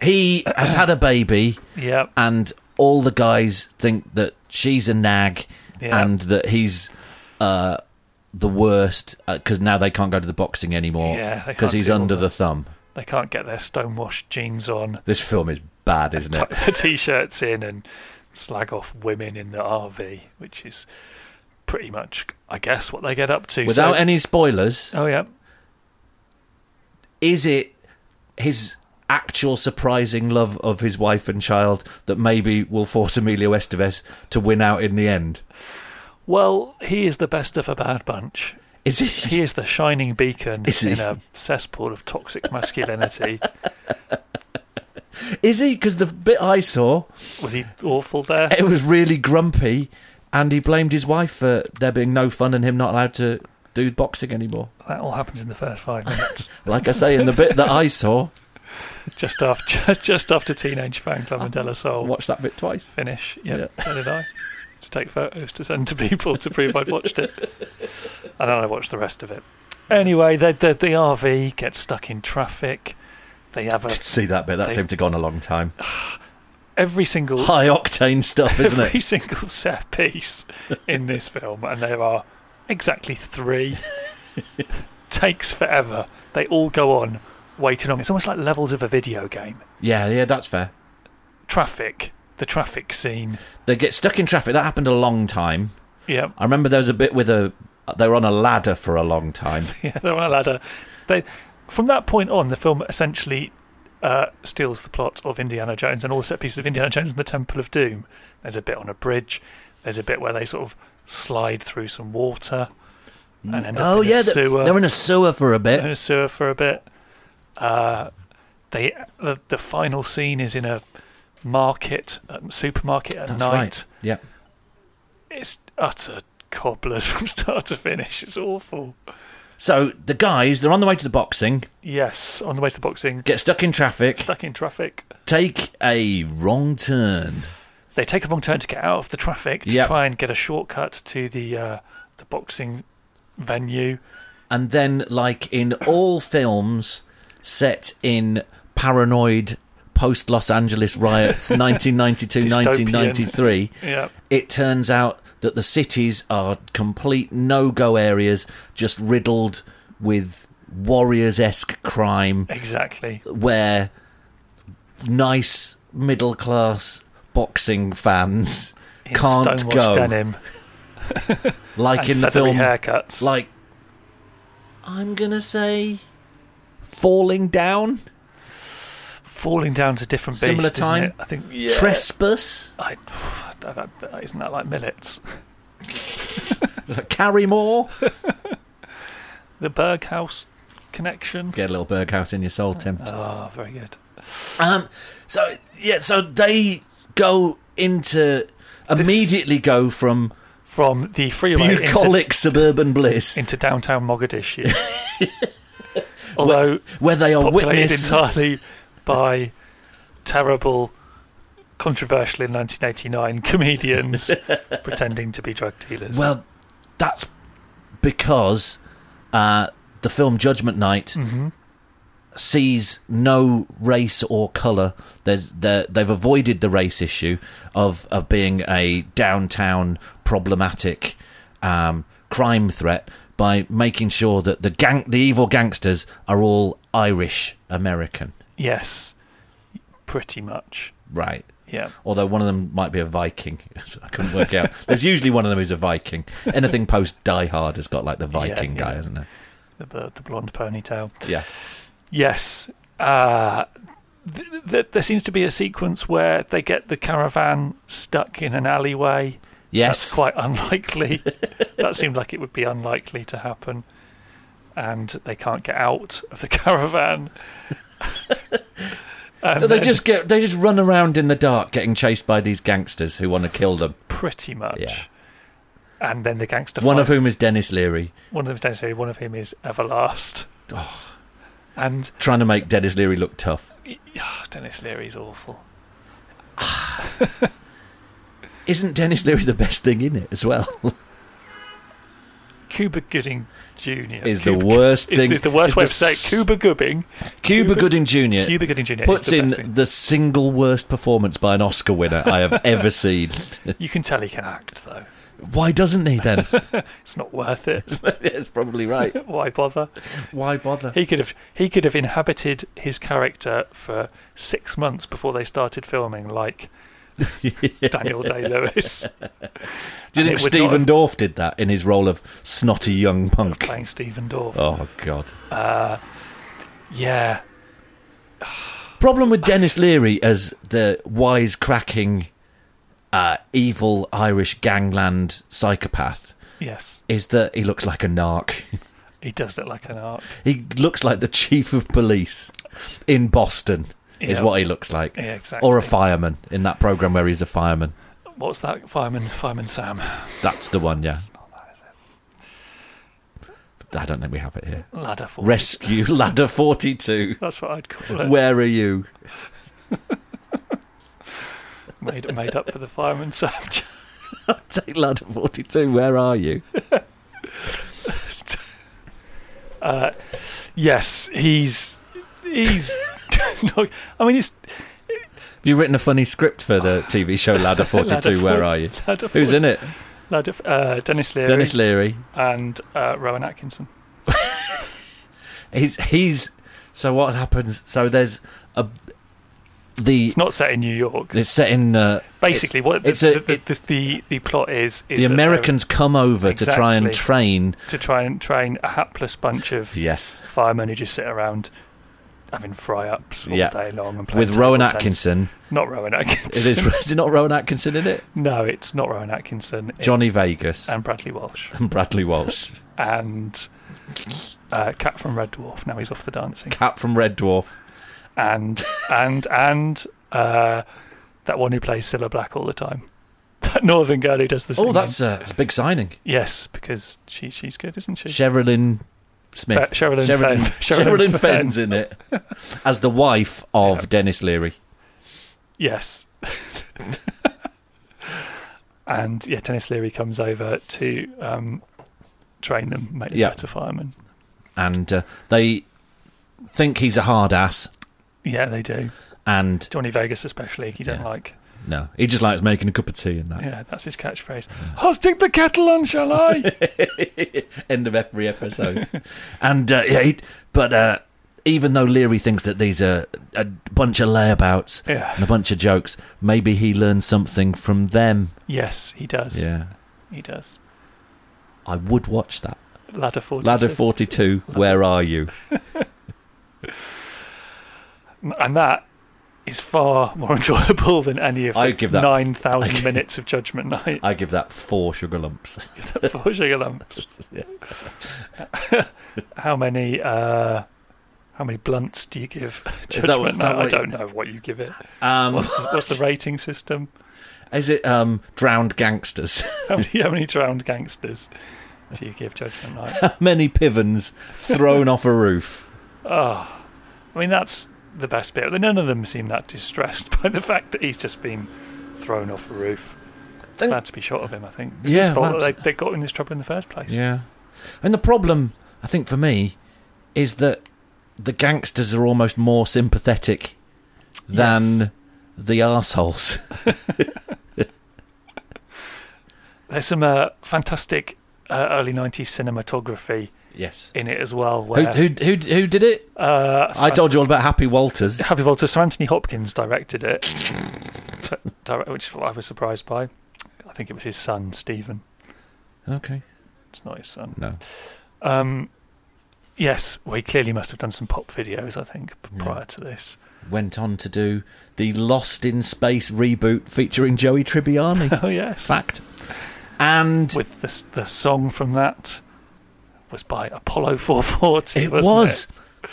Speaker 1: He has had a baby,
Speaker 5: yeah.
Speaker 1: and all the guys think that she's a nag
Speaker 5: Yeah.
Speaker 1: and that he's uh, the worst because now they can't go to the boxing anymore
Speaker 5: Yeah, they
Speaker 1: because
Speaker 5: can't
Speaker 1: he's
Speaker 5: do all
Speaker 1: under
Speaker 5: that.
Speaker 1: the thumb.
Speaker 5: They can't get their stonewashed jeans on.
Speaker 1: This film is bad, isn't
Speaker 5: tuck
Speaker 1: it?
Speaker 5: their t-shirts in and slag off women in the RV, which is pretty much, I guess, what they get up to.
Speaker 1: Without
Speaker 5: So-
Speaker 1: any spoilers,
Speaker 5: Oh yeah,
Speaker 1: is it his actual surprising love of his wife and child that maybe will force Emilio Estevez to win out in the end?
Speaker 5: Well, he is the best of a bad bunch.
Speaker 1: Is he?
Speaker 5: He is the shining beacon
Speaker 1: Is he?
Speaker 5: in a cesspool of toxic masculinity.
Speaker 1: Is he? Because the bit I saw,
Speaker 5: Was he awful there?
Speaker 1: it was really grumpy, and he blamed his wife for there being no fun and him not allowed to do boxing anymore.
Speaker 5: That all happens in the first five minutes,
Speaker 1: Like I say, in the bit that I saw,
Speaker 5: just after just, just after Teenage Fan Club and De La Soul
Speaker 1: watched that bit twice.
Speaker 5: finish. Yep, so did I. To take photos to send to people to prove I'd watched it, and then I watched the rest of it. Anyway, the the, the RV gets stuck in traffic. They have a
Speaker 1: Did see that bit? That
Speaker 5: They-
Speaker 1: seemed to have gone a long time.
Speaker 5: every single
Speaker 1: High octane stuff, isn't
Speaker 5: every
Speaker 1: it?
Speaker 5: single set piece in this film, and there are exactly three. takes forever. They all go on waiting on. It's almost like levels of a video game.
Speaker 1: Yeah, yeah, that's fair.
Speaker 5: Traffic, the traffic scene.
Speaker 1: They get stuck in traffic. That happened a long time.
Speaker 5: Yeah,
Speaker 1: I remember there was a bit with a. They were on a ladder for a long time.
Speaker 5: yeah, they're on a ladder. They, from that point on, the film essentially uh, steals the plot of Indiana Jones and all the set pieces of Indiana Jones and the Temple of Doom. There's a bit on a bridge. There's a bit where they sort of slide through some water and end up
Speaker 1: Oh
Speaker 5: in
Speaker 1: yeah,
Speaker 5: a
Speaker 1: they-
Speaker 5: sewer.
Speaker 1: they're in a sewer for a
Speaker 5: in
Speaker 1: bit.
Speaker 5: a sewer for a bit. Uh, they the, the final scene is in a market, a supermarket at
Speaker 1: That's
Speaker 5: night.
Speaker 1: right. Yeah,
Speaker 5: It's utter cobblers from start to finish. It's awful.
Speaker 1: So the guys, they're on the way to the boxing,
Speaker 5: Yes, on the way to boxing,
Speaker 1: get stuck in traffic,
Speaker 5: stuck in traffic.
Speaker 1: take a wrong turn.
Speaker 5: They take a wrong turn to get out of the traffic to
Speaker 1: Yep.
Speaker 5: try and get a shortcut to the uh, the boxing venue.
Speaker 1: And then, like in all films set in paranoid post Los Angeles riots 1992 1993,
Speaker 5: Yeah,
Speaker 1: it turns out that the cities are complete no go areas, just riddled with warriors esque crime.
Speaker 5: exactly.
Speaker 1: where nice middle class boxing fans
Speaker 5: In
Speaker 1: can't
Speaker 5: stonewashed
Speaker 1: go
Speaker 5: denim
Speaker 1: like
Speaker 5: and
Speaker 1: in the
Speaker 5: feathery
Speaker 1: film
Speaker 5: haircuts.
Speaker 1: like I'm going to say falling down
Speaker 5: falling down to different beasts.
Speaker 1: Similar
Speaker 5: isn't
Speaker 1: time?
Speaker 5: it? I think yeah.
Speaker 1: trespass
Speaker 5: I, that, that, that, isn't that like millets?
Speaker 1: carry more
Speaker 5: The Berghaus connection.
Speaker 1: get a little Berghaus in your soul Tim
Speaker 5: Ah, very good.
Speaker 1: um so yeah so they go into immediately go from
Speaker 5: From the freeway into,
Speaker 1: bucolic suburban bliss
Speaker 5: into downtown Mogadishu. Although
Speaker 1: where they are
Speaker 5: populated
Speaker 1: witness
Speaker 5: entirely by terrible, controversial in 1989 comedians pretending to be drug dealers.
Speaker 1: Well, that's because uh, the film Judgment Night sees no race or color. There's there- they've avoided the race issue of of being a downtown problematic um, crime threat by making sure that the gang the evil gangsters are all Irish American,
Speaker 5: yes, pretty much.
Speaker 1: right?
Speaker 5: Yeah.
Speaker 1: Although one of them might be a Viking, I couldn't work out. There's usually one of them who's a Viking. Anything post Die Hard has got like the Viking guy,
Speaker 5: yeah.
Speaker 1: hasn't it?
Speaker 5: The, the, the blonde ponytail.
Speaker 1: Yeah.
Speaker 5: Yes. Uh, th- th- there seems to be a sequence where they get the caravan stuck in an alleyway.
Speaker 1: Yes.
Speaker 5: That's quite unlikely. that seemed like it would be unlikely to happen. And they can't get out of the caravan. And
Speaker 1: So they
Speaker 5: then
Speaker 1: just get they just run around in the dark, getting chased by these gangsters who want to kill them.
Speaker 5: pretty much.
Speaker 1: Yeah.
Speaker 5: And then the gangster.
Speaker 1: One
Speaker 5: fight-
Speaker 1: of whom is Dennis Leary,
Speaker 5: One of them is Dennis. One of whom is Everlast. And
Speaker 1: trying to make Dennis Leary look tough.
Speaker 5: ah, Dennis Leary's awful.
Speaker 1: Isn't Dennis Leary the best thing in it as well?
Speaker 5: Cuba Gooding Jr.
Speaker 1: is
Speaker 5: Cuba
Speaker 1: the worst
Speaker 5: Is,
Speaker 1: thing.
Speaker 5: is the worst way to say it.
Speaker 1: Cuba,
Speaker 5: Cuba Gooding.
Speaker 1: Cuba Gooding Jr.
Speaker 5: Cuba Gooding Jr.
Speaker 1: puts
Speaker 5: is the
Speaker 1: in
Speaker 5: best thing.
Speaker 1: the single worst performance by an Oscar winner I have ever seen.
Speaker 5: You can tell he can act, though.
Speaker 1: Why doesn't he then?
Speaker 5: It's not worth it.
Speaker 1: That's probably right.
Speaker 5: Why bother?
Speaker 1: Why bother?
Speaker 5: He could have he could have inhabited his character for six months before they started filming, like Daniel Day Lewis
Speaker 1: Do you think
Speaker 5: And it would not
Speaker 1: Stephen
Speaker 5: have-
Speaker 1: Dorff did that in his role of snotty young punk?
Speaker 5: playing Stephen Dorff.
Speaker 1: Oh God.
Speaker 5: Yeah,
Speaker 1: Problem with Dennis Leary as the wisecracking, uh, evil Irish gangland psychopath
Speaker 5: yes,
Speaker 1: is that he looks like a narc.
Speaker 5: he does look like an arc.
Speaker 1: He looks like the chief of police in Boston, is
Speaker 5: Yeah.
Speaker 1: what he looks like.
Speaker 5: Yeah, exactly.
Speaker 1: Or a fireman in that program where he's a fireman.
Speaker 5: What's that? Fireman, Fireman Sam.
Speaker 1: That's the one, yeah. I don't think we have it here.
Speaker 5: Ladder for
Speaker 1: Rescue Ladder 42.
Speaker 5: That's what I'd call it.
Speaker 1: Where are you?
Speaker 5: made made up for the Fireman Sam.
Speaker 1: Take Ladder 42. Where are you?
Speaker 5: Uh, yes, he's he's. no, I mean, it's
Speaker 1: Have you written a funny script for the TV show Ladder 42?
Speaker 5: Ladder
Speaker 1: Where
Speaker 5: for-
Speaker 1: are you?
Speaker 5: Ladder
Speaker 1: Who's in it?
Speaker 5: Ladder, uh, Dennis Leary
Speaker 1: Dennis Leary.
Speaker 5: and uh, Rowan Atkinson.
Speaker 1: He's he's. So what happens? So there's a the.
Speaker 5: It's not set in New York.
Speaker 1: It's set in uh,
Speaker 5: Basically, what
Speaker 1: it's
Speaker 5: the,
Speaker 1: a-
Speaker 5: the,
Speaker 1: it-
Speaker 5: the, the the plot is is
Speaker 1: the
Speaker 5: that they're-
Speaker 1: Americans come over to try and
Speaker 5: Exactly.
Speaker 1: train.
Speaker 5: to try and train a hapless bunch of
Speaker 1: Yes,
Speaker 5: firemen who just sit around having fry ups all
Speaker 1: Yeah.
Speaker 5: day long and playing
Speaker 1: with Rowan
Speaker 5: table tennis.
Speaker 1: Atkinson.
Speaker 5: Not Rowan
Speaker 1: It
Speaker 5: Atkinson.
Speaker 1: is. Is it not Rowan Atkinson in it?
Speaker 5: No, it's not Rowan Atkinson. It's-
Speaker 1: Johnny Vegas
Speaker 5: and Bradley Walsh
Speaker 1: and Bradley Walsh.
Speaker 5: and uh, Cat from Red Dwarf. Now he's off the dancing.
Speaker 1: Cat from Red Dwarf.
Speaker 5: And and and uh, that one who plays Cilla Black all the time. That northern girl who does the
Speaker 1: Oh,
Speaker 5: singing.
Speaker 1: that's, uh, that's a big signing.
Speaker 5: yes, because she she's good, isn't she?
Speaker 1: Sherilyn Smith.
Speaker 5: Fe- Sherilyn
Speaker 1: Sheridan,
Speaker 5: Fenn. Sherilyn
Speaker 1: Sherilyn
Speaker 5: Fenn.
Speaker 1: Fenn's in it as the wife of Dennis Leary.
Speaker 5: Yes. and yeah, Dennis Leary comes over to um, train them, make them
Speaker 1: Yeah.
Speaker 5: better firemen.
Speaker 1: and uh, they think he's a hard ass.
Speaker 5: Yeah, they do.
Speaker 1: And
Speaker 5: Johnny Vegas, especially, he don't
Speaker 1: Yeah.
Speaker 5: like.
Speaker 1: no, he just likes making a cup of tea and that.
Speaker 5: Yeah, that's his catchphrase. I'll stick the kettle on, shall I?
Speaker 1: End of every episode. and uh, yeah, he, but uh, even though Leary thinks that these are a bunch of layabouts
Speaker 5: yeah.
Speaker 1: and a bunch of jokes, maybe he learned something from them.
Speaker 5: Yes, he does.
Speaker 1: Yeah,
Speaker 5: He does.
Speaker 1: I would watch that.
Speaker 5: Ladder 42.
Speaker 1: Ladder forty two. Where are you?
Speaker 5: And that is far more enjoyable than any of
Speaker 1: I
Speaker 5: the
Speaker 1: give that-
Speaker 5: 9,000 minutes of Judgment Night
Speaker 1: I give that four sugar lumps.
Speaker 5: for Sugar Lumps.
Speaker 1: Yeah.
Speaker 5: how many uh, how many blunts do you give
Speaker 1: Is that what-
Speaker 5: Judgment
Speaker 1: is that
Speaker 5: Night? I
Speaker 1: what you-
Speaker 5: don't know what you give it.
Speaker 1: Um,
Speaker 5: What's the, what's the rating system?
Speaker 1: is it um, drowned gangsters?
Speaker 5: How many, how many drowned gangsters do you give Judgment Night?
Speaker 1: Many pivens thrown off a roof.
Speaker 5: Oh, I mean, that's the best bit. None of them seem that distressed by the fact that he's just been thrown off a roof.
Speaker 1: Don't-
Speaker 5: Glad to be short of him, I think. It's his
Speaker 1: Yeah,
Speaker 5: fault
Speaker 1: well,
Speaker 5: that they, they got in this trouble in the first place.
Speaker 1: Yeah. And the problem, I think, for me, is that the gangsters are almost more sympathetic than
Speaker 5: Yes.
Speaker 1: the arseholes.
Speaker 5: There's some uh, fantastic uh, early 90s cinematography
Speaker 1: yes.
Speaker 5: in it as well.
Speaker 1: Who,
Speaker 5: Where,
Speaker 1: who, who, who did it?
Speaker 5: uh,
Speaker 1: I told you all about Happy Walters.
Speaker 5: Happy Volta. So Anthony Hopkins directed it, but direct- which I was surprised by. I think it was his son Stephen.
Speaker 1: Okay.
Speaker 5: It's not his son.
Speaker 1: No.
Speaker 5: Um, yes, well, he clearly must have done some pop videos. I think p- prior to this.
Speaker 1: Went on to do the Lost in Space reboot featuring Joey Tribbiani.
Speaker 5: Oh yes,
Speaker 1: Fact. And
Speaker 5: with the s- the song from that was by Apollo 440.
Speaker 1: it
Speaker 5: wasn't
Speaker 1: was.
Speaker 5: it?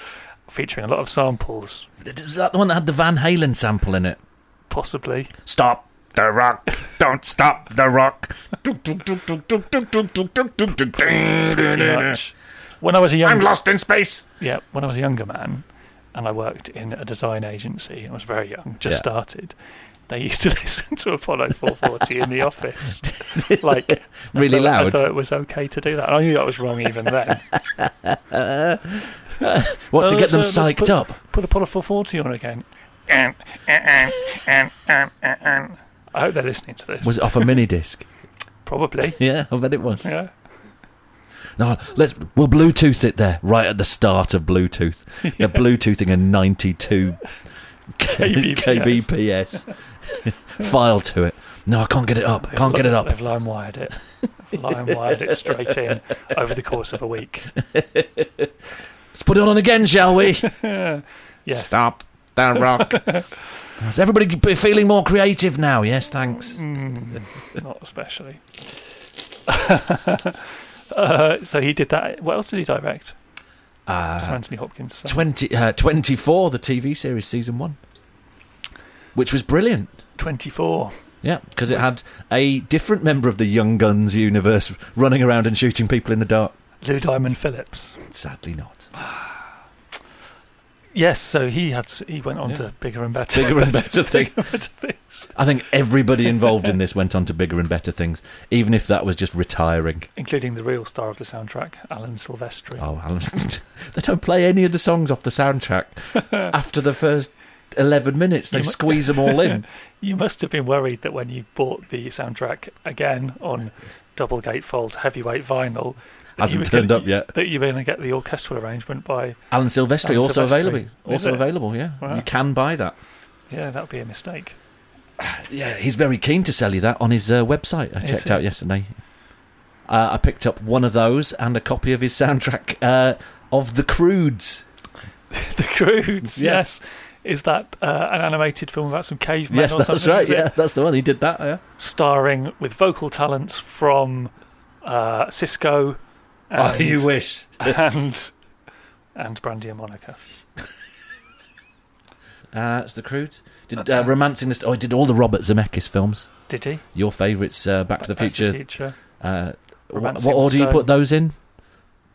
Speaker 5: featuring a lot of samples,
Speaker 1: Was that the one that had the Van Halen sample in it?
Speaker 5: possibly.
Speaker 1: Stop the rock. Don't stop the rock.
Speaker 5: Pretty much. When I was a young
Speaker 3: Lost in space.
Speaker 5: Yeah, when I was a younger man and I worked in a design agency, I was very young, just
Speaker 1: Yeah.
Speaker 5: started. They used to listen to Apollo 440 in the office, like as
Speaker 1: Really
Speaker 5: though-
Speaker 1: loud.
Speaker 5: as though it was okay to do that. And I knew that was wrong even then.
Speaker 1: What, to
Speaker 5: Oh,
Speaker 1: get them
Speaker 5: let's, uh, let's
Speaker 1: psyched
Speaker 5: put-
Speaker 1: up?
Speaker 5: Put Apollo 440 on again.
Speaker 3: Um, uh, um, um, um, uh, um.
Speaker 5: I hope they're listening to this.
Speaker 1: Was it off a mini disc?
Speaker 5: Probably.
Speaker 1: Yeah, I bet it was.
Speaker 5: Yeah.
Speaker 1: No, let's we'll Bluetooth it there right at the start of Bluetooth. They're Bluetoothing a ninety-two
Speaker 5: KBPS.
Speaker 1: KBPS. File to it. No, I can't get it up. Can't get it up.
Speaker 5: They've limewired it. They've limewired it straight in over the course of a week.
Speaker 1: Let's put it on again, shall we?
Speaker 5: Yes.
Speaker 1: Stop that rock. Is everybody be feeling more creative now? Yes, thanks.
Speaker 5: Not especially. uh, so he did that. What else did he direct?
Speaker 1: Uh,
Speaker 5: So Anthony Hopkins. so-
Speaker 1: 20, uh, 24, the TV series season one, which was brilliant.
Speaker 5: 24.
Speaker 1: Yeah, because it had a different member of the Young Guns universe running around and shooting people in the dark.
Speaker 5: Lou Diamond Phillips.
Speaker 1: Sadly, not.
Speaker 5: Yes, so he had s- he went on
Speaker 1: Yeah.
Speaker 5: to bigger and better,
Speaker 1: Bigger and better thing.
Speaker 5: bigger and better things,
Speaker 1: I think everybody involved in this went on to bigger and better things, even if that was just retiring.
Speaker 5: including the real star of the soundtrack, Alan Silvestri.
Speaker 1: Oh, Alan. they don't play any of the songs off the soundtrack after the first 11 minutes. They
Speaker 5: mu-
Speaker 1: squeeze them all in.
Speaker 5: You must have been worried that when you bought the soundtrack again on double gatefold heavyweight vinyl, that
Speaker 1: Hasn't
Speaker 5: you were
Speaker 1: turned
Speaker 5: gonna-
Speaker 1: up yet.
Speaker 5: That you were going to get the orchestral arrangement by
Speaker 1: Alan Silvestri,
Speaker 5: Alan
Speaker 1: also
Speaker 5: Silvestri.
Speaker 1: available.
Speaker 5: Is
Speaker 1: Also
Speaker 5: it?
Speaker 1: available, yeah.
Speaker 5: Wow.
Speaker 1: You can buy that.
Speaker 5: yeah, that would be a mistake.
Speaker 1: Yeah, he's very keen to sell you that on his uh, website. I
Speaker 5: Is
Speaker 1: checked
Speaker 5: he?
Speaker 1: out yesterday. Uh, I picked up one of those and a copy of his soundtrack uh, of The Crudes.
Speaker 5: the Croods,
Speaker 1: Yeah.
Speaker 5: yes. Is that uh, an animated film about some cavemen?
Speaker 1: yes,
Speaker 5: or
Speaker 1: that's
Speaker 5: something,
Speaker 1: right.
Speaker 5: is it?
Speaker 1: Yeah, that's the one. He did that. Oh, Yeah.
Speaker 5: starring with vocal talents from uh, Cisco
Speaker 1: Oh,
Speaker 5: and,
Speaker 1: wish.
Speaker 5: and and Brandy and Monica.
Speaker 1: Uh, it's The Crudes. Did uh, Romancing the... St- oh, he did all the Robert Zemeckis films.
Speaker 5: Did he?
Speaker 1: Your favourites, uh, Back to the
Speaker 5: Back
Speaker 1: Future. Uh, wh- what
Speaker 5: Romancing the
Speaker 1: order do you
Speaker 5: Stone.
Speaker 1: put those in?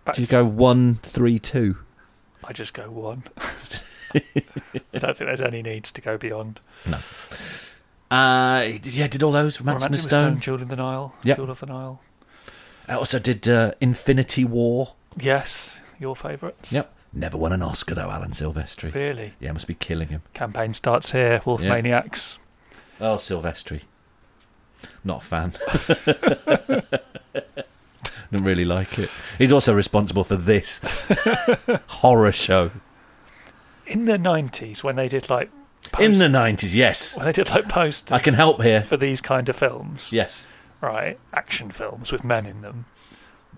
Speaker 5: Back
Speaker 1: Do you
Speaker 5: to-
Speaker 1: go one, three, two?
Speaker 5: I just go one. I don't think there's any need to go beyond.
Speaker 1: Uh, he- yeah, did all those. Romancing the
Speaker 5: Romancing
Speaker 1: Stone.
Speaker 5: Jewel in the Nile,
Speaker 1: Yep.
Speaker 5: Jewel of the Nile.
Speaker 1: I also did uh, Infinity War.
Speaker 5: Yes, your favourites.
Speaker 1: Yep. Never won an Oscar though, Alan Silvestri.
Speaker 5: Really?
Speaker 1: Yeah, must be killing him.
Speaker 5: Campaign starts here, Wolf
Speaker 1: Yeah.
Speaker 5: Maniacs.
Speaker 1: Oh, Silvestri. Not a fan. Don't really like it. He's also responsible for this horror show
Speaker 5: In the nineties when they did like post,
Speaker 1: in the nineties. Yes,
Speaker 5: when they did like posters
Speaker 1: I can help here.
Speaker 5: for these kind of films.
Speaker 1: Yes,
Speaker 5: right, action films with men in them.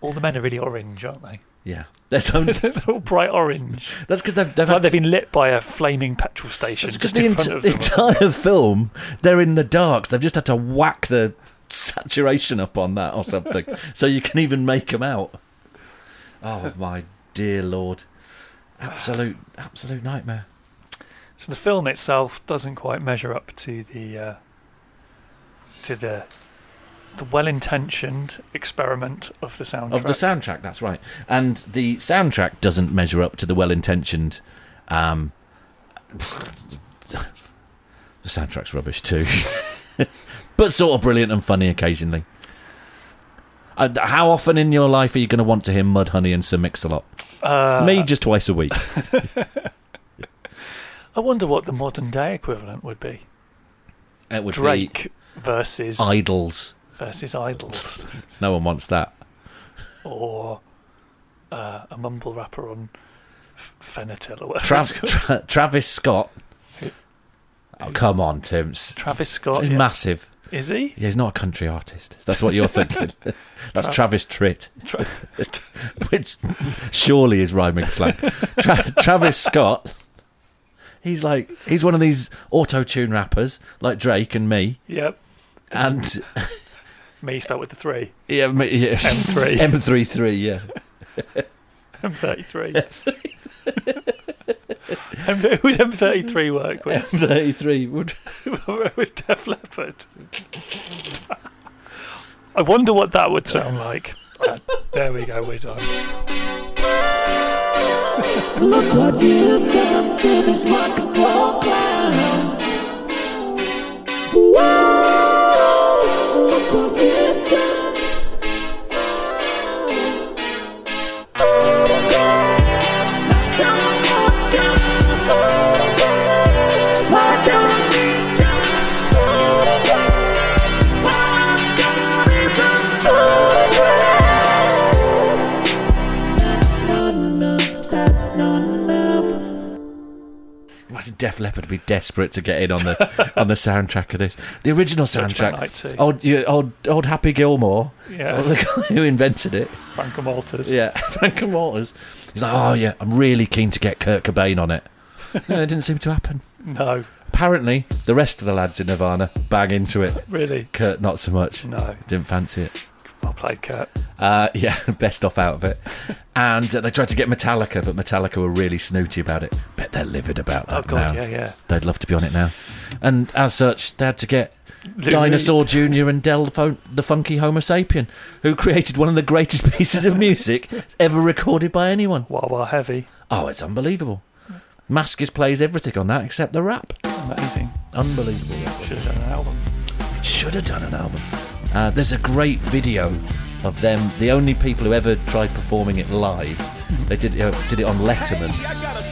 Speaker 5: All the men are really orange, aren't they?
Speaker 1: yeah. That's only,
Speaker 5: They're all bright orange.
Speaker 1: that's because they've, they've
Speaker 5: Like
Speaker 1: had
Speaker 5: they've been lit by a flaming petrol station
Speaker 1: It's
Speaker 5: just
Speaker 1: the
Speaker 5: in
Speaker 1: ent-
Speaker 5: front of them.
Speaker 1: entire film, they're in the darks. They've just had to whack the saturation up on that or something, so you can even make them out. Oh my dear lord! Absolute, absolute nightmare.
Speaker 5: So the film itself doesn't quite measure up to the uh, to the the well-intentioned experiment of the soundtrack.
Speaker 1: Of the soundtrack, that's right. And the soundtrack doesn't measure up to the well-intentioned. Um, the soundtrack's rubbish too, but sort of brilliant and funny occasionally. Uh, how often in your life are you going to want to hear Mudhoney and Sir Mix-a-Lot?
Speaker 5: uh,
Speaker 1: Me, just twice a week.
Speaker 5: I wonder what the modern day equivalent would be.
Speaker 1: It would be
Speaker 5: Drake versus
Speaker 1: idols.
Speaker 5: versus idols,
Speaker 1: No one wants that.
Speaker 5: or uh, a mumble rapper on f- Fennetil or whatever. it's
Speaker 1: Trav-
Speaker 5: called.
Speaker 1: tra- Travis Scott. Oh come on, Tim's.
Speaker 5: Travis Scott.
Speaker 1: He's
Speaker 5: yeah.
Speaker 1: massive.
Speaker 5: Is he?
Speaker 1: Yeah, he's not a country artist. That's what you're thinking. That's
Speaker 5: Tra-
Speaker 1: Travis Tritt,
Speaker 5: Tra-
Speaker 1: which surely is rhyming slang. Tra- Travis Scott. He's like he's one of these auto-tune rappers like Drake and me,
Speaker 5: yep.
Speaker 1: and
Speaker 5: Me spelled with the three.
Speaker 1: yeah, me- yeah.
Speaker 5: M3.
Speaker 1: M33, yeah.
Speaker 5: M33. M- Who would M33 work with?
Speaker 1: M33 would
Speaker 5: with Def Leppard. I wonder what that would sound like. Uh, there we go, we're done.
Speaker 1: Imagine Def Leppard would be desperate to get in on the on the soundtrack of this. The original
Speaker 5: Judgment Night
Speaker 1: soundtrack.
Speaker 5: too.
Speaker 1: Old, yeah, old old Happy Gilmore.
Speaker 5: Yeah.
Speaker 1: Well, the guy who invented it.
Speaker 5: Frank and Walters.
Speaker 1: Yeah, Frank and Walters. He's like, oh yeah, I'm really keen to get Kurt Cobain on it. No, it didn't seem to happen.
Speaker 5: No,
Speaker 1: Apparently, the rest of the lads in Nirvana bang into it.
Speaker 5: really.
Speaker 1: Kurt, not so much.
Speaker 5: No.
Speaker 1: Didn't fancy it.
Speaker 5: Well played, Kurt.
Speaker 1: Uh, yeah, best off out of it. And uh, they tried to get Metallica, but Metallica were really snooty about it. Bet they're livid about that
Speaker 5: Oh, God,
Speaker 1: now.
Speaker 5: yeah, yeah.
Speaker 1: They'd love to be on it now. And as such, they had to get
Speaker 5: Lou
Speaker 1: Dinosaur Jr. and Del Fo- the Funky Homo Sapien, who created one of the greatest pieces of music ever recorded by anyone.
Speaker 5: Reed, Wah Wah Heavy.
Speaker 1: Oh, it's unbelievable. Maskis plays everything on that except the rap.
Speaker 5: Amazing.
Speaker 1: Unbelievable.
Speaker 5: Should have done an album.
Speaker 1: Should have done an album. Uh, there's a great video of them, the only people who ever tried performing it live. They did, it- uh, did it on Letterman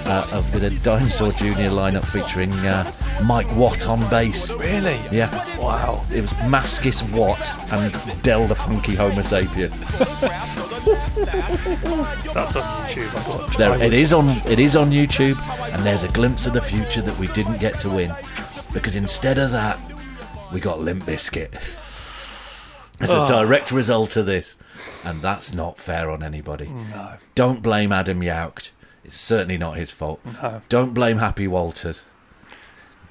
Speaker 1: uh, uh, with a Dinosaur Jr. lineup featuring uh, Mike Watt on bass.
Speaker 5: Really?
Speaker 1: Yeah.
Speaker 5: Wow.
Speaker 1: It was Maskis Watt and Del the Funky Homo Sapien.
Speaker 5: That's on YouTube. I watched.
Speaker 1: There,
Speaker 5: I
Speaker 1: it
Speaker 5: would-
Speaker 1: is on it is on YouTube, and there's a glimpse of the future that we didn't get to win, because instead of that, we got Limp Biscuit as a direct result of this, and that's not fair on anybody.
Speaker 5: No.
Speaker 1: Don't blame Adam Yaucht. It's certainly not his fault.
Speaker 5: No.
Speaker 1: Don't blame Happy Walters.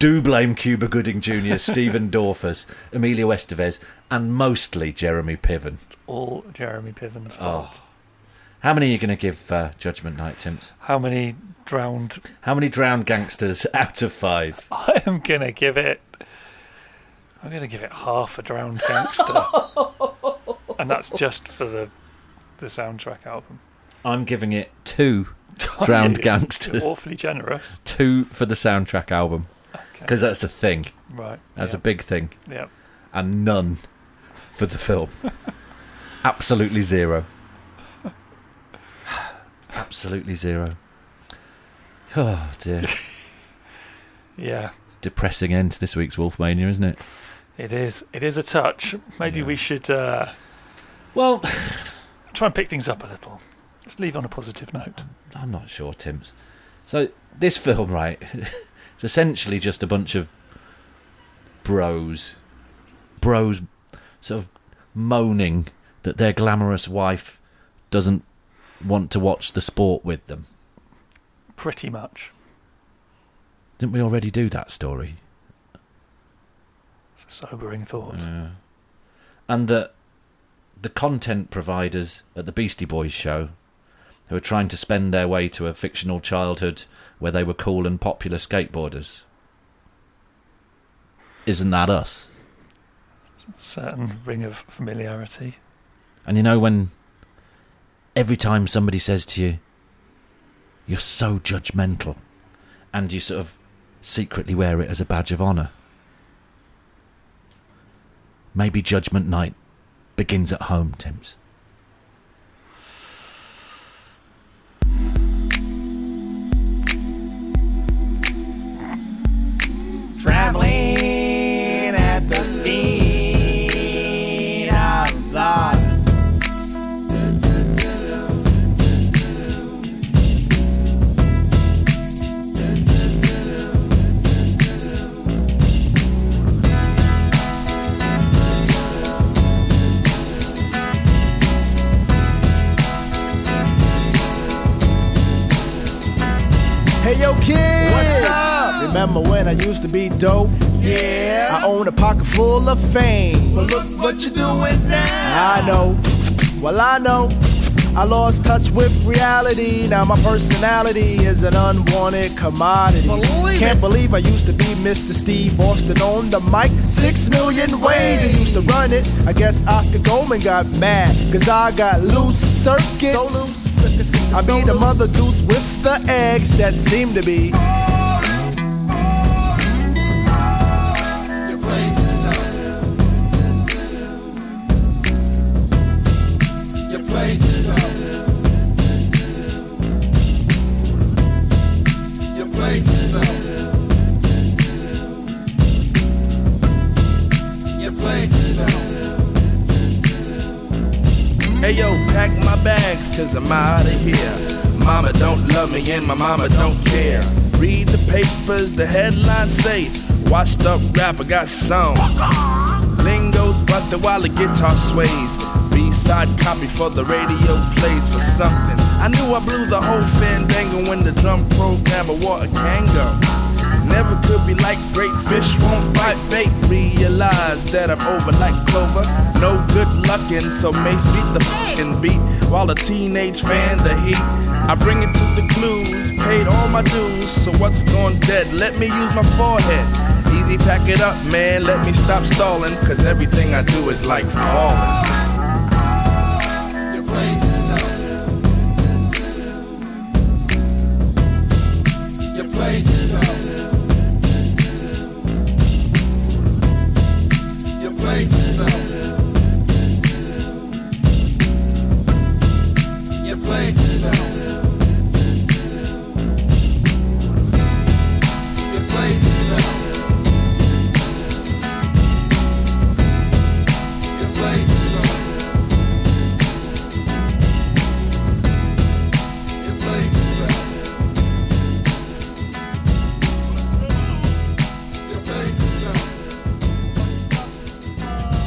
Speaker 1: Do blame Cuba Gooding Jr., Stephen Dorfus, Emilio Estevez, and mostly Jeremy Piven.
Speaker 5: All Jeremy Piven's
Speaker 1: Oh.
Speaker 5: fault.
Speaker 1: How many are you going to give uh, Judgment Night, Timps?
Speaker 5: How many drowned?
Speaker 1: How many drowned gangsters out of five?
Speaker 5: I am gonna give it. I'm gonna give it half a drowned gangster, and that's just for the the soundtrack album.
Speaker 1: I'm giving it two, Drowned
Speaker 5: It's
Speaker 1: gangsters.
Speaker 5: Awfully generous.
Speaker 1: two for the soundtrack album because that's a thing.
Speaker 5: Right.
Speaker 1: That's
Speaker 5: yeah.
Speaker 1: a big thing,
Speaker 5: Yeah.
Speaker 1: and none for the film. Absolutely zero. Absolutely zero. Oh dear,
Speaker 5: Yeah.
Speaker 1: depressing end to this week's Wolfmania, isn't it?
Speaker 5: It is. It is a touch. Maybe
Speaker 1: Yeah.
Speaker 5: we should uh,
Speaker 1: Well,
Speaker 5: try and pick things up a little. Let's leave on a positive note.
Speaker 1: I'm not sure, Tim's. So this film, right? it's essentially just a bunch of bros, bros, sort of moaning that their glamorous wife doesn't want to watch the sport with them.
Speaker 5: Pretty much.
Speaker 1: Didn't we already do that story?
Speaker 5: It's a sobering thought.
Speaker 1: And that the content providers at the Beastie Boys show, who are trying to spend their way to a fictional childhood where they were cool and popular skateboarders, isn't that us?
Speaker 5: Certain ring of familiarity.
Speaker 1: And you know when every time somebody says to you, "You're so judgmental," and you sort of secretly wear it as a badge of honor. Maybe Judgment Night begins at home, Tim's.
Speaker 8: traveling at the speed of light. Hey yo, kids! What's up? Remember when I used to be dope? Yeah. I own a pocket full of fame. But look what you're doing now. I know. Well, I know. I lost touch with reality. Now my personality is an unwanted commodity. Can't believe I used to be Mr. Steve Austin on the mic. Six million ways I used to run it. I guess Oscar Goldman got mad. Cause I got loose circuits. I be the mother goose with the eggs that seem to be.
Speaker 9: Hey yo, pack my bags, cause I'm outta here. Mama don't love me and my mama don't care. Read the papers, the headlines say, washed up rapper got sound. Lingo's busted while the guitar sways. B-side copy for the radio plays for something. I knew I blew the whole fandango when the drum programmer wore a kango. Never could be like great fish won't bite bait. Realize that I'm over like clover. No good luckin', so Mace beat the fucking beat while a teenage fan the heat. I bring it to the clues, paid all my dues. So what's gone's dead? Let me use my forehead. Easy pack it up, man. Let me stop stalling, cause everything I do is like falling.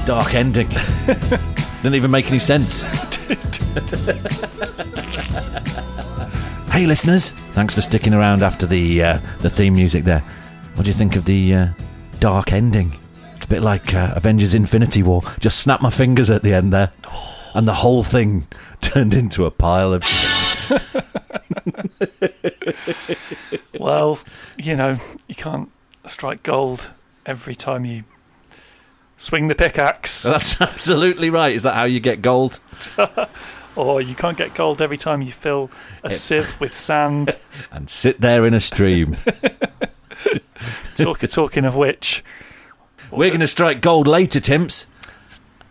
Speaker 1: Dark ending. Didn't even make any sense. hey, listeners, thanks for sticking around after the uh, the theme music. There, what do you think of the uh, dark ending? It's a bit like uh, Avengers: Infinity War. Just snapped my fingers at the end there, and the whole thing turned into a pile of.
Speaker 5: Well, you know, you can't strike gold every time you swing the pickaxe,
Speaker 1: That's absolutely right. Is that how you get gold?
Speaker 5: or you can't get gold every time you fill a sieve with sand.
Speaker 1: And sit there in a stream.
Speaker 5: Talk, talking of which,
Speaker 1: We're going to strike gold later, Timps.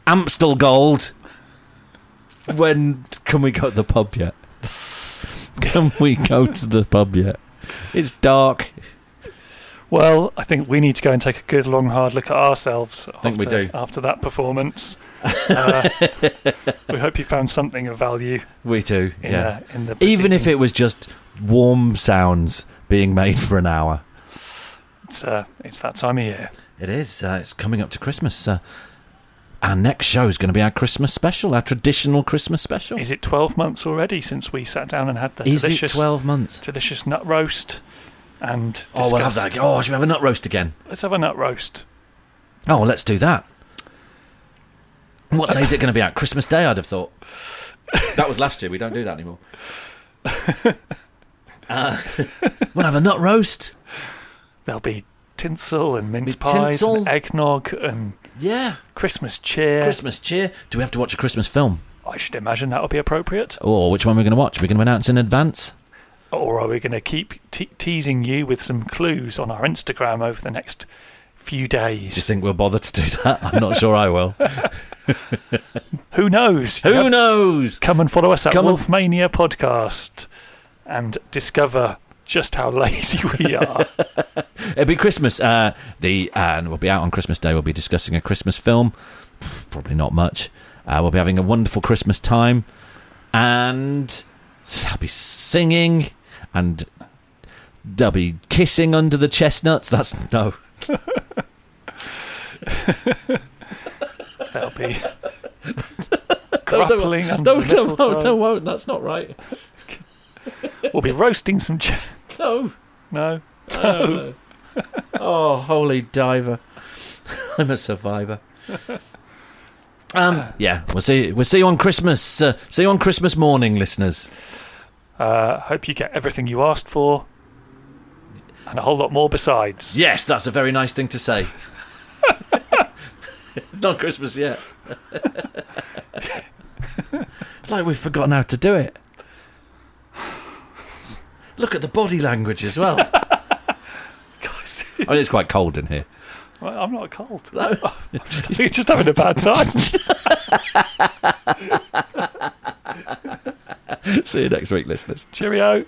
Speaker 1: Amstel gold. When can we go to the pub yet? Can we go to the pub yet? It's dark.
Speaker 5: well, I think we need to go and take a good long hard look at ourselves. I
Speaker 1: think we
Speaker 5: after,
Speaker 1: do.
Speaker 5: after that performance. Uh, we hope you found something of value
Speaker 1: We do,
Speaker 5: in,
Speaker 1: yeah.
Speaker 5: uh, in the
Speaker 1: Even if
Speaker 5: proceeding.
Speaker 1: it was just warm sounds being made for an hour.
Speaker 5: it's, uh, it's that time of year.
Speaker 1: It is. Uh, it's coming up to Christmas. Uh, our next show is going to be our Christmas special, our traditional Christmas special.
Speaker 5: Is it twelve months already since we sat down and had the
Speaker 1: Is it
Speaker 5: delicious,
Speaker 1: 12 months?
Speaker 5: delicious nut roast? And
Speaker 1: Oh, we'll have
Speaker 5: discussed-
Speaker 1: that. Oh, should we have a nut roast again?
Speaker 5: Let's have a nut roast.
Speaker 1: Oh, let's do that. What day is it going to be out? Christmas Day, I'd have thought. That was last year. We don't do that anymore. Uh, we'll have a nut roast.
Speaker 5: There'll be tinsel and mince
Speaker 1: Be
Speaker 5: pies
Speaker 1: tinsel.
Speaker 5: and eggnog and
Speaker 1: Yeah.
Speaker 5: Christmas cheer.
Speaker 1: Christmas cheer. Do we have to watch a Christmas film?
Speaker 5: I should imagine that'll be appropriate.
Speaker 1: Or which one are we going to watch? Are we going to announce in advance?
Speaker 5: Or are we going to keep te- teasing you with some clues on our Instagram over the next few days?
Speaker 1: Do you think we'll bother to do that? I'm not sure I will.
Speaker 5: Who knows? You
Speaker 1: Who
Speaker 5: have-
Speaker 1: knows?
Speaker 5: Come and follow us at
Speaker 1: Come and-
Speaker 5: Wolfmania Podcast and discover just how lazy we are.
Speaker 1: It'll be Christmas. Uh, the uh, and we'll be out on Christmas Day. We'll be discussing a Christmas film. Pff, Probably not much. Uh, we'll be having a wonderful Christmas time, and I'll be singing, and there'll be kissing under the chestnuts. That's no.
Speaker 5: There'll be grappling under
Speaker 1: no,
Speaker 5: the
Speaker 1: no,
Speaker 5: mistletoe.
Speaker 1: no, no, won't. That's not right.
Speaker 5: We'll be roasting some. Ch-
Speaker 1: No.
Speaker 5: no.
Speaker 1: Oh, oh, holy diver! I'm a survivor. Um, yeah, we'll see. We'll see you on Christmas. Uh, see you on Christmas morning, listeners.
Speaker 5: Uh, hope you get everything you asked for and a whole lot more besides.
Speaker 1: Yes, that's a very nice thing to say. it's not Christmas yet. it's like we've forgotten how to do it. Look at the body language as well. I
Speaker 5: Guys,
Speaker 1: mean, it's quite cold in here.
Speaker 5: Well, I'm not cold. I'm just, you're just having a bad time.
Speaker 1: See you next week, listeners.
Speaker 5: Cheerio.